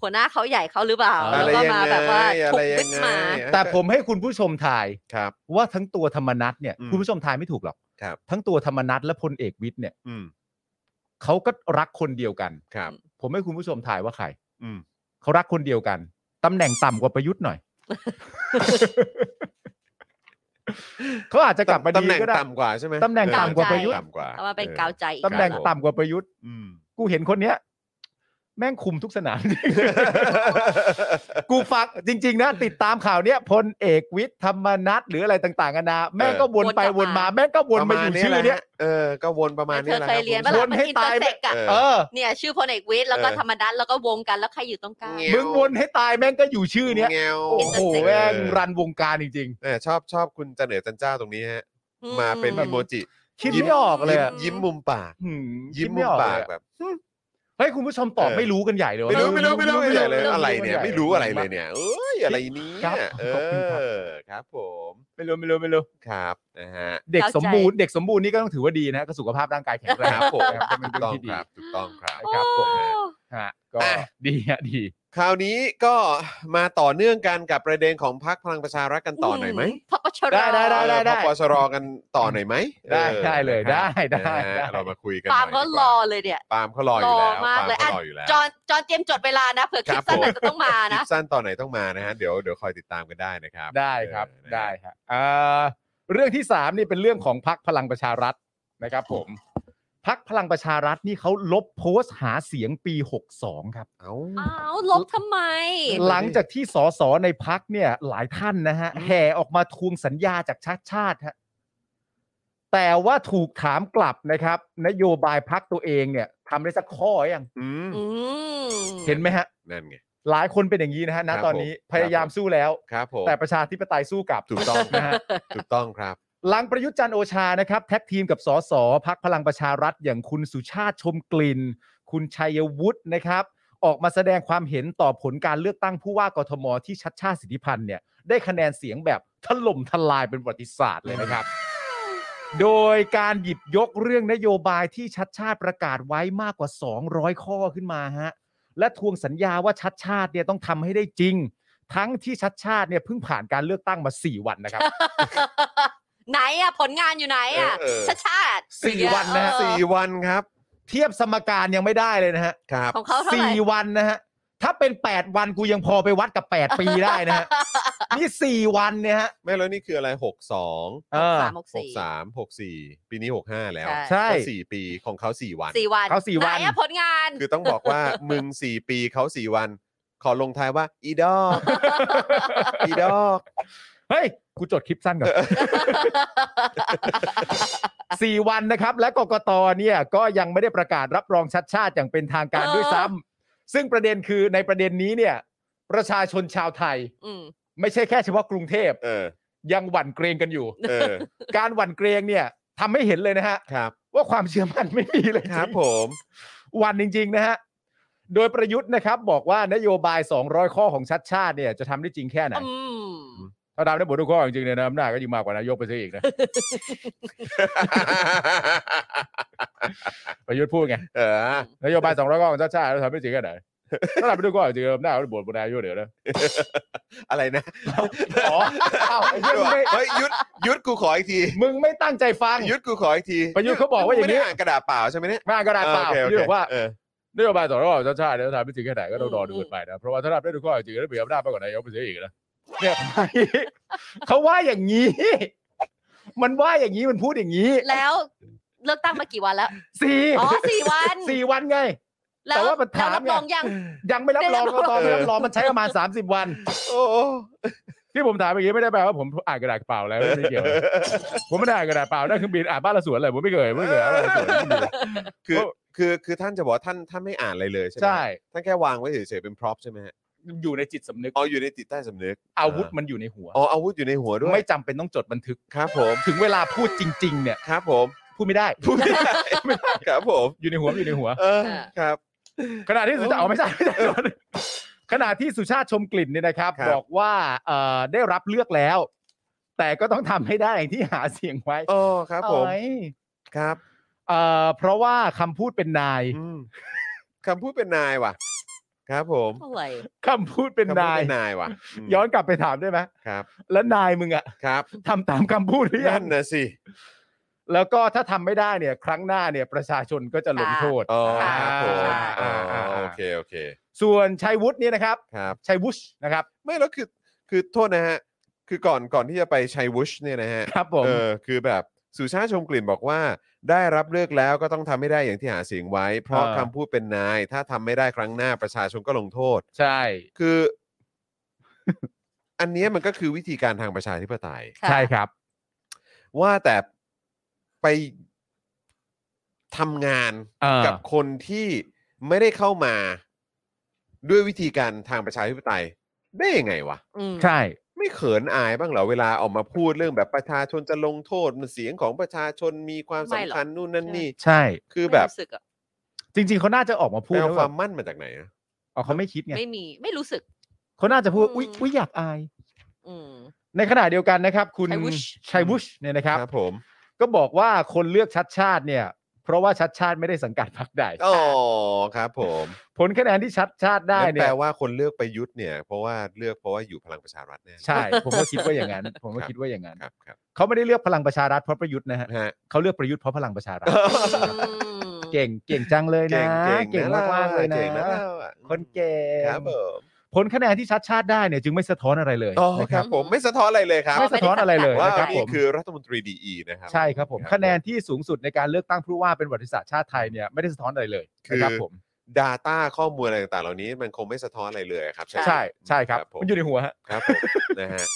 หัวหน้าเขาใหญ่เขาหรือเปล่า อะ แล้ว ไร ก็ ยัง มา ไง แบบว่า อะ ถู ไร ก ยั วิ ง ท ไง มา แต่ผมให้คุณผู้ชมทาย ครับ ว่าทั้งตัวธรรมนัตเนี่ย อืม คุณผู้ชมทายไม่ถูกหรอก ครับ ทั้งตัวธรรมนัตและพลเอกวิทย์เนี่ย อืม เขาก็รักคนเดียวกัน ครับ ผมให้คุณผู้ชมทายว่าใคร อืม เขารักคนเดียวกันตำแหน่งต่ำกว่าประยุทธ์หน่อย เขาอาจจะกลับมา ตำ ดี แหน่ง ก็ได้ ต่ำกว่าใช่ไหม ตำแหน่งต่ำกว่าประยุทธ์ ต่ำกว่า เอามาเป็ออกนาวใจอีก ตำแหน่ง ครับผม ต่ำกว่าประยุทธ์ อืม กูเห็นคนเนี้ย แม่งคุมทุกสนาม กูฟังจริง ๆ นะ ติดตามข่าวเนี้ยพลเอกวิทย์ธรรมนัทหรืออะไรต่างๆกันานาแม่งก็วนไปว วน นกลับ มา มา แม่งก็ วนมา ประ อ มาณ ยู่ นี้ ชื่อเนี้ย แหละเออ ก็วนประมาณ เธ นี้ อ แหละ เคยเรียน ค ว่าวบเรา น มัน ให้ อินเตอ ตาย ร์ ไป เซ็กอะ เอ เอ อ อ เนี่ย ชื่อพลเอกวิทย์แล้วก็ เออ ธรรมนัตแล้วก็วงกันแล้วใครอยู่ตรงกลาง เงี้ย มึงวนให้ตายแม่งก็อยู่ชื่อเนี้ย เงี้ยว โอ้โหแม่งรันวงการจริง เออชอบชอบคุณจันเหนือจันเจ้าตรงนี้ฮะ อื มาเป็นอีโมจิ ๆ คิด ยิ้ม ไม่ออกเลยอะ ม ยิ้มมุมปาก หืม ยิ้ม คิด มุ ไอ ม อ ปาก เลยอะ แบบ เฮ้ยคุณผู้ชมตอบ เออ ไม่รู้กันใหญ่เลย ไม่รู้ วะ ไม่รู้ไม่รู้ไม่รู้อะไรเลย ไม่รู้ อะไรเนี่ย ไม่ ไม่ รู้ รู้อะไรเลยเนี่ยเอ้ยอะไรเนี้ ครับ เออครับผม ไม่รู้ไม่รู้ไม่รู้ ครับนะฮะ เด็กสมบูรณ์เด็กสมบูรณ์นี่ก็ต้องถือว่าดีนะก็สุขภาพร่างกายแข็งแรง ครับผม นะเป็น ถูก เรื่อต้องง ที่ดีครับถูกต้องครับ ครับผม โอ้ ฮะก็ อ่ะ ดีฮะดี คราวนี้ก็มาต่อเนื่องกันกับประเด็นของพรรคพลังประชารัฐกันต่อหน่อยไหม พปชร ได้ได้ได้ได้ได้ ปชรกันต่อหน่อยไหม ได้ ออ ได้เลย นะ ได้ ครับ ได้ นะฮะ ได้ เรามาคุยกัน ปาล์ม หน่ ก็ ยดี ร ว่ อเลยเนี่ย ปาล์มเขารออยู่แล้ว รอมากเลย ปล์ อ่ะ มเขารออยู่แล้ว จอนจอนเจมส์จดเวลานะเผื่อคลิ ครั ป บผมสั้นอาจจะต้องมา คลิ นะ ปสั้นตอนไหนต้องมานะฮะเดี๋ยวเดี๋ยวคอยติดตามกันได้นะครับ ได้ครับ เออนะฮะ ได้ครับเอ่อเรื่องที่สามนี่เป็นเรื่องของพักพลังประชารัฐนะครับ ผมพักพลังประชารัฐนี่เขาลบโพสต์หาเสียงปี 62 ครับ เอ้า อ้าวลบทำไม หลังจากที่สสในพักเนี่ยหลายท่านนะฮะ อืม แห่ออกมาทวงสัญญาจากชาติชาติฮะแต่ว่าถูกถามกลับนะครับ นโยบายพักตัวเองเนี่ยทำได้สักข้อยัง อืม อืม เห็นไหมฮะ นั่นไง หลายคนเป็นอย่างนี้นะฮะ คณรับ ตอนนี้ ผม พยายามสู้แล้ว ครับผม แต่ประชาธิปไตยสู้กลับ ถูกต้อง นะฮะ ถูกต้องครับ หลังประยุทธ์จันทร์โอชานะครับ แท็กทีมกับสสพักพลังประชารัฐอย่างคุณสุชาติชมกลิ่น คุณชัยวุฒินะครับ ออกมาแสดงความเห็นต่อผลการเลือกตั้งผู้ว่ากทมที่ชัดชาติสิทธิพันธ์เนี่ยได้คะแนนเสียงแบบถล่มทลายเป็นประวัติศาสตร์เลยนะครับ โดยการหยิบยกเรื่องนโยบายที่ชัดชาติประกาศไว้มากกว่า 200 ข้อขึ้นมาฮะและทวงสัญญาว่าชัดชาติเนี่ยต้องทำให้ได้จริง ทั้งที่ชัดชาติเนี่ยเพิ่งผ่านการเลือกตั้งมา 4 วันนะครับ ไหนอะผลงานอยู่ไหนอะ เออเออ ชาติชาติ สี่วันนะฮะ เออ สี่วันครับ เทียบสมการยังไม่ได้เลยนะฮะ ครับ ของเขาเท่าไหร่ สี่วันนะฮะ ถ้าเป็น 8 วันกูยังพอไปวัดกับ 8 ปีได้นะ ฮะ นี่สี่วันเนี่ยฮะ ไม่แล้วนี่คืออะไรหกสอง เออ สามหก ห สี่ กสามหกสี่ปีนี้หกห้าแล้ว ใช่ ก็สี่ปีของเขาสี่วัน สี่วัน เขาสี่วัน ไหนอะผลงาน คือต้องบอกว่า มึงสี่ปีเขาสี่วัน ขอลงท้ายว่า อีดอก อีดอก เฮ้ย กูจดคลิปสั้นก่ อน สี่วันนะครับ และกกตเนี่ยก็ยังไม่ได้ประกาศรับรองชัดชาติอย่างเป็นทางการ เออ ด้วยซ้ำซึ่งประเด็นคือในประเด็นนี้เนี่ย ประชาชนชาวไทย อืม ไม่ใช่แค่เฉพาะกรุงเทพ เออ ยังหวั่นเกรงกันอยู่ เออ การหวั่นเกรงเนี่ยทำให้เห็นเลยนะฮะ ครับ ว่าความเชื่อมั่นไม่มีเลยจง ครับผม วันจริง ๆ นะฮะ โดยประยุทธ์นะครับ บอกว่านโยบาย 200 ข้อของชัดชาติเนี่ยจะทำได้จริงแค่ไหน อืม ถ้าทำได้หมดทุกข้อจริงๆเนี่ยนะอำนาจก็ยิ่งมากกว่านายกไปซะอีกนะ ประยุทธ์พูดไง เออน โยบายสองร้อยข้อของชาติชาติเราทำไม่จริงกันไหนถ้าทำไม่ทุกข้อจริงๆอำนาจก็บ่นบนนายกเดี๋ยวนะ อะไรนะ อ๋ออ้าวไอ้เหี้ยมึงไม่ เฮ้ยยุดยุดกูขออีกที มึงไม่ตั้งใจฟัง ยุดกูขออีกที ประยุทธ์เขาบอกว่าอย่างนี้ นี้อ่านกระดาษเปล่าใช่ไหมเนี่ย มากกระดาษเปล่า โอคโอค ที่บอกว่า เออน โยบายสองร้อยข้อของชาติชาติเราทำไม่จริงแค่ไหนก็ต้องรอดูกันไปนะเพราะว่าถ้าทำได้ทุกข้อจริงๆแล้วมีอำนาจมากกว่านายกไปซะอีกนะเนี่ย เขาว่าอย่างนี้ มันว่าอย่างนี้มันพูดอย่างนี้ แล้วเลือกตั้งมากี่วันแล้ว สี่ อ๋อสี่วัน สี่วันไง แล้ว แต่ว่ามันถาม แล้วรับ ไง รองยัง ยังไม่รับรอง ได้ ก็ รับ ต ร อ อง นไม่รับรองมันใช้ประมาณ 30 วัน โอ้โห ที่ผมถามอย่างนี้ไม่ได้แปลว่าผมอ่านกระดาษเปล่าแล้วไม่เกี่ยวนะผมไม่ได้อ่านกระดาษเปล่านั่นคือบินอ่านบ้านละสวนเลยผมไม่เคยไม่เคยอ่านบ้านละสวนไม่มีเลย คือคือคือท่านจะบอกว่าท่านท่านไม่อ่านอะไรเลยใช่ไหม ใช่ ท่านแค่วางไว้เฉยๆเป็นพร็อพใช่ไหมฮะ อยู่ในจิตสำนึก อ๋ออยู่ในจิตใต้สำนึก อาวุธมันอยู่ในหัว อ๋ออาวุธอยู่ในหัวด้วย ไม่จำเป็นต้องจดบันทึก ครับผม ถึงเวลาพูดจริง ๆ เนี่ย ครับผม พูดไม่ได้ พูดไม่ได้ครับผม อยู่ในหัวอยู่ในหัว เออครับ ขณะที่สุชาติเอาไม่ใช่ไม่ใช่ขณะที่สุชาติชมกลิ่นเนี่ยนะครับ ครับ บอกว่าเอ่อได้รับเลือกแล้ว แต่ก็ต้องทำให้ได้อย่างที่หาเสียงไว้ อ๋อครับผม โอ้ย ครับ เอ่อเพราะว่าคำพูดเป็นนาย อืมคำพูดเป็นนายว่ะ ครับผม อะไร คำพูดเป็น คำพูด นาย เป็นนายว่ะม ย้อนกลับไปถามได้ไหม ครับ แล้วนายมึงอะ ครับ ทำตามคำพูดหรือยั นั่ ง นนะสิ แล้วก็ถ้าทำไม่ได้เนี่ย ครั้งหน้าเนี่ยประชาชนก็จะลงโทษ อ๋อ อ่า ครับผมอ๋ อ่า อ อ่า โอเคโอเค ส่วนชัยวุฒิเนี่ยนะครับ ครับ ชัยวุฒินะครับ ไม่แล้วคือคือโทษนะฮะ คือก่อนก่อนที่จะไปชัยวุชเนี่ยนะฮะ ครับผม เออคือแบบสุชาติชมกลิ่นบอกว่า ได้รับเลือกแล้วก็ต้องทำให้ได้อย่างที่หาเสียงไว้ เพราะ เออ คำพูดเป็นนาย ถ้าทำไม่ได้ครั้งหน้าประชาชนก็ลงโทษ ใช่ คือ อันเนี้ยมันก็คือวิธีการทางประชาธิปไตย ะ ใช่ครับ ว่าแต่ไปทำงาน เออ กับคนที่ไม่ได้เข้ามาด้วยวิธีการทางประชาธิปไตย ได้ยังไงวะ อืม ใช่ ไม่เขินอายบ้างเหรอเวลาออกมาพูดเรื่องแบบประชาชนจะลงโทษมันเสียงของประชาชนมีความสำคัญนู่นนั่นนี่ ใช่ คือแบบ ไม่รู้สึกอะ จริง ๆเขาน่าจะออกมาพู ไป ด เอา แล้ว ค แบ วาม บ มั่นมาจากไหนอะ อ๋อเขาไม่คิดไง ไม่มีไม่รู้สึก เขาน่าจะพูด อืม อุ้ยอุ้ยอยากอาย อืม ในขณะเดียวกันนะครับ คุณ ชัยวุฒิ ชัยวุฒิเนี่ยนะครับ ผม ก็บอกว่าคนเลือกชัดชาติเนี่ย เพราะว่าชัดชาติไม่ได้สังกัดพรรคใด อ๋อครับผม ผลคะแนนที่ชัดชาติได้ นั่น เนี่ แปล ย ว่าคนเลือกประยุทธ์เนี่ย เพราะว่าเลือกเพราะว่าอยู่พลังประชารัฐแน่ ใช่ ผมก็คิดว่าอย่างนั้น ผมก็คิดว่าอย่างนั้น ครับครับ เขาไม่ได้เลือกพลังประชารัฐเพราะประยุทธ์นะฮะ ฮะ เขาเลือกประยุทธ์เพราะพลังประชารัฐ อืม เก่งเก่งจังเลยนะ เก่ง มากมากๆเลยนะ เก่งนะเราอะ คนเก่ง ครับผม ผลคะแนนที่ชัดชาติได้เนี่ยจึงไม่สะท้อนอะไรเลย อ๋อ นะ ค ค รั รั บบ ผมไม่สะท้อนอะไรเลยครับ ไม่สะท้อนอะไรเลย ว่า นะครับ นี่ ผม คือรัฐมนตรีดีอีนะครับ ใช่ครับผม ครับ คะแนนที่สูงสุดในการเลือกตั้งผู้ว่าเป็นประวัติศาสตร์ชาติไทยเนี่ยไม่ได้สะท้อนอะไรเลยนะครับ คือ ผม Data ข้อมูลอะไรต่างๆเหล่านี้มันคงไม่สะท้อนอะไรเลยครับไหม ใช่ใช่ครับ ผม มันอยู่ในหัวฮะ ครับผมนะฮะ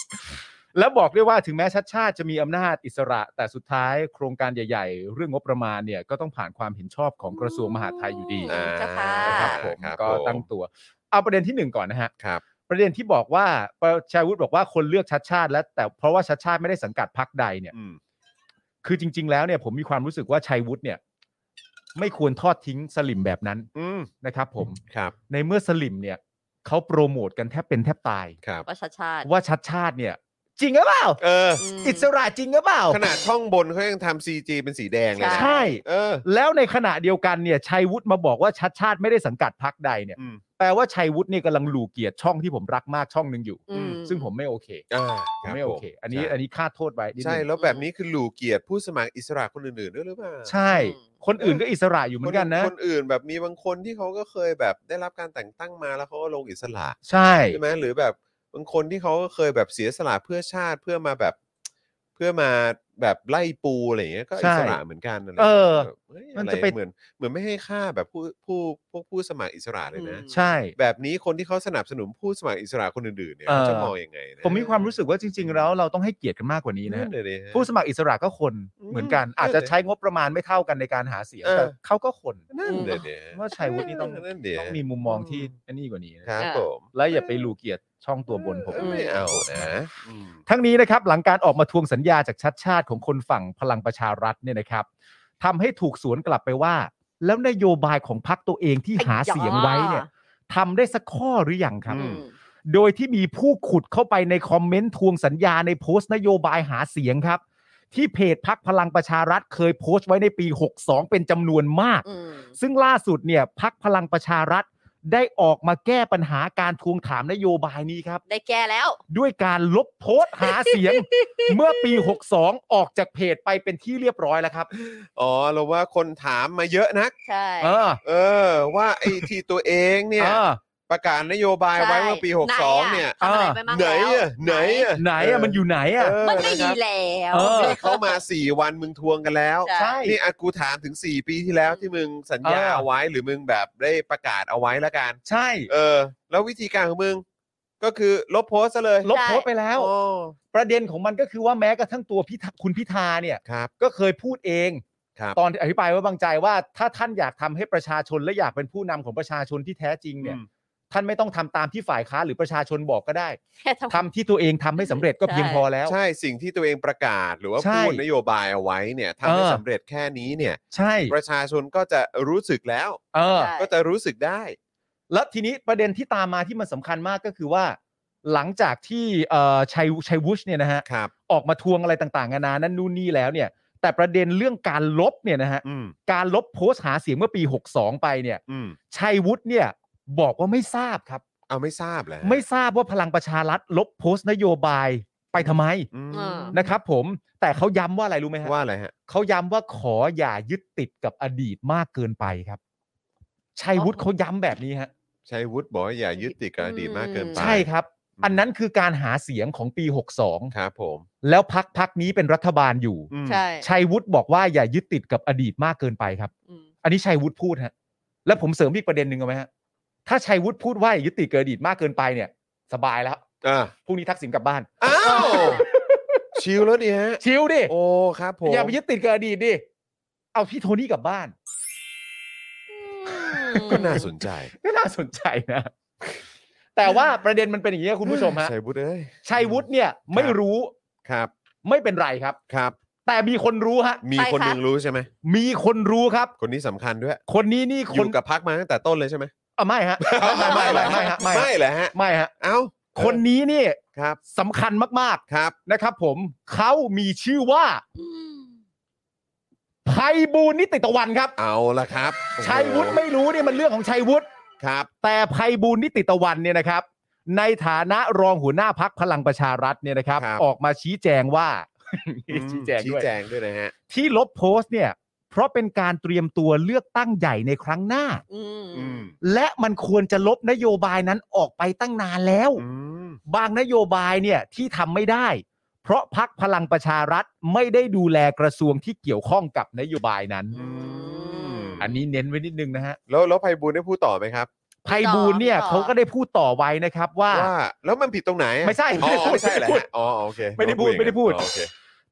แล้วบอกด้วยว่าถึงแม้ชัดชาติจะมีอำนาจอิสระ แต่สุดท้ายโครงการใหญ่ๆ เรื่องงบประมาณเนี่ยก็ต้องผ่านความเห็นชอบของกระทรวงมหาดไทยอยู่ดี อืมเจ้าค่ะ นะครับผม ครับ ก็ตั้ง ผม ตัว เอาประเด็นที่หนึ่งก่อนนะฮะ ครับ ประเด็นที่บอกว่าประชาวุฒิบอกว่าคนเลือกชัดชาติ และแต่เพราะว่าชัดชาติไม่ได้สังกัดพรรคใดเนี่ย อืม คือจริง ๆ แล้วเนี่ยผมมีความรู้สึกว่าชัยวุฒิเนี่ย ไม่ควรทอดทิ้งสลิมแบบนั้น อืม นะครับ ผม ครับ ในเมื่อสลิมเนี่ยเขาโปรโมทกันแทบเป็นแทบตาย ครับ ประชาชาติ ว่าชัดชาติเนี่ย จริงหรือเปล่า เออ ม อิสระจริงหรือเปล่า ขนาดช่องบนเขายังทำซีจีเป็นสีแดงเลยนะ ใช่ เออ แล้วในขณะเดียวกันเนี่ยชัยวุฒิมาบอกว่าชัดชาติไม่ได้สังกัดพักใดเนี่ย อืม แปลว่าชัยวุฒิเนี่ยกำลังหลูเกียรติช่องที่ผมรักมากช่องหนึ่งอยู่ อืม ซึ่งผมไม่โอเค อ่า ผมครับ ไม่โอเค อันนี้อันนี้คาดโทษไว้นิดนึง ใช่แล้วแบบนี้คือหลูเกียรติผู้สมัครอิสระคนอื่นๆด้วยหรือเปล่า ใช่ คนอื่นก็อิสระอยู่เหมือนกันนะ คนอื่นแบบมีบางคนที่เขาก็เคยแบบได้รับการแต่งตั้งมาแล้วเขาก็ลงอิสระ ใช่ ใช่ไหมหรือแบบบางคนที่เขาก็เคยแบบเสียสละเพื่อชาติเพื่อมาแบบ เพื่อมาแบบไล่ปูอะไรอย่างเงี้ยก็ ใช่ อิสระเหมือนกันอะไร เออ แบบเฮ้ย มัน อไร จะไป เหมือนเหมือนไม่ให้ค่าแบบผู้ผู้พวกผู้สมัครอิสระเลยนะ อืม ใช่ แบบนี้คนที่เขาสนับสนุนผู้สมัครอิสระคนอื่นๆเนี่ย เออ เขาจะมองยังไงนะ ผมมีความรู้สึกว่าจริง ๆ แล้วเราต้องให้เกียรติกันมากกว่านี้นะ นั่นเลยดิฮะ ผู้สมัครอิสระก็คน อืม เหมือนกัน อาจจะใช้งบประมาณไม่เท่ากันในการหาเสียง เออ แต่เขาก็คน นั่นเลยดิฮะ ว่าชัยวุฒินี่ต้อง นั่นเดีย ต้องมีมุมมองที่ไอ้นี่กว่านี้นะครับ ผม และอย่าไปหลูเกียรติช่องตัวบนผม ไม่เอานะอืม ทั้งนี้นะครับหลังการออกมาทวงสัญญาจากชัดชาติของคนฝั่งพลังประชารัฐเนี่ยนะครับทำให้ถูกสวนกลับไปว่า แล้วนโยบายของพรรคตัวเองที่หาเสียงไว้เนี่ยทำได้สักข้อหรือยังครับ อื อื ม ม โดยที่มีผู้ขุดเข้าไปในคอมเมนต์ทวงสัญญาในโพสต์นโยบายหาเสียงครับ ที่เพจพักพลังประชารัฐเคยโพสต์ไว้ในปี 62 เป็นจำนวนมาก อืม ซึ่งล่าสุดเนี่ยพักพลังประชารัฐได้ออกมาแก้ปัญหาการทวงถามนโยบายนี้ครับ ได้แก้แล้ว ด้วยการลบโพสต์หาเสียง เมื่อปี 62 ออกจากเพจไปเป็นที่เรียบร้อยแล้วครับ อ๋อเราว่าคนถามมาเยอะนัก ใช่ เออ เออ ว่าไอ้ที่ตัวเองเนี่ย เออ ประกาศนโยบายไว้เมื่อปี ใช่ 62 เนี่ย ไหนอะ อ่า ทำอะไรไปบ้าง ไหน แล้ว อะไหนอะ ไหนอะมันอยู่ไหนอะ เออ มันไม่ นะค ดี รับ แล้ว เออ นี่เขามา 4 วันมึงทวงกันแล้ว ใช่ นี่อากูถามถึง 4 ปีที่แล้วที่มึงสัญญา เออ เอาไว้หรือมึงแบบได้ประกาศเอาไว้ละกัน ใช่ เออ แล้ววิธีการของมึง ก็คือลบโพสต์ซะเลย ลบโพสต์ไปแล้ว อ๋อ ประเด็นของมันก็คือว่าแม้กระทั่งตัวพิธาคุณพิธาเนี่ย ครับ ก็เคยพูดเอง ครับ ตอนอธิบายไว่าบางใจว่า ถ้าท่านอยากทำให้ประชาชนและอยากเป็นผู้นำของประชาชนที่แท้จริงเนี่ย ท่านไม่ต้องทำตามที่ฝ่ายค้านหรือประชาชนบอกก็ได้ แค่ทำ ทำที่ตัวเองทำให้สำเร็จก็เพียงพอแล้ว ใช่สิ่งที่ตัวเองประกาศหรือว่า ใช่ พูดนโยบายเอาไว้เนี่ยเอทำให้ อ สำเร็จแค่นี้เนี่ย ใช่ ประชาชนก็จะรู้สึกแล้ว เออ ใช่ ก็จะรู้สึกได้ แล้วทีนี้ประเด็นที่ตามมาที่มันสำคัญมากก็คือว่า หลังจากที่เอ่อชัยชัยวุฒิเนี่ยนะฮะ ครับ ออกมาทวงอะไรต่างๆนานานั่นนู่นนี่แล้วเนี่ย แต่ประเด็นเรื่องการลบเนี่ยนะฮะ อืม การลบโพสต์หาเสียงเมื่อปี 62 ไปเนี่ย อืม ชัยวุฒิเนี่ยบอกว่าไม่ทราบครับ เอาไม่ทราบแหละ ไม่ทราบว่าพลังประชารัฐลบโพสต์นโยบายไปทำไม อืม เออ นะครับผมแต่เขาย้ำว่าอะไรรู้ไหมฮะ ว่าอะไรฮะ เขาย้ำว่าขออย่ายึดติดกับอดีตมากเกินไปครับ ชัยวุฒิเขาย้ำแบบนี้ฮะ ชัยวุฒิบอกว่าอย่ายึดติดกับอดีตมากเกินไป ใช่ครับ อันนั้นคือการหาเสียงของปี ครับ ผม 62 แล้วพักพักนี้เป็นรัฐบาลอยู่ อืม ใช่ ชัยวุฒิบอกว่าอย่ายึดติดกับอดีตมากเกินไปครับ อืม อันนี้ชัยวุฒิพูดฮะ แล้วผมเสริมอีกประเด็นหนึ่งเอาไหมฮะ ถ้าชัยวุฒิพูดว่าอย่ายึดติดกับอดีตมากเกินไปเนี่ย สบายแล้ว อ่ะ พรุ่งนี้ทักษิณกลับบ้าน อ้าวชิลแล้วนี่ฮะ ชิลดิ โอ้ครับผม อย่าไปยึดติดกับอดีตดิเอาพี่โทนี่กลับบ้าน ก็น่าสนใจ ก็น่าสนใจนะ แต่ว่าประเด็นมันเป็นอย่างนี้ยคุณผู้ชมฮะ ชัยวุฒิเอ้ย ชัยวุฒิเนี่ยไม่รู้ ครับ ไม่เป็นไรครับ ครับ แต่มีคนรู้ฮะ มีคนหนึงรู้ใช่ไหม มีคนรู้ครับ คนนี้สำคัญด้วย คนนี้นี่ อ คน ยู่กับพักมาตั้งแต่ต้นเลยใช่ไหม อ่ะไม่ฮะ ไม่ไม่ไม่ไม่ฮะไม่ฮะ ไม่เหรอฮะ ไม่ฮะ เอ้า คนนี้นี่ ครับ สำคัญมาก ครับ ๆนะครับ ผมเขามีชื่อว่า อืม ไพบูลย์นิติตะวันครับ เอาละครับ ชัยวุฒิไม่รู้เนี่ยมันเรื่องของชัยวุฒิ ครับ แต่ไพบูลย์นิติตะวันเนี่ยนะครับ ในฐานะรองหัวหน้าพักพลังประชารัฐเนี่ยนะครับ ครับ ออกมาชี้แจงว่า ชี้แจง ชี้ ด้วย แจงด้วยนะฮะ ที่ลบโพสต์เนี่ย เพราะเป็นการเตรียมตัวเลือกตั้งใหญ่ในครั้งหน้า อืม อืม และมันควรจะลบนโยบายนั้นออกไปตั้งนานแล้ว อืม บางนโยบายเนี่ยที่ทำไม่ได้ เพราะพักพลังประชารัฐไม่ได้ดูแลกระทรวงที่เกี่ยวข้องกับนโยบายนั้น อืม อันนี้เน้นไว้นิดนึงนะฮะ แล้วแล้วไพบูลย์ได้พูดต่อไหมครับ ไพบูลย์เนี่ยเขาก็ได้พูดต่อไว้นะครับว่า ว่าแล้วมันผิดตรงไหนอะ ไม่ใช่ อ๋อไม่ใช่เหรอ ไม่ได้พูด ฮะอ๋อโอเค ไม่ได้พูดไม่ได้พูด อ๋อโอเค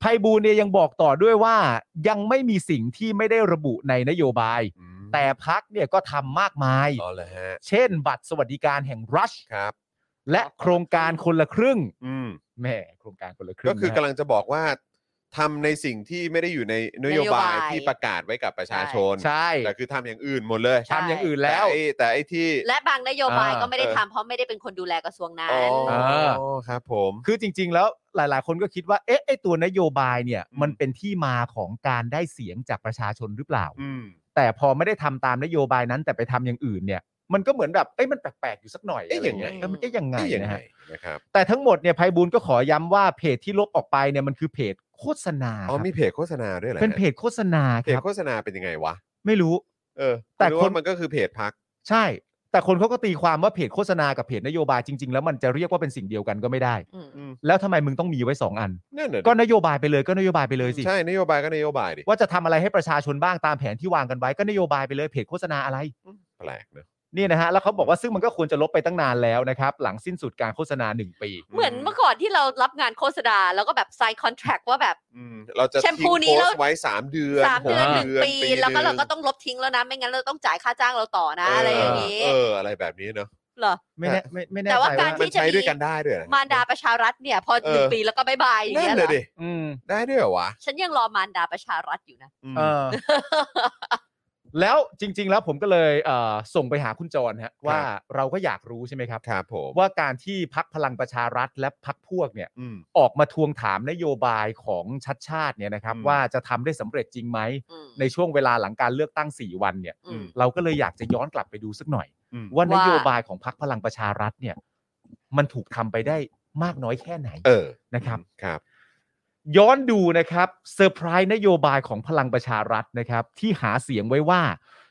ไพบูลย์เนี่ยยังบอกต่อด้วยว่า ยังไม่มีสิ่งที่ไม่ได้ระบุในนโยบาย อืม แต่พักเนี่ยก็ทำมากมาย อ๋อเหรอฮะ เช่น บัตรสวัสดิการแห่งรัฐ ครับ และโครงการคนละครึ่ง อืม แหม่โครงการคนละครึ่ง ก็คือนะกำฮะ ลังจะบอกว่าทำในสิ่งที่ไม่ได้อยู่ในนโยบายที่ประกาศไว้กับประชาชน ใช่ แต่คือทำอย่างอื่นหมดเลย ทำอย่างอื่นแล้ว ต่ไอ้แต่ไอ้ที่ และบางนโยบาย อ่า ก็ไม่ได้ทำเพราะไม่ได้เป็นคนดูแลกระทรวงนั้ อ๋อน เออ ครับผม คือจริง ๆ แล้วหลาย ๆ คนก็คิดว่า เอ๊ะไอตัวนโยบายเนี่ย อืม มันเป็นที่มาของการได้เสียงจากประชาชนหรือเปล่า อืม แต่พอไม่ได้ทำตามนโยบายนั้น แต่ไปทำอย่างอื่นเนี่ย มันก็เหมือนแบบเอ้ยมันแปลก ๆ อยู่สักหน่อย เอ๊ะยังไง เออมันเอ๊ะยังไง เอ๊ะยัง นะ ไง ฮะ นะครับ แต่ทั้งหมดเนี่ยภัยบูลย์ก็ขอย้ำว่าเพจที่ลบออกไปเนี่ยมันคือเพจโฆษณา อ๋อ ครับ มีเพจโฆษณาด้วยเหรอฮะ เป็นเพจโฆษณา เพ ค จ รับ โฆษณาเป็นยังไงวะ ไม่รู้ เออ แต่ แต่ ค คน นมันก็คือเพจพัก ใช่ แต่คนเขาก็ตีความว่าเพจโฆษณากับเพจนโยบายจริง ๆ แล้วมันจะเรียกว่าเป็นสิ่งเดียวกันก็ไม่ได้ อืม แล้วทำไมมึงต้องมีไว้สองอัน นั่นน่ะดิ ก็นโยบายไปเลยก็นโยบายไปเลยสิ ใช่นโยบายก็นโยบายดิ ว่าจะทำอะไรให้ประชาชนบ้างตามแผนที่วางกันไว้ก็นโยบายไปเลยเพจโฆษณาอะไร แปลกเนอะ นี่นะฮะแล้วเขาบอกว่าซึ่งมันก็ควรจะลบไปตั้งนานแล้วนะครับ หลังสิ้นสุดการโฆษณา 1 ปี เหมือนเมื่อก่อนที่เรารับงานโฆษณาแล้วก็แบบ sign contract ว่าแบบ อืมเราจะ แชมพูนี้ ทิ้งโพ แล้ว สต์ไว้สามเดือน สามเดือน หก หนึ่งปีแล้วก็เราก็ต้องลบทิ้งแล้วนะ ไม่งั้นเราต้องจ่ายค่าจ้างเราต่อนะ อะไรอย่าง นี้ นี้ เอออะไรแบบนี้เนอะ เหรอ ไม่แน่ไม่ไม่แน่ แต่ว่า ใจ การ มันใช้ด้วยกันได้ด้วยเหรอ มารดาประชารัฐเนี่ย พอ เออ หนึ่งปีแล้วก็บายบายอย่าง นั่ เงี้ น ยเห เล ร ย อ ดิ อืม ได้ด้วยเหรอวะ ฉันยังรอมารดาประชารัฐอยู่นะ อืม เออ แล้วจริง ๆ แล้วผมก็เลยเอ่อส่งไปหาคุณจรฮะว่าเราก็อยากรู้ใช่ไหมครับ ครับผม ว่าการที่พักพลังประชารัฐและพักพวกเนี่ย อืม ออกมาทวงถามนโยบายของชัดชาติเนี่ยนะครับ อืม ว่าจะทำได้สำเร็จจริงไหม อืม ในช่วงเวลาหลังการเลือกตั้ง 4 วันเนี่ย อืม เราก็เลยอยากจะย้อนกลับไปดูสักหน่อย อืม ว่า ว่า นโยบายของพักพลังประชารัฐเนี่ย มันถูกทำไปได้มากน้อยแค่ไหน เออ นะครับ ครับ ย้อนดูนะครับเซอร์ไพรส์นโยบายของพลังประชารัฐนะครับ ที่หาเสียงไว้ว่า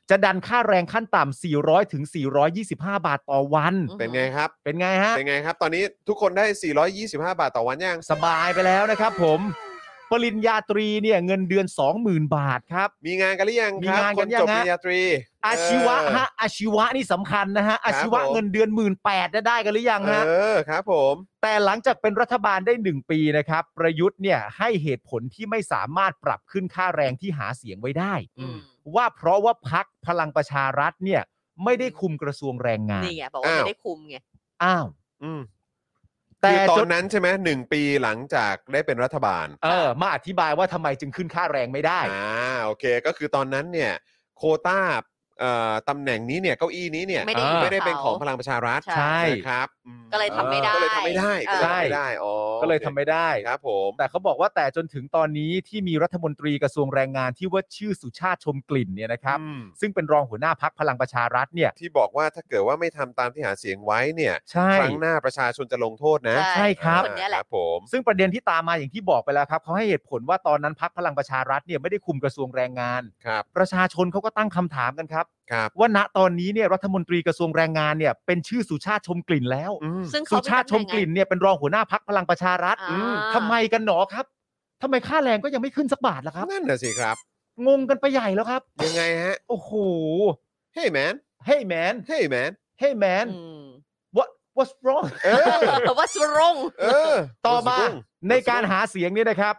จะดันค่าแรงขั้นต่ำ400ถึง425 บาทต่อวัน อืม เป็นไงครับ เป็นไงฮะ เป็นไงครับ ตอนนี้ทุกคนได้ 425 บาทต่อวันยัง สบายไปแล้วนะครับผมปริญญาตรีเนี่ยเงินเดือน 20,000 บาทครับ มีงานกันหรือยัง มี ครับ งาน ค กัน นยัง จบ ฮะ ปริญญาตรี อาชีวะ เออ ฮะอาชีวะนี่สำคัญนะฮะอาชีวะ ผม เงินเดือนหมื่นแปดได้กันหรือยังฮะ เออครับ ผม แต่หลังจากเป็นรัฐบาลได้ 1 ปีนะครับ ประยุทธ์เนี่ยให้เหตุผลที่ไม่สามารถปรับขึ้นค่าแรงที่หาเสียงไว้ได้ อืม ว่าเพราะว่าพักพลังประชารัฐเนี่ยไม่ได้คุมกระทรวงแรงงาน นี่ไงบอกว่าไม่ได้คุมไง อ้าว อืม แต่ คือตอ จ น น นั้นใช่ไหมหนึ่งปีหลังจากได้เป็นรัฐบาล เออมาอธิบายว่าทำไมจึงขึ้นค่าแรงไม่ได้ อ่าโอเค ก็คือตอนนั้นเนี่ย โควต้าเอ่อตำแหน่งนี้เนี่ยเก้าอี้นี้เนี่ย ไม่ได้ อ่า ไม่ได้เป็นของพลังประชารัฐ ใช่ นะครับอืม ก็เลยทำไม่ได้ ก็เลยทำไม่ได้ เออ ก็เลยทำไม่ได้อ๋อ ก็เลยทำไม่ได้ ครับ ผม แต่เขาบอกว่าแต่จนถึงตอนนี้ที่มีรัฐมนตรีกระทรวงแรงงานที่ว่าชื่อสุชาติชมกลิ่นเนี่ยนะครับ อืม ซึ่งเป็นรองหัวหน้าพักพลังประชารัฐเนี่ย ที่บอกว่าถ้าเกิดว่าไม่ทำตามที่หาเสียงไว้เนี่ย ใช่ ครั้งหน้าประชาชนจะลงโทษนะ ใช่ ใช่ครับ คนเนี้ยแหละ ครับผม ซึ่งประเด็นที่ตามมาอย่างที่บอกไปแล้วครับเขาให้เหตุผลว่าตอนนั้นพักพลังประชารัฐเนี่ยไม่ได้คุมกระทรวงแรงงาน ครับ ประชาชนเขาก็ตั้งคำถามกันครับ ครับ ว่าณตอนนี้เนี่ยรัฐมนตรีกระทรวงแรงงานเนี่ยเป็นชื่อสุชาติชมกลิ่นแล้ว อืม ซึ่ง สุ เขา ชาติชมกลิ่นเนี่ยเป็นรองหัวหน้าพักพลังประชารัฐ อืม ทำไมกันหนอครับทำไมค่าแรงก็ยังไม่ขึ้นสักบาทล่ะครับ นั่นน่ะสิครับ งงกันไปใหญ่แล้วครับ ยังไงฮะ โอ้โห Hey man เฮ้ยแมน Hey man เฮ้ยแมน what what's wrong เอ อ แต่ว่าสรง เออ ต่อมา รู้สึกว่ ในการหาเสียงเนี่ยนะครับ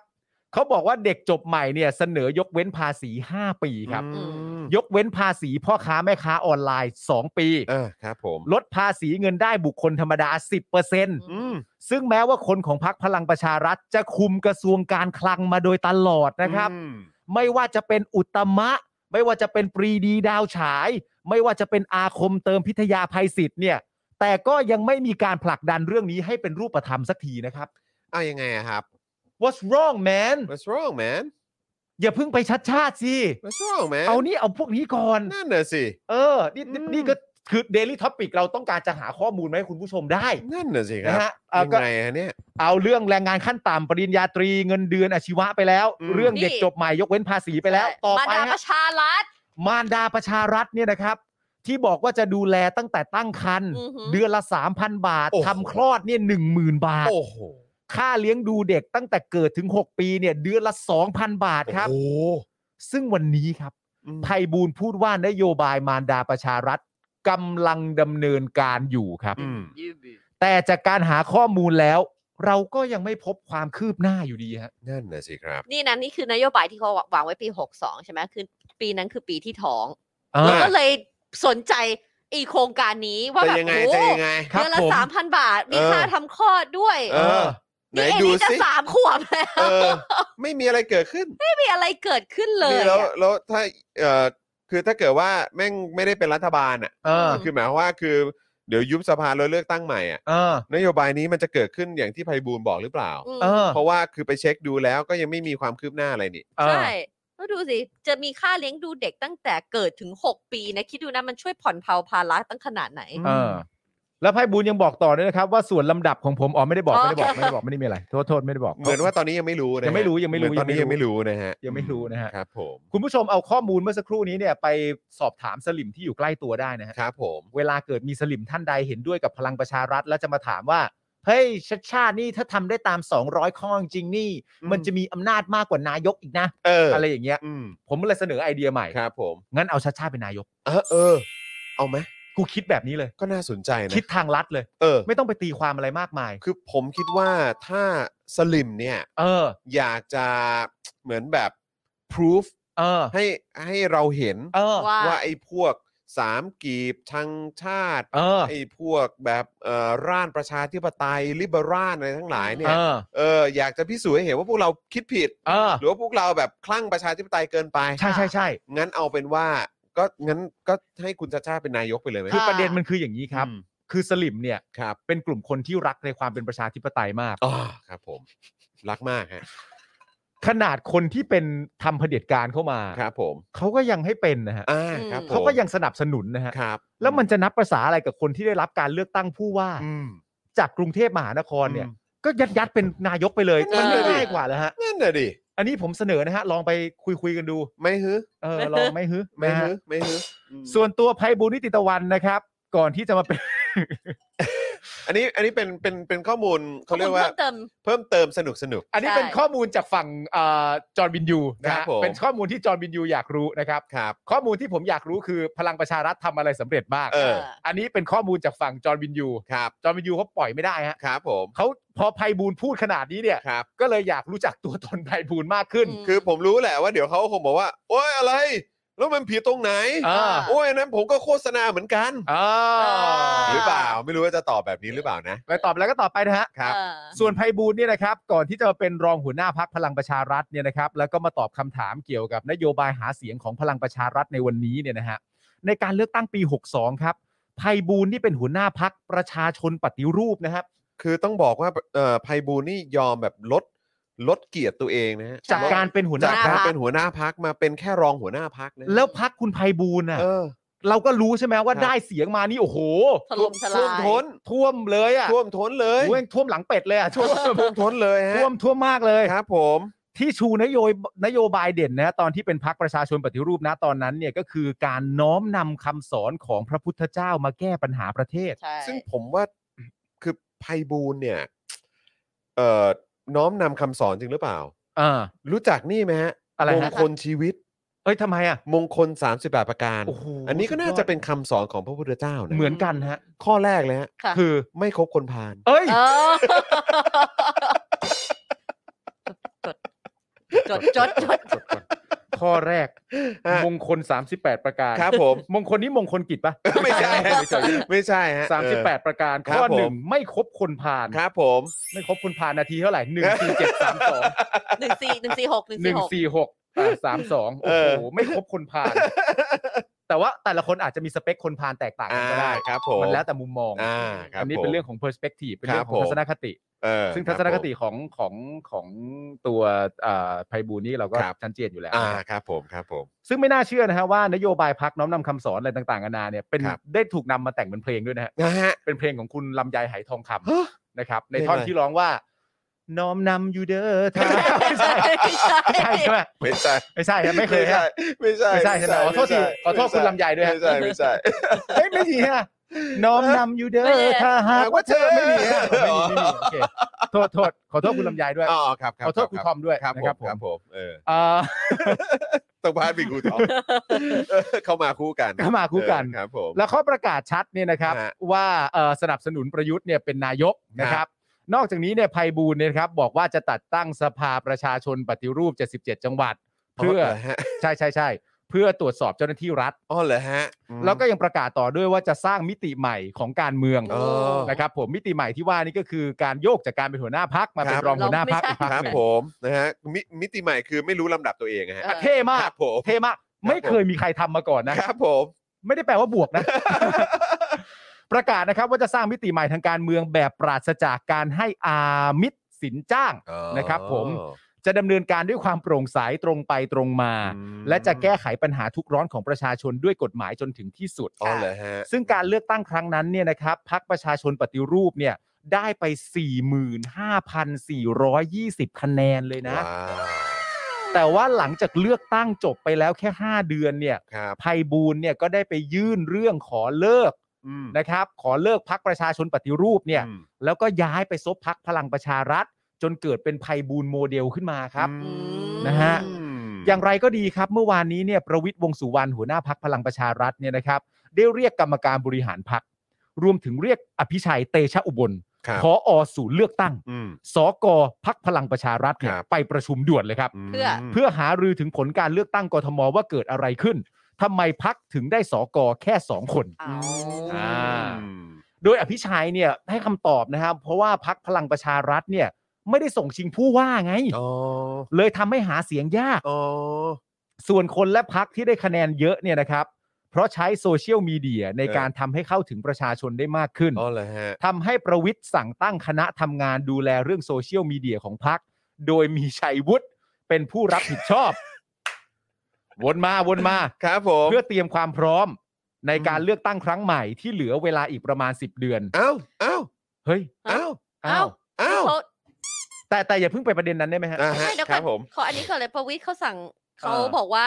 เขาบอกว่าเด็กจบใหม่เนี่ยเสนอยกเว้นภาษี 5 ปีครับ อืม ยกเว้นภาษีพ่อค้าแม่ค้าออนไลน์ 2 ปี เออครับผม ลดภาษีเงินได้บุคคลธรรมดา 10% อืม ซึ่งแม้ว่าคนของพักพลังประชารัฐจะคุมกระทรวงการคลังมาโดยตลอดนะครับ อืม ไม่ว่าจะเป็นอุตมะ ไม่ว่าจะเป็นปรีดีดาวฉาย ไม่ว่าจะเป็นอาคมเติมพิทยาภัยศิษย์เนี่ย แต่ก็ยังไม่มีการผลักดันเรื่องนี้ให้เป็นรูปธรรมสักทีนะครับ เอายังไงอะครับ What's wrong man What's wrong man อย่าเพิ่งไปชัดชาติสิ What's wrong man เอานี่เอาพวกนี้ก่อน นั่นน่ะสิ เออ นี่นี่ อืม นี่ก็คือ Daily Topic เราต้องการจะหาข้อมูลมาให้คุณผู้ชมได้ นั่นน่ะสิค นะ รับ ฮะเอา ยัง ก็ ไงฮะเนี่ย เอาเรื่องแรงงานขั้นต่ำปริญญาตรีเงินเดือนอาชีวะไปแล้ว อืม เรื่องเด็กจบใหม่ยกเว้นภาษีไปแล้ว ต่อ มา ไป ดาป ฮะ ระชารัฐ มารดาประชารัฐเนี่ยนะครับ ที่บอกว่าจะดูแลตั้งแต่ตั้งครรภ์ อือหือ เดือนละ 3,000 บาท โอ้โห ทำคลอดเนี่ย10,000 บาท โอ้โห ค่าเลี้ยงดูเด็กตั้งแต่เกิดถึง 6 ปีเนี่ยเดือนละ 2,000 บาทครับ โอ้โห ซึ่งวันนี้ครับ อืม ไพบูลย์พูดว่านโยบายมารดาประชารัฐกำลังดำเนินการอยู่ครับ อืม แต่จากการหาข้อมูลแล้ว เราก็ยังไม่พบความคืบหน้าอยู่ดีฮะ นั่นน่ะสิครับ นี่นะนี่คือนโยบายที่เขาวางไว้ปี 62 ใช่ไหมคือปีนั้นคือปีที่ท้อง อ่า เราก็เลยสนใจอีโครงการนี้ว่า จะ แบบ ยังไง โอ้ จะยังไง ครับ เดือนละ ผม สามพันบาท มี เออ ค่าทำคลอดด้วย เออ ไหน นี่เอง ดู นี่จะ สิ สามขวบแล้ เอ ว อ ไม่มีอะไรเกิดขึ้น ไม่มีอะไรเกิดขึ้นเลย นี่แล้ว อะ แล้วถ้าเอ่อคือถ้าเกิดว่าแม่งไม่ได้เป็นรัฐบาลอ่ะ เออ คือหมายความว่าคือเดี๋ยวยุบสภาแล้วเลือกตั้งใหม่อ่ะ เออน โยบายนี้มันจะเกิดขึ้นอย่างที่ไพบูลย์บอกหรือเปล่า อืม เออ เพราะว่าคือไปเช็คดูแล้วก็ยังไม่มีความคืบหน้าอะไรนี่ เออ ใช่แล้วดูสิ จะมีค่าเลี้ยงดูเด็กตั้งแต่เกิดถึง 6 ปีนะ คิดดูนะมันช่วยผ่อนเผาภาระตั้งขนาดไหน เออ แล้วไพบูลย์ยังบอกต่อด้วยนะครับ ว่าส่วนลำดับของผมอ๋อไม่ได้บอก อ๋อ ไม่ ได้บอกไม่ได้บอกไม่ได้มีอะไรโทษโทษไม่ได้บอก เหมือนว่าตอนนี้ยังไม่รู้นะฮะ ยังไม่รู้ยังไม่รู้ เหอนตอนนี้ยังไม่รู้นะฮะ ยังไม่รู้นะฮะ ครับผม คุณผู้ชมเอาข้อมูลเมื่อสักครู่นี้เนี่ยไปสอบถามสลิมที่อยู่ใกล้ตัวได้นะฮะ ครับผม เวลาเกิดมีสลิมท่านใดเห็นด้วยกับพลังประชารัฐ แล้วจะมาถามว่า เฮ้ยชาติชาตินี่ถ้าทำได้ตาม 200 ข้อจริงนี่ อืม มันจะมีอำนาจมากกว่านายกอีกนะ เออ อะไรอย่างเงี้ย อืม ผมเลยเสนอไอเดียใหม่ ครับผม งั้นเอาชาติชาติเป็นนายก เออเออ เอาไหม กูคิดแบบนี้เลย ก็น่าสนใจนะ คิดทางลัดเลย เออ ไม่ต้องไปตีความอะไรมากมาย คือผมคิดว่าถ้าสลิมเนี่ย เออ อยากจะเหมือนแบบ proof เออ ให้ให้เราเห็น เออ ว่า ว่าไอ้พวกสามกีบชังชาติ เออ ไอ้พวกแบบเอ่อร่านประชาธิปไตยลิเบอรัลอะไรทั้งหลายเนี่ เอย อ เอออยากจะพิสูจน์ให้เห็นว่าพวกเราคิดผิด เออ หรือว่าพวกเราแบบคลั่งประชาธิปไตยเกินไป ใช่ใช่ใช่ งั้นเอาเป็นว่า ก็งั้นก็ให้คุณชาชาเป็นนายกไปเลยไหม คือประเด็นมันคืออย่างนี้ครับ อืม คือสลิมเนี่ย ครับ เป็นกลุ่มคนที่รักในความเป็นประชาธิปไตยมาก อ๋อครับผม รักมากฮะ ขนาดคนที่เป็นทำเผด็จการเข้ามา ครับผม เขาก็ยังให้เป็นนะฮะ อ่าครับผม เขาก็ยังสนับสนุนนะฮะ ครับ แล้วมันจะนับภาษาอะไรกับคนที่ได้รับการเลือกตั้งผู้ว่า อืม จากกรุงเทพมหานครเนี่ย อืม ก็ยัดยัดๆเป็นนายกไปเลย นั่ มัน นน่ะดิ ง่ายกว่าแล้วฮะ นั่นน่ะดิ อันนี้ผมเสนอนะฮะ ลองไปคุยคุยๆกันดู ไม่ฮือ เออ ลองไม่ฮึ ไม่ นะ ฮื ฮะ อไม่ฮืออืม ส่วนตัวไพบูลย์นิติตะวันนะครับ ก่อนที่จะมาเป็น อันนี้อันนี้เป็นเป็นเป็นข้อมูลเขาเรียกว่า พิ่มเติม เพิ่มเติมสนุกสนุก อันนี้เป็น ใช่ ข้อมูลจากฝั่งเอ่อจอร์นบินยูนะ ครั ฮะ บผม เป็นข้อมูลที่จอร์นบินยูอยากรู้นะครับ ครับ ข้อมูลที่ผมอยากรู้คือพลังประชารัฐทำอะไรสำเร็จบ้าง เออ อันนี้เป็นข้อมูลจากฝั่งจอร์นบินยู ครับ จอร์นบินยูเขาปล่อยไม่ได้ฮะ ครับผม เขาพอไพบูลย์พูดขนาดนี้เนี่ย ครับ ก็เลยอยากรู้จักตัวตนไพบูลย์มากขึ้น อืม คือผมรู้แหละว่าเดี๋ยวเขาคงบอกว่า โอ้ยอะไร แล้วมันผิดตรงไหน อ่า โอ้ยอันนั้นผมก็โฆษณาเหมือนกัน อ่า หรือเปล่าไม่รู้ว่าจะตอบแบบนี้หรือเปล่านะ ไปตอบแล้วก็ตอบไปนะฮะ ครับ เออ ส่วนไพบูลย์เนี่ยนะครับก่อนที่จะมาเป็นรองหัวหน้าพักพลังประชารัฐเนี่ยนะครับแล้วก็มาตอบคำถามเกี่ยวกับนโยบายหาเสียงของพลังประชารัฐในวันนี้เนี่ยนะฮะในการเลือกตั้งปี 62 ครับไพบูลย์นี่เป็นหัวหน้าพักประชาชนปฏิรูปนะครับ คือต้องบอกว่าเอ่อไพบูลย์นี่ยอมแบบลดลดเกียรติตัวเองนะฮะ จากการเป็นหัวห จา น้ากพั การ ก เป็นหัวหน้าพักมาเป็นแค่รองหัวหน้าพักนะ แล้วพักคุณไพบูลย์น่ะ เออ เราก็รู้ใช่ไหมว่า ครับ ได้เสียงมานี่โอ้โห ถล่มทลาย ท่วมท้น ท่วมเลยอ่ะ ท่วมท้นเลย โอ้ยท่วมหลังเป็ดเลยอ่ะท่วม ท่วมท้นเลยฮะ ท่วมท่วมมากเลย ครับผม ที่ชูนโยบนโยบายเด่นนะฮะตอนที่เป็นพักประชาชนปฏิรูปนะตอนนั้นเนี่ยก็คือการน้อมนำคำสอนของพระพุทธเจ้ามาแก้ปัญหาประเทศ ใช่ ซึ่งผมว่าคือไพบูลย์เนี่ยเอ่อน้อมนำคำสอนจริงหรือเปล่า เออ รู้จักนี่ไหมฮะ อะไรฮะ มงคลชีวิต เอ้ยทำไมอ่ะ มงคล 38 ประการ โอ้โห อันนี้ก็น่า สุดยด จะเป็นคำสอนของพระพุทธเจ้านะ เหมือนกันฮะ ข้อแรกเลยฮะ ค่ะ คือ ไม่คบคนพาล เอ้ย เออจดจดจดจด ข้อแรก ฮะ มงคล 38 ประการ ครับผม มงคลนี้มงคลกิจปะ ไม่ใช่ฮะ ไม่ใช่ ไม่ใช่ฮะ สามสิบแปด เอ ประการ ครับ ข้อหนึ่ ผ ง ม ไม่ครบคนผ่าน อครับ ผม ไม่ครบคนผ่านนาทีเท่าไหร่หนึ่งสี่เจ็ดสามสอง หนึ่งสี่หนึ่งสี่หกหนึ่ง ห สี่ นึ่ง หก สี่หกสามสองโอ้โหไม่ครบคนผ่าน แต่ว่าแต่ละคนอาจจะมีสเปคคนพานแตกต่างกั อ่าน ก็ได้ ครับผม มันแล้วแต่มุมมอง อ่าครับ อันนี้ ผม เป็นเรื่องของ perspective เป็นเรื่อง ครับ ขอ ผ ง ม ทัศนคติ เออ ซึ่งทัศนคติ ครับ ของของของตัวไพบูลย์นี่เราก็ ครับ ชัดเจนอยู่แล้ ผวมอ่า นะครับ ครับผมครับผม ซึ่งไม่น่าเชื่อนะฮะว่านโยบายพักน้อมนำคำสอนอะไรต่างๆนานาเนี่ยเป็น ครับ ได้ถูกนำมาแต่งเป็นเพลงด้วยนะฮะ นะฮะ เป็นเพลงของคุณลำไยไหทองค ฮะ ำนะครับ ใน เพลง ท่อน อะไร ที่ร้องว่า น้อมนำอยู่เด้อ ทางไม่ใช่ ไม่ใช่ ไม่ใช่ใช่ไหม ไม่ใช่ ไม่ใช่ครับไม่เคยฮะ ไม่ใช่ ไม่ใช่ใช่ไหมขอโทษทีขอโทษคุณลำไยด้วยฮะ ไม่ใช่ไม่ใช่ เอ้ยไม่มีฮะน้อมนำอยู่เด้อถ้าหากว่าเธอไม่มีฮะไม่มีไม่มีโอเคโทษโทษขอโทษคุณลำไยด้วย อ๋อครับครับ ขอโทษคุณทอมด้วย ครับผม นะครับผม ครับผมเออ เอ่อ ต้องพาดพิงคุณท อมเออเข้ามาคู่กัน เข้ามาคู่กัน เออครับผม แล้วเขาประกาศชัดเนี่ยนะครับ ฮะ ว่าเอ่อสนับสนุนประยุทธ์เนี่ยเป็นนายกนะค ครั รับ บ นอกจากนี้เนี่ยไพบูลย์เนี่ยนะครับบอกว่าจะตัดตั้งสภาประชาชนปฏิรูป 77 จังหวัด เพื่อ เหรฮะ ใช่ใช่ใช่เพื่อตรวจสอบเจ้าหน้าที่รัฐ อ๋อเหรอฮะอืม แล้วก็ยังประกาศต่อด้วยว่าจะสร้างมิติใหม่ของการเมือง เออ นะครับผมมิติใหม่ที่ว่านี่ก็คือการโยกจากการเป็นหัวหน้าพักมาเป็ คน รับ รองหัวหน้าพักอีกพัก ครับ หนึ่ง ผมนะฮะมิมิติใหม่คือไม่รู้ลำดับตัวเองอะฮะ อ่ะเท่มาก ครับผม เท่มากไม่เคยมีใครทำมาก่อนนะ ครับผม ไม่ได้แปลว่าบวก นะ ประกาศนะครับว่าจะสร้างมิติใหม่ทางการเมืองแบบปราศจากการให้อามิตรสินจ้าง อ๋อ นะครับผม จะดำเนินการด้วยความโปร่งใสตรงไปตรงมา อืม และจะแก้ไขปัญหาทุกร้อนของประชาชนด้วยกฎหมายจนถึงที่สุด อ๋อเหรอฮะ ซึ่งการเลือกตั้งครั้งนั้นเนี่ยนะครับพักประชาชนปฏิรูปเนี่ยได้ไป 45,420 คะแนนเลยนะ ว้าว แต่ว่าหลังจากเลือกตั้งจบไปแล้วแค่ 5 เดือนเนี่ย ครับ ไพบูลย์เนี่ยก็ได้ไปยื่นเรื่องขอเลิก อืม นะครับขอเลิกพักประชาชนปฏิรูปเนี่ย อืม แล้วก็ย้ายไปซบพักพลังประชารัฐ จนเกิดเป็นภัยบูลย์โมเดลขึ้นมาครับ อืม นะฮะ อืม อย่างไรก็ดีครับ เมื่อวานนี้เนี่ยประวิทย์วงษ์สุวรรณหัวหน้าพักพลังประชารัฐเนี่ยนะครับได้เรียกกรรมการบริหารพัก รวมถึงเรียกอภิชัยเตชะอุบล ครับ พออศูนย์เลือกตั้ง อืม สกพักพลังประชารัฐเนี่ย ครับ ไปประชุมด่วนเลยครับ ม เพื่อ เพื่อหารือถึงผลการเลือกตั้งกทมว่าเกิดอะไรขึ้นทำไมพักถึงได้สกแค่สองคน เอา อ่า อืม โดยอภิชัยเนี่ยให้คำตอบนะครับ เพราะว่าพักพลังประชารัฐเนี่ยไม่ได้ส่งชิงผู้ว่าไง อ๋อ เลยทำให้หาเสียงยาก อ๋อ ส่วนคนและพักที่ได้คะแนนเยอะเนี่ยนะครับ เพราะใช้โซเชียลมีเดียใน เออ การทำให้เข้าถึงประชาชนได้มากขึ้น อ๋อเหรอฮะ ทำให้ประวิทย์สั่งตั้งคณะทำงานดูแลเรื่องโซเชียลมีเดียของพัก โดยมีชัยวุฒิเป็นผู้รับผิดชอบ วนมาวนมา ครับผม เพื่อเตรียมความพร้อมในการเลือกตั้งครั้งใหม่ที่เหลือเวลาอีกประมาณ 10 เดือน เอ้าเอ้า เฮ้ย เอ้า เอ้า เอ้า เขา แต่แต่อย่าเพิ่งไปประเด็นนั้นได้ไหมฮะ อ่าฮะ ไม่เดี๋ยว ค ก่ รั อบ น ผม ขออันนี้ก่อนเลยประวิทย์เขาสั่งเขา เออ บอกว่า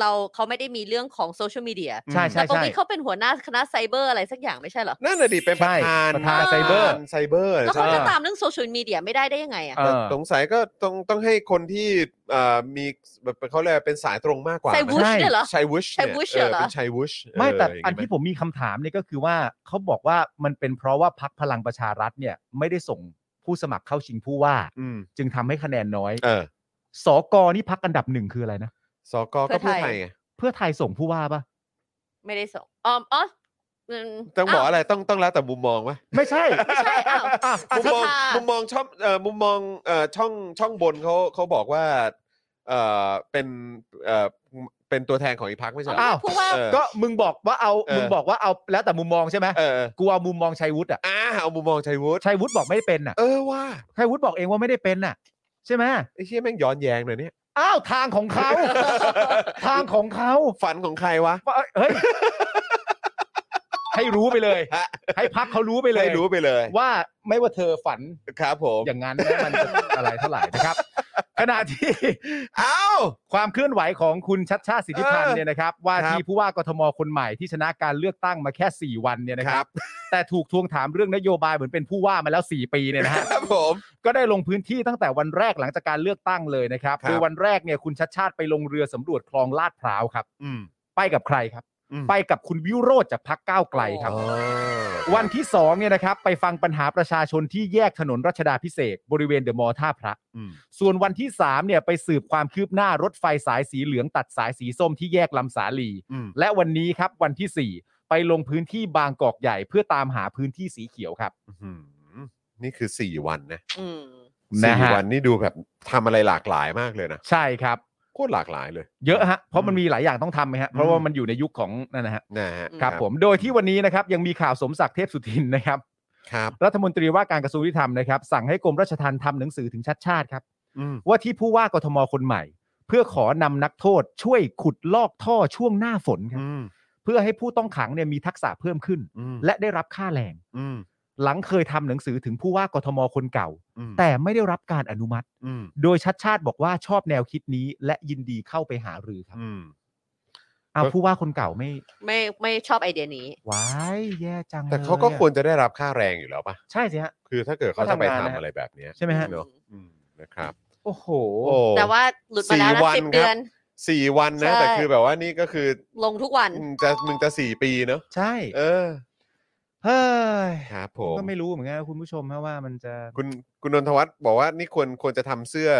เราเขาไม่ได้มีเรื่องของโซเชียลมีเดีย ใช่ใช่ แต่ประ ใช่ วิทย์เขาเป็นหัวหน้าคณะไซเบอร์อะไรสักอย่างไม่ใช่เหรอ นั่นน่ะดิเป็นประธาน ใช่ประธานไซเบอร์ ไซเบอร์ แล้ว ใช่ เขาจะตามเรื่องโซเชียลมีเดียไม่ได้ได้ยังไงอ่ะ เออ สงสัยก็ต้องต้องให้คนที่เอ่อมีแบบเขาเรียกว่าเป็นสายตรงมากกว่า ใส่วุช ใช่ เนี่ยเหรอ ชัยวุช ชัยวุฒิเหรอ เป็นชัยวุช ไม่แต่ ย่างงี้ อันที่ผมมีคำถามเนี่ยก็คือว่าเขาบอกว่ามันเป็นเพราะว่าพักพลังประชารัฐเนี่ย ไม่ได้ส่งผู้สมัครเข้าชิงผู้ว่า อืม จึงทำให้คะแนนน้อย เออ สกนี่พักอันดับหนึ่งคืออะไรนะ สกก็เพื่อไทยไง เพื่อไทยส่งผู้ว่าปะ ไม่ได้ส่งอ๋ออ๋ออืม ต้องบอก าว อะไรต้องต้องแล้วแต่มุมมองไหม ไม่ใช่ ไม่ใช่อ้าว อ่ะ มุมมอง สภามุ มุมมองช่องเอ่อมุมมองเอ่อช่องช่องบนเขาเขาบอกว่าเอ่อเป็นเอ่อเป็นตัวแทนของอีกพักไม่ใช่เหรอ อ้าว พูดว่า เออ ก็มึงบอกว่าเอา เออ มึงบอกว่าเอาแล้วแต่มุมมองใช่ไหม เออ กูเอามุมมองชัยวุฒิอ่ะ อ่าเอามุมมองชัยวุฒิ ชัยวุฒิบอกไม่ได้เป็นอ่ะ เออว่า ชัยวุฒิบอกเองว่าไม่ได้เป็นอ่ะ ใช่ไหม ไอ้เชี่ยแม่งย้อนแย้งเลย เนี่ย อ้าวทางของเขา ทางของเขา ฝันของใครวะ ว่าเฮ้ยให้รู้ไปเลย ฮะ ให้พักเขารู้ไปเลย ให้รู้ไปเลย ว่าไม่ว่าเธอฝัน ครับผม อย่างนั้นนะมันจะอะไรเท่าไหร่นะครับ ขณะที่ เอ้าว ความเคลื่อนไหวของคุณชัดชาติสิทธิพันธ์ เออ เนี่ยนะครับว่า ครับ ที่ผู้ว่ากทมคนใหม่ที่ชนะการเลือกตั้งมาแค่ 4 วันเนี่ยนะค ครั รับ บ แต่ถูกทวงถามเรื่องนโยบายเหมือนเป็นผู้ว่ามาแล้ว 4 ปีเนี่ยนะฮะ ครับผม ก็ได้ลงพื้นที่ตั้งแต่วันแรกหลังจากการเลือกตั้งเลยนะครับ ครับ โดยวันแรกเนี่ยคุณชัดชาติไปลงเรือสำรวจคลองลาดพร้าวครับ อืม ไปกับใครครับ อืม ไปกับคุณวิโรธจากพักก้าวไกลครับ อ๋อ วันที่2เนี่ยนะครับไปฟังปัญหาประชาชนที่แยกถนนรัชดาพิเศษกบริเวณเดอะมอลล์ท่าพระ อืม ส่วนวันที่3เนี่ยไปสืบความคืบหน้ารถไฟสายสีเหลืองตัดสายสีส้มที่แยกลำสาลี อืม และวันนี้ครับวันทีสี่ 4 ไปลงพื้นที่บางกอกใหญ่เพื่อตามหาพื้นที่สีเขียวครับ อืมนี่คือสี่วันนะ อืม นะ สี่ ฮะ วันนี่ดูแบบทำอะไรหลากหลายมากเลยนะ ใช่ครับ โคตรหลากหลายเลย เยอะฮะเพราะมันมีหลายอย่างต้องทำไหมฮะเพราะว่ามันอยู่ในยุคของนั่นนะฮะ นะฮะ ครับผมโดยที่วันนี้นะครับยังมีข่าวสมศักดิ์เทพสุทินนะครับ ครับ รัฐมนตรีว่าการกระทรวงยุติธรรมนะครับ สั่งให้กรมราชทัณฑ์ทำหนังสือถึงชัดชาติครับ อืม ว่าที่ผู้ว่ากทมคนใหม่ เพื่อขอนำนักโทษช่วยขุดลอกท่อช่วงหน้าฝนครับ อืม เพื่อให้ผู้ต้องขังเนี่ยมีทักษะเพิ่มขึ้น อืม และได้รับค่าแรง อืม หลังเคยทำหนังสือถึงผู้ว่ากทมคนเก่า อืม แต่ไม่ได้รับการอนุมัติ อืม โดยชัดชาติบอกว่าชอบแนวคิดนี้ และยินดีเข้าไปหารือครับ อืม เอา ก็ ผู้ว่าคนเก่าไม่ ไม่ไม่ชอบไอเดียนี้ ไว้ายแย่จัง แต่เขาก็ ลยอะ ควรจะได้รับค่าแรงอยู่แล้วป่ะ ใช่สิฮะ คือถ้าเกิดเขาจะไป ก็ทำงานนะ ทำอะไรแบบเนี้ย ใช่ไหมฮะ เนอะอืมนะครับ โอ้โห โอ้ แต่ว่าหลุดมาแล้ว สี่ นะ วัน สิบ ครั เดื บ อน สี่วันนะ ใช่ แต่คือแบบว่านี่ก็คือ ลงทุกวัน มึงจะมึงจะสี่ปีเนอะ ใช่ เออ เฮ้ย ครับผม ก็ไม่รู้เหมือนกันนะคุณผู้ชมฮะว่ามันจะ คุณคุณนนทวัฒน์บอกว่านี่ควรควรจะทำเสื้อ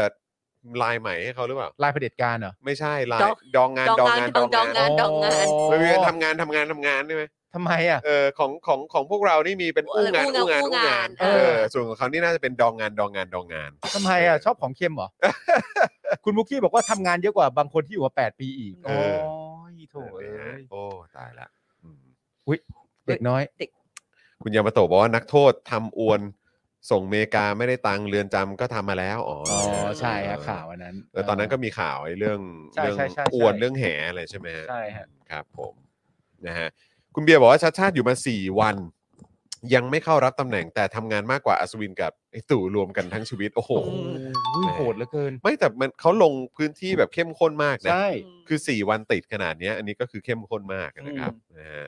ลายใหม่ให้เขาหรือเปล่า ลายเผด็จการเหรอ ไม่ใช่ลาย ดอง ดองงาน ดอง ดอง งาน งานดอง งงานดอดองงานดองงาน ไม่มีทำงานทำงานทำงานได้ไหม ทำไมอ่ะ เออของของของพวกเรานี่มีเป็น เอ อู้ ออู้ งานอู้งาน อู้ อู้ งาน งาน เอ เอ อ อส่วนของเขานี่น่าจะเป็นดองงานดองงานดองงาน ทำไมอ่ะชอบของเค็มเหรอ คุณมุกกี้บอกว่าทำงานเยอะกว่าบางคนที่อยู่มาแปดปีอีกโอ้ยโถ เอ เอ้ อนะฮะ ย โอ้ตายละอืม เด็กน้อย คุณยามาโตะบอกว่านักโทษทำอวน ส่งเมกาไม่ได้ตังค์เรือนจำก็ทำมาแล้วอ๋อ อ๋อใช่ฮะ เออ ข่าวอันนั้น แล้วตอนนั้นก็มีข่าวไอ้เรื่อง ใช่ เรื่อง ใช่ใช่ใช่ อวนเรื่องแหอะไรใช่ไหมฮะ ใช่ฮะ ครับผมนะฮะคุณเบียร์บอกว่าชาติชาติอยู่มา 4 วัน ยังไม่เข้ารับตำแหน่งแต่ทำงานมากกว่าอัศวินกับไอ้ตู่รวมกันทั้งชีวิต โอ้โห โอ้โหโหดเหลือเกิน ไม่แต่มันเขาลงพื้นที่แบบเข้มข้นมากนะ ใช่ คือ 4 วันติดขนาดเนี้ยอันนี้ก็คือเข้มข้นมากนะครับนะฮะ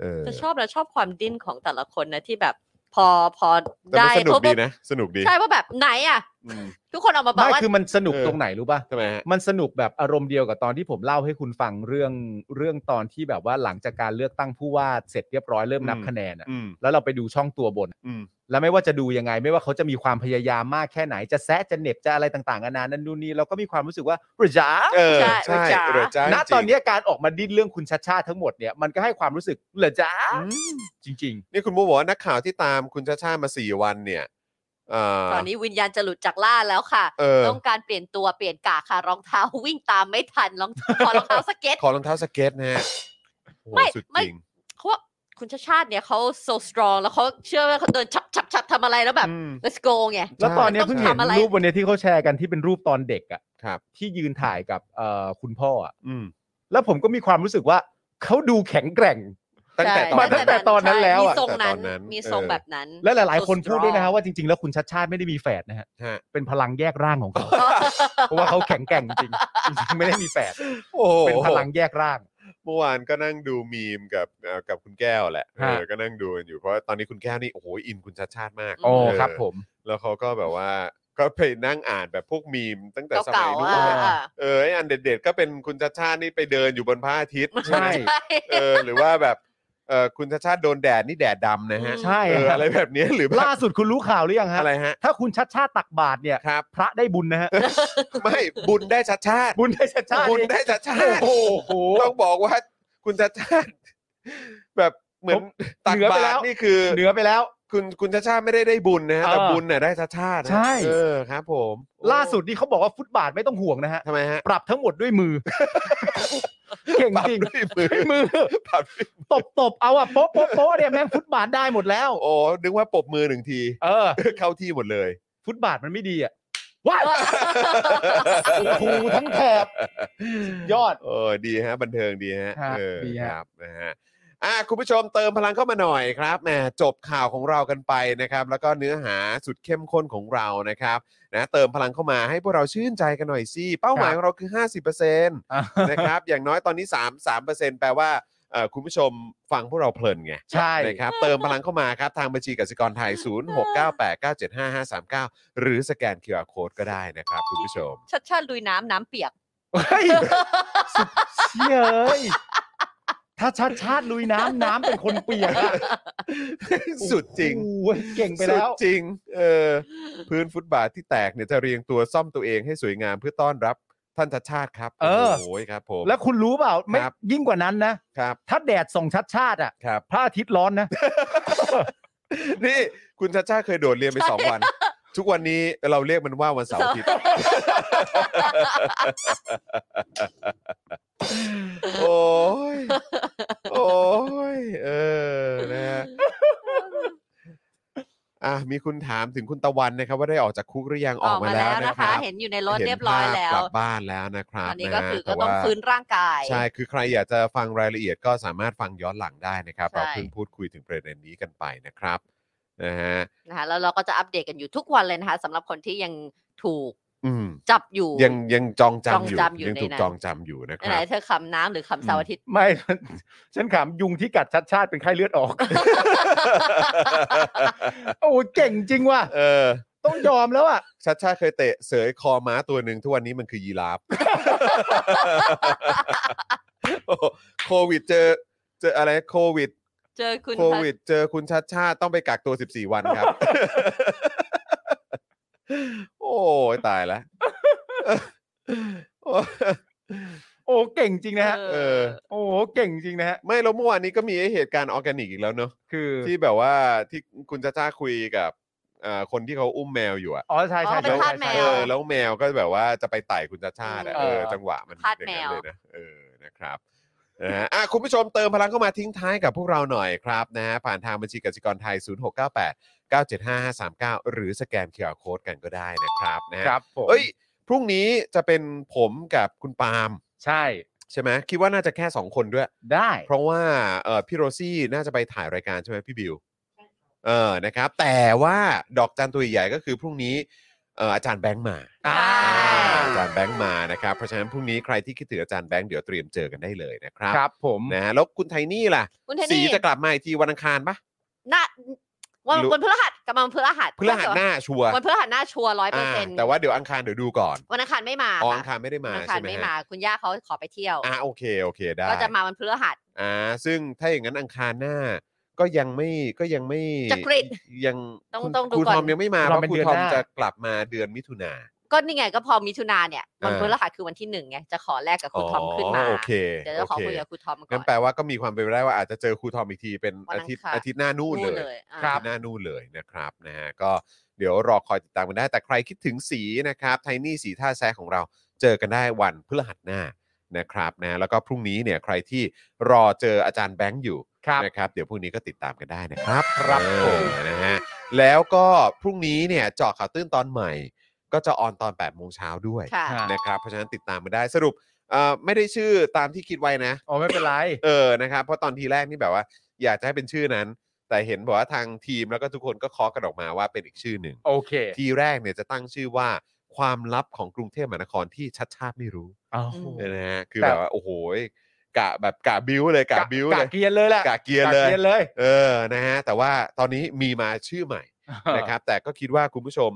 เออ จะชอบนะชอบความดิ้นของแต่ละคนนะที่แบบพอพอ แต่ ได้ มันสนุก ปุ๊บ ดีนะ สนุกดี ใช่ว่าแบบไหนอ่ะ อืม ทุกคนออกมาบอก ไม่ ว่า คือมันสนุก เออ ตรงไหนรู้ป่ะ ใช่ไหมฮะ มันสนุกแบบอารมณ์เดียวกับตอนที่ผมเล่าให้คุณฟังเรื่องเรื่องตอนที่แบบว่าหลังจากการเลือกตั้งผู้ว่าเสร็จเรียบร้อยเริ่มนับคะแนนอะ อืม แล้วเราไปดูช่องตัวบน อืม แล้วไม่ว่าจะดูยังไง ไม่ว่าเขาจะมีความพยายามมากแค่ไหนจะแซะจะเหน็บจะอะไรต่างๆนานานั่นนู่นนี่เราก็มีความรู้สึกว่าประจา เออ ใช่ ใช่ เรือจ๋า เรืณอจ้าจริง ตอนเนี้ยการออกมาดิ้นเรื่องคุณชัดชาติทั้งหมดเนี่ยมันก็ให้ความรู้สึกเหลือจ้าจริง นี่คุณมูบอกว่านักข่าวที่ตามคุณชาชาติมาสี่วันเนี่ยเ ตอนนี้วิญญาณจะหลุดจากล่าแล้วค่ะ เออ ต้องการเปลี่ยนตัวเปลี่ยนกาค่ะรองเท้าวิ่งตามไม่ทันรองขอรองเท้าสเก็ต ขอรองเท้าสเก็ตนะฮะ โห ไม่ สุด ไม่ จริง เขาว่าคุณชาติชาติเนี่ยเขา so strong แล้วเขาเชื่อว่าเขาเดินฉับฉับฉับทำอะไรแล้วแบบ อืม let's go ไง แล้วตอนเนี้ย ใช่ เพิ่งเห็น ต้องทำอะไร รูปวันเนี้ยที่เขาแชร์กันที่เป็นรูปตอนเด็กอะ ครับ ที่ยืนถ่ายกับเอ่อคุณพ่ออะ อืม แล้วผมก็มีความรู้สึกว่าเขาดูแข็งแกร่ง ตั้งแต่ตอน มาตั้ นั้ ง น แต่ตอนนั้นแล้ว มี อะ ทรงนั้น ตั้งแต่ตอนนั้น มีทรง เออ แบบนั้น และหลาย ๆ คน So พูดด้วยนะฮะ strong ว่าจริง ๆ แล้วคุณชัดชาติไม่ได้มีแฝดนะฮะ ฮะ เป็นพลังแยกร่าง ของเขา เพราะว่าเขาแข็งแกร่งจริงๆไม่ได้มีแฝด โอ้โห เป็นพลังแยกร่าง เมื่อวานก็นั่งดูมีมกับเอ่อกับคุณแก้วแหละเอ ฮะ อก็นั่งดูกันอยู่เพราะว่าตอนนี้คุณแก้วนี่โอ้โหอินคุณชัดชาติมาก โอ้ เ ครับผม แล้วเขาก็แบบว่าก็ไปนั่งอ่านแบบพวกมีมตั้งแต่สมั เก่าย ๆ นู้นเลยอ่ะอะ อ่ะ เออไอ้อันเด็ดๆก็เป็นคุณชาชาตินี่ไปเดินอยู่บนพระอาทิตย์ ใช่ ใช่ เออหรือว่าแบบเออคุณชาชาติโดนแดดนี่แดดดำนะฮะ ใช่ เออ ฮะ อะไรแบบเนี้ยหรือแบบ ล่าสุดคุณรู้ข่าวหรือยังฮะ อะไรฮะ ถ้าคุณชัดชาติตักบาตรเนี่ย ครับ พระได้บุญนะฮะ ไม่บุญได้ชาชาติ บุญได้ชัดชาติ บุญได้ชาชาติ โอ้โห ต้องบอกว่าคุณชาชาติ แบบเหมือนตัก เหนือไป บา แล้ ตร ว นี่คือ เหนือไปแล้ว คุณคุณชาชาติไม่ได้ได้บุญนะฮะแต่ เออ บุญน่ะได้ชาชาตินะ ใช่ เออครับ ผม ล่าสุดนี่เขาบอกว่าฟุตบาทไม่ต้องห่วงนะฮะ ทำไมฮะ ปรับทั้งหมดด้วย มือ เก่งจริง ปรับด้วยมือ ใช้มือ ปรับด้วย ตบตบเอาอะโป๊ะโป๊ะโป๊ะเนี่ยแม่งฟุตบาทได้หมดแล้ว โอ้นึกว่าปรบมือหนึ่งที เออ เข้าที่หมดเลย ฟุตบาทมันไม่ดีอะว้ายโอ้โหทั้งแถบสุดยอด เออดีฮะ บันเทิงดีฮะ ครับ เออ ดี ค ฮะ รับนะฮะอ่ะคุณผู้ชมเติมพลังเข้ามาหน่อยครับแหมจบข่าวของเรากันไปนะครับ แล้วก็เนื้อหาสุดเข้มข้นของเรานะครับนะเติมพลังเข้ามาให้พวกเราชื่นใจกันหน่อยสิเป้าหมายของเราคือ 50%น อ่ะ ะครับ อย่างน้อยตอนนี้ 3 3 แปลว่าเอ่อคุณผู้ชมฟังพวกเราเพลินไง ใช่ นะครับเติมพลังเข้ามาครับ ทางบัญชีกสิกรไทย 0698975539 หรือสแกน QR Code ก็ได้นะครับ คุณผู้ช ม ชัดชาติลุยน้ำน้ำเปียก เฮ้ยสุดเชี่ยเอ้ยถ้าชาติชาติลุยน้ำน้ำเป็นคนเปียกอะ สุดจริง โอ้ยเก่งไปแล้ว สุดจริงเออพื้นฟุตบาทที่แตกเนี่ยจะเรียงตัวซ่อมตัวเองให้สวยงามเพื่อต้อนรับท่านชัดชาติครับ เออ โอ้ยครับผม แล้วคุณรู้เปล่าไม่ ครับ ยิ่งกว่านั้นนะ ครับ ถ้าแดดส่องชัดชาติอะ ครับ พระอาทิตย์ร้อนนะ นี่คุณชัดชาติเคยโดดเรียนไปสองวัน ทุกวันนี้เราเรียกมันว่าวันเสาร์อาทิ ตย์ โอ้ย โอ้ย เออ นะฮะอ่ะมีคุณถามถึงคุณตะวันนะครับ ว่าได้ออกจากคุกหรือยังอ อ อก อก มา มา แล้ แล้ว ว นะ นะ ครั คะ บ เห็นอยู่ในรถเรียบร้อย ห็นภาพ แล้ ก ว ลับบ้านแล้วนะครับ ตอนนี้ก็คือ นะ ก็ต้องแว่า ฟื้นร่างกาย ใช่ คือใครอยากจะฟังรายละเอียดก็สามารถฟังย้อนหลังได้นะครับ ใช่ เราเพิ่งพูดคุยถึงประเด็นนี้กันไปนะครับ นะฮะ นะคะแล้วเราก็จะอัปเดตกันอยู่ทุกวันเลยนะคะสำหรับคนที่ยังถูก อืม จับอยู่ ยังยังจองจำ จอง อยู่ จำอยู่ ยัง ใน ถูก นั้น จองจำอยู่นะค ไหน รับ ๆเธอขำน้ำหรือขำเสาร์อาทิตย์ ไม่ ฉันขำยุงที่กัดชัดชาติเป็นไข้เลือดออก โอ้โหเก่งจริงว่ะ เออ ต้องยอมแล้วอะ ชัดชาติเคยเตะเสยคอม้าตัวหนึ่งทุกวันนี้มันคือยีราฟ โอ้โหโควิดเจอ เจออะไรโควิด เจอคุณ โควิด เจอคุณชัดชาติต้องไปกักตัว 14 วัน ครับ โอ้ยตายแล้ว โอ้โหเก่งจริงนะฮะ เอ เอ อ อ โอ้โหเก่งจริงนะฮะ ไม่แล้วเมื่อวานนี้ก็มีไอ้เหตุการณ์ออร์แกนิกอีกแล้วเนอะ คือ ที่แบบว่าที่คุณจ้าจ้าคุยกับเอ่อคนที่เขาอุ้มแมวอยู่อะ อ๋อใช่ใช่ อ๋อเป็น ใช่ ทาสแม ใช่ เออแล้วแมวก็แบบว่าจะไปไต่คุณจ้าจ้าอะ อืม เออจังหวะมัน ทาส อย่งนั้น แมว เลยนะเออนะครับนะฮะอ่ะคุณผู้ชมเติมพลังเข้ามาทิ้งท้ายกับพวกเราหน่อยครับนะฮะผ่านทางบัญชีกสิกรไทย 0698 975539 หรือสแกนเคอร์โคดกันก็ได้นะครับนะฮะ ครับผม เอ้ยพรุ่งนี้จะเป็นผมกับคุณปาล์ม ใช่ ใช่ไหมคิดว่าน่าจะแค่สองคนด้วย ได้ เพราะว่าเอ่อพี่โรซี่น่าจะไปถ่ายรายการใช่ไหมพี่บิวเออนะครับ แต่ว่าดอกจันตัวใหญ่ก็คือพรุ่งนี้เอ่ออาจารย์แบงค์มา อ่า อ่าอาจารย์แบงค์มานะครับเพราะฉะนั้นพรุ่งนี้ใครที่คิดถึงอาจารย์แบงค์เดี๋ยวเตรียมเจอกันได้เลยนะครับ ครับผม นะฮะแล้วคุณไทนี่ล่ะ คุณเทน สี นี่ จะกลับมาอีกทีวันอังคารปะ น่าวัน รู้ วันพฤหัสกลับมาวันพฤหัส พฤหัสหน้าชัวร์ วันพฤหัสหน้าชัวร้อยเปอ อ่า ร์เซ็นต์ แต่ว่าเดี๋ยวอังคารเดี๋ยวดูก่อน วันอังคารไม่มา อ๋อ ค่ะ อังคารไม่ได้มา วันอังคา ใช่ ร ไหม ไม่ ฮะ มา คุณย่าเขาขอไปเที่ยว อ่าโอเคโอเคได้ ก็จะมาวันพฤหัส อ่าซึ่งถ้าอย่างนั้นอังคารหน้า ก็ยังไม่ก็ยังไม่ จะกริด ยัง ต้อง คุณ ต้องดู ครู ก่ ท ออนมยังไม่มาเพ เรา ราะ เป็น ครู เดือน ทอม หน้า จะกลับมาเดือนมิถุนา ก็นี่ไงก็พอมิถุนาเนี่ยวัน อ่า พฤหัสคือวันที่หนึ่งไงจะขอแลกกับคุณทอมขึ้นมา โอเค เดี๋ยวจะขอ โอเค คุยกับคุณทอมก่ งั้ อน น แปลว่าก็มีความเป็นไปได้ว่าอาจจะเจอครูทอมอีกทีเป็น วัน อา อัง ทิตย์ คาร อาทิตย์หน้านู่นเลย อ่า ครับ หน้านู่นเลยนะครับนะฮะก็เดี๋ยวรอคอยติดตามกันได้ แต่ใครคิดถึงสีนะครับไทนี่สีท่าแซะของเราเจอกันได้วันพฤหัสหน้า นะครับนะแล้วก็พรุ่งนี้เนี่ยใครที่รอเจออาจารย์แบงค์อยู่ ครับ นะครับเดี๋ยวพรุ่งนี้ก็ติดตามกันได้นะครับ ครับ เอ ผ อ ม นะฮะแล้วก็พรุ่งนี้เนี่ยเจาะข่าวตื้นตอนใหม่ ก็จะออนตอน8โมงเช้าด้วย ค่ะ อ่า นะครับเพราะฉะนั้นติดตามมาได้สรุปเอ่อไม่ได้ชื่อตามที่คิดไว้นะ อ๋อไม่เป็นไร เออ นะครับ เพราะตอนทีแรกนี่แบบว่า อยากจะให้เป็นชื่อนั้น แต่เห็นบอกว่าทางทีมแล้วก็ทุกคนก็เคาะกันออกมาว่าเป็นอีกชื่อหนึ่ง โอเค ทีแรกเนี่ยจะตั้งชื่อว่าความลับของกรุงเทพมหานครที่ชัดชาติไม่รู้ อ้าว ม เนี่ยนะฮะ คือ แต่ แบบว่า โอ้โหยกะแบบกะบิ้วเลยกะบิ้วเล กะ ย เกรียนเลยแหละ กะเกียร์เลย กะเกียร์เลย เออ นะฮะ แต่ว่าตอนนี้มีมาชื่อใหม่นะครับ แต่ก็คิดว่าคุณผู้ชม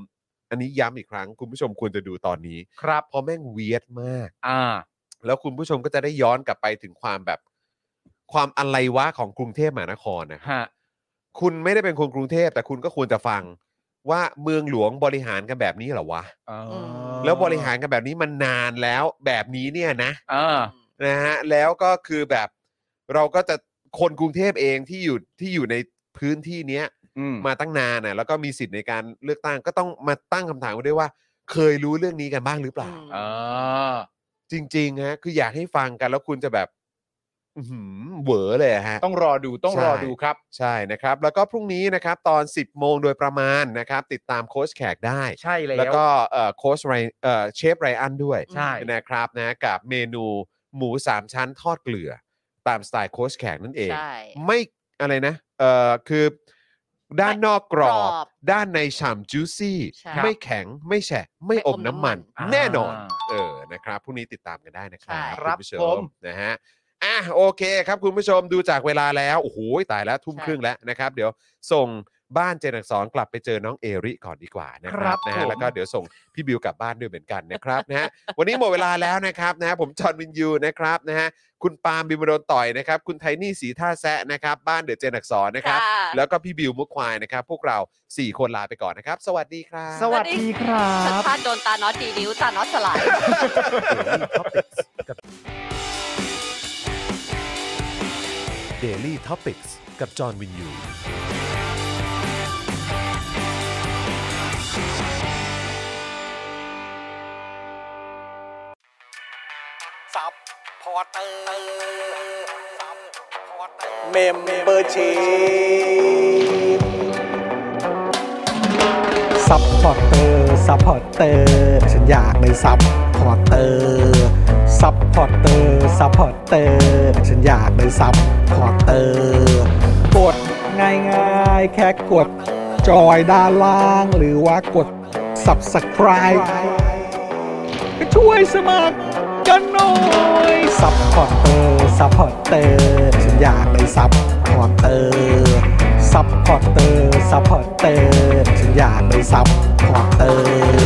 อันนี้ย้ำอีกครั้ง คุณผู้ชมควรจะดูตอนนี้ ครับ เพราะแม่งเวียดมาก อ่า แล้วคุณผู้ชมก็จะได้ย้อนกลับไปถึงความแบบ ความอะไรวะของกรุงเทพมหานครนะครั ฮะ บคุณไม่ได้เป็นคนกรุงเทพแต่คุณก็ควรจะฟังว่าเมืองหลวงบริหารกันแบบนี้เหรอวะ อ๋อ แล้วบริหารกันแบบนี้มันนานแล้วแบบนี้เนี่ยนะ อ่า นะฮะแล้วก็คือแบบเราก็จะคนกรุงเทพเองที่อยู่ที่อยู่ในพื้นที่เนี้ย อืม มาตั้งนานนะแล้วก็มีสิทธิ์ในการเลือกตั้งก็ต้องมาตั้งคำถามกันด้วยว่า เคยรู้เรื่องนี้กันบ้างหรือเปล่า อ่า จริงๆฮะคืออยากให้ฟังกันแล้วคุณจะแบบ อื้อหือเหวอเลยฮะ ต้องรอดูต้องรอ ใช่ ดูครับ ใช่นะครับ แล้วก็พรุ่งนี้นะครับตอน 10 โมงโดยประมาณนะครับ ติดตามโค้ชแขกได้ ใช่แล้ว แล้วก็เอ่อโค้ชไรเอ่อเชฟไรอันด้วย ใช่ นะครับนะกับเมนูหมู 3 ชั้นทอดเกลือ ตามสไตล์โค้ชแขกนั่นเอง ใช่ ไม่อะไรนะเอ่อคือด้านนอกกรอบ กรอบ ด้านในฉ่ำ juicy ใช่ ไม่แข็งไม่แฉะไม่ ไม่ อ อ ม ม น้ำ น้ำมัมัน น แน่นอน อ่า เออนะครับพรุ่งนี้ติดตามกันได้นะครั ใช่ บ ครับ ณผู้ช ผม มนะฮะอ่ะโอเคครับคุณผู้ชมดูจากเวลาแล้วโอ้โหตายแล้วทุ่มครึ่งแล้วนะครับ เดี๋ยวส่งบ้านเจนอักสอนกลับไปเจอน้องเอริก่อนดีกว่านะค ครั รับบ นะ ผ ฮะ ม แล้วก็เดี๋ยวส่งพี่บิวกลับบ้านด้วยเหมือนกันนะครับนะฮะวันนี้หมดเวลาแล้วนะครับนะฮะผมจอห์นวินยูนะครับนะฮะ คุณปาล์มบิมโดนต่อยนะครับ คุณไทนี่สีท่าแซะนะครับ บ้านเดือดเจนอักสอนนะครับ ค่ะ แล้วก็พี่บิวมุกควายนะครับ พวกเรา 4 คนลาไปก่อนนะครับ สวัสดีครับ สวัสดีครั ชัด บ ชาติโดนตาน็อตดีนิ้วตาน็อตสลาย Daily Topics กับจอห์นวินยู ซับพอร์เตอร์ซับพอร์เตอร์ เมมเบอร์ชีซัพพอร์เตอร์ซัพพอร์เตอร์ฉันอยากเป็นซัพพอร์เตอร์ซัพพอร์เตอร์ซัพพอร์เตอร์ฉันอยากเป็นซัพพอร์เตอร์กดง่ายๆ แค่กดจอยด้านล่าง หรือว่ากด subscribe ก็ช่วยสมัคร กันหน่อยซัพพอร์เตอร์ซัพพอร์เตอร์ฉันอยากเป็นซัพพอร์เตอร์ซัพพอร์เตอร์ซัพพอร์เตอร์ฉันอยากเป็นซัพพอร์เตอร์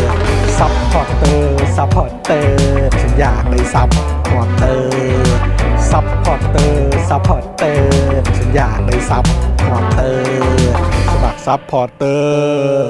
ซัพพอร์เตอร์ซัพพอร์เตอร์ฉันอยากเป็นซัพพอร์เตอร์ซัพพอร์เตอร์ซัพพอร์เตอร์ฉันอยากเป็นซัพพอร์เตอร์สมัครซัพพอร์เตอร์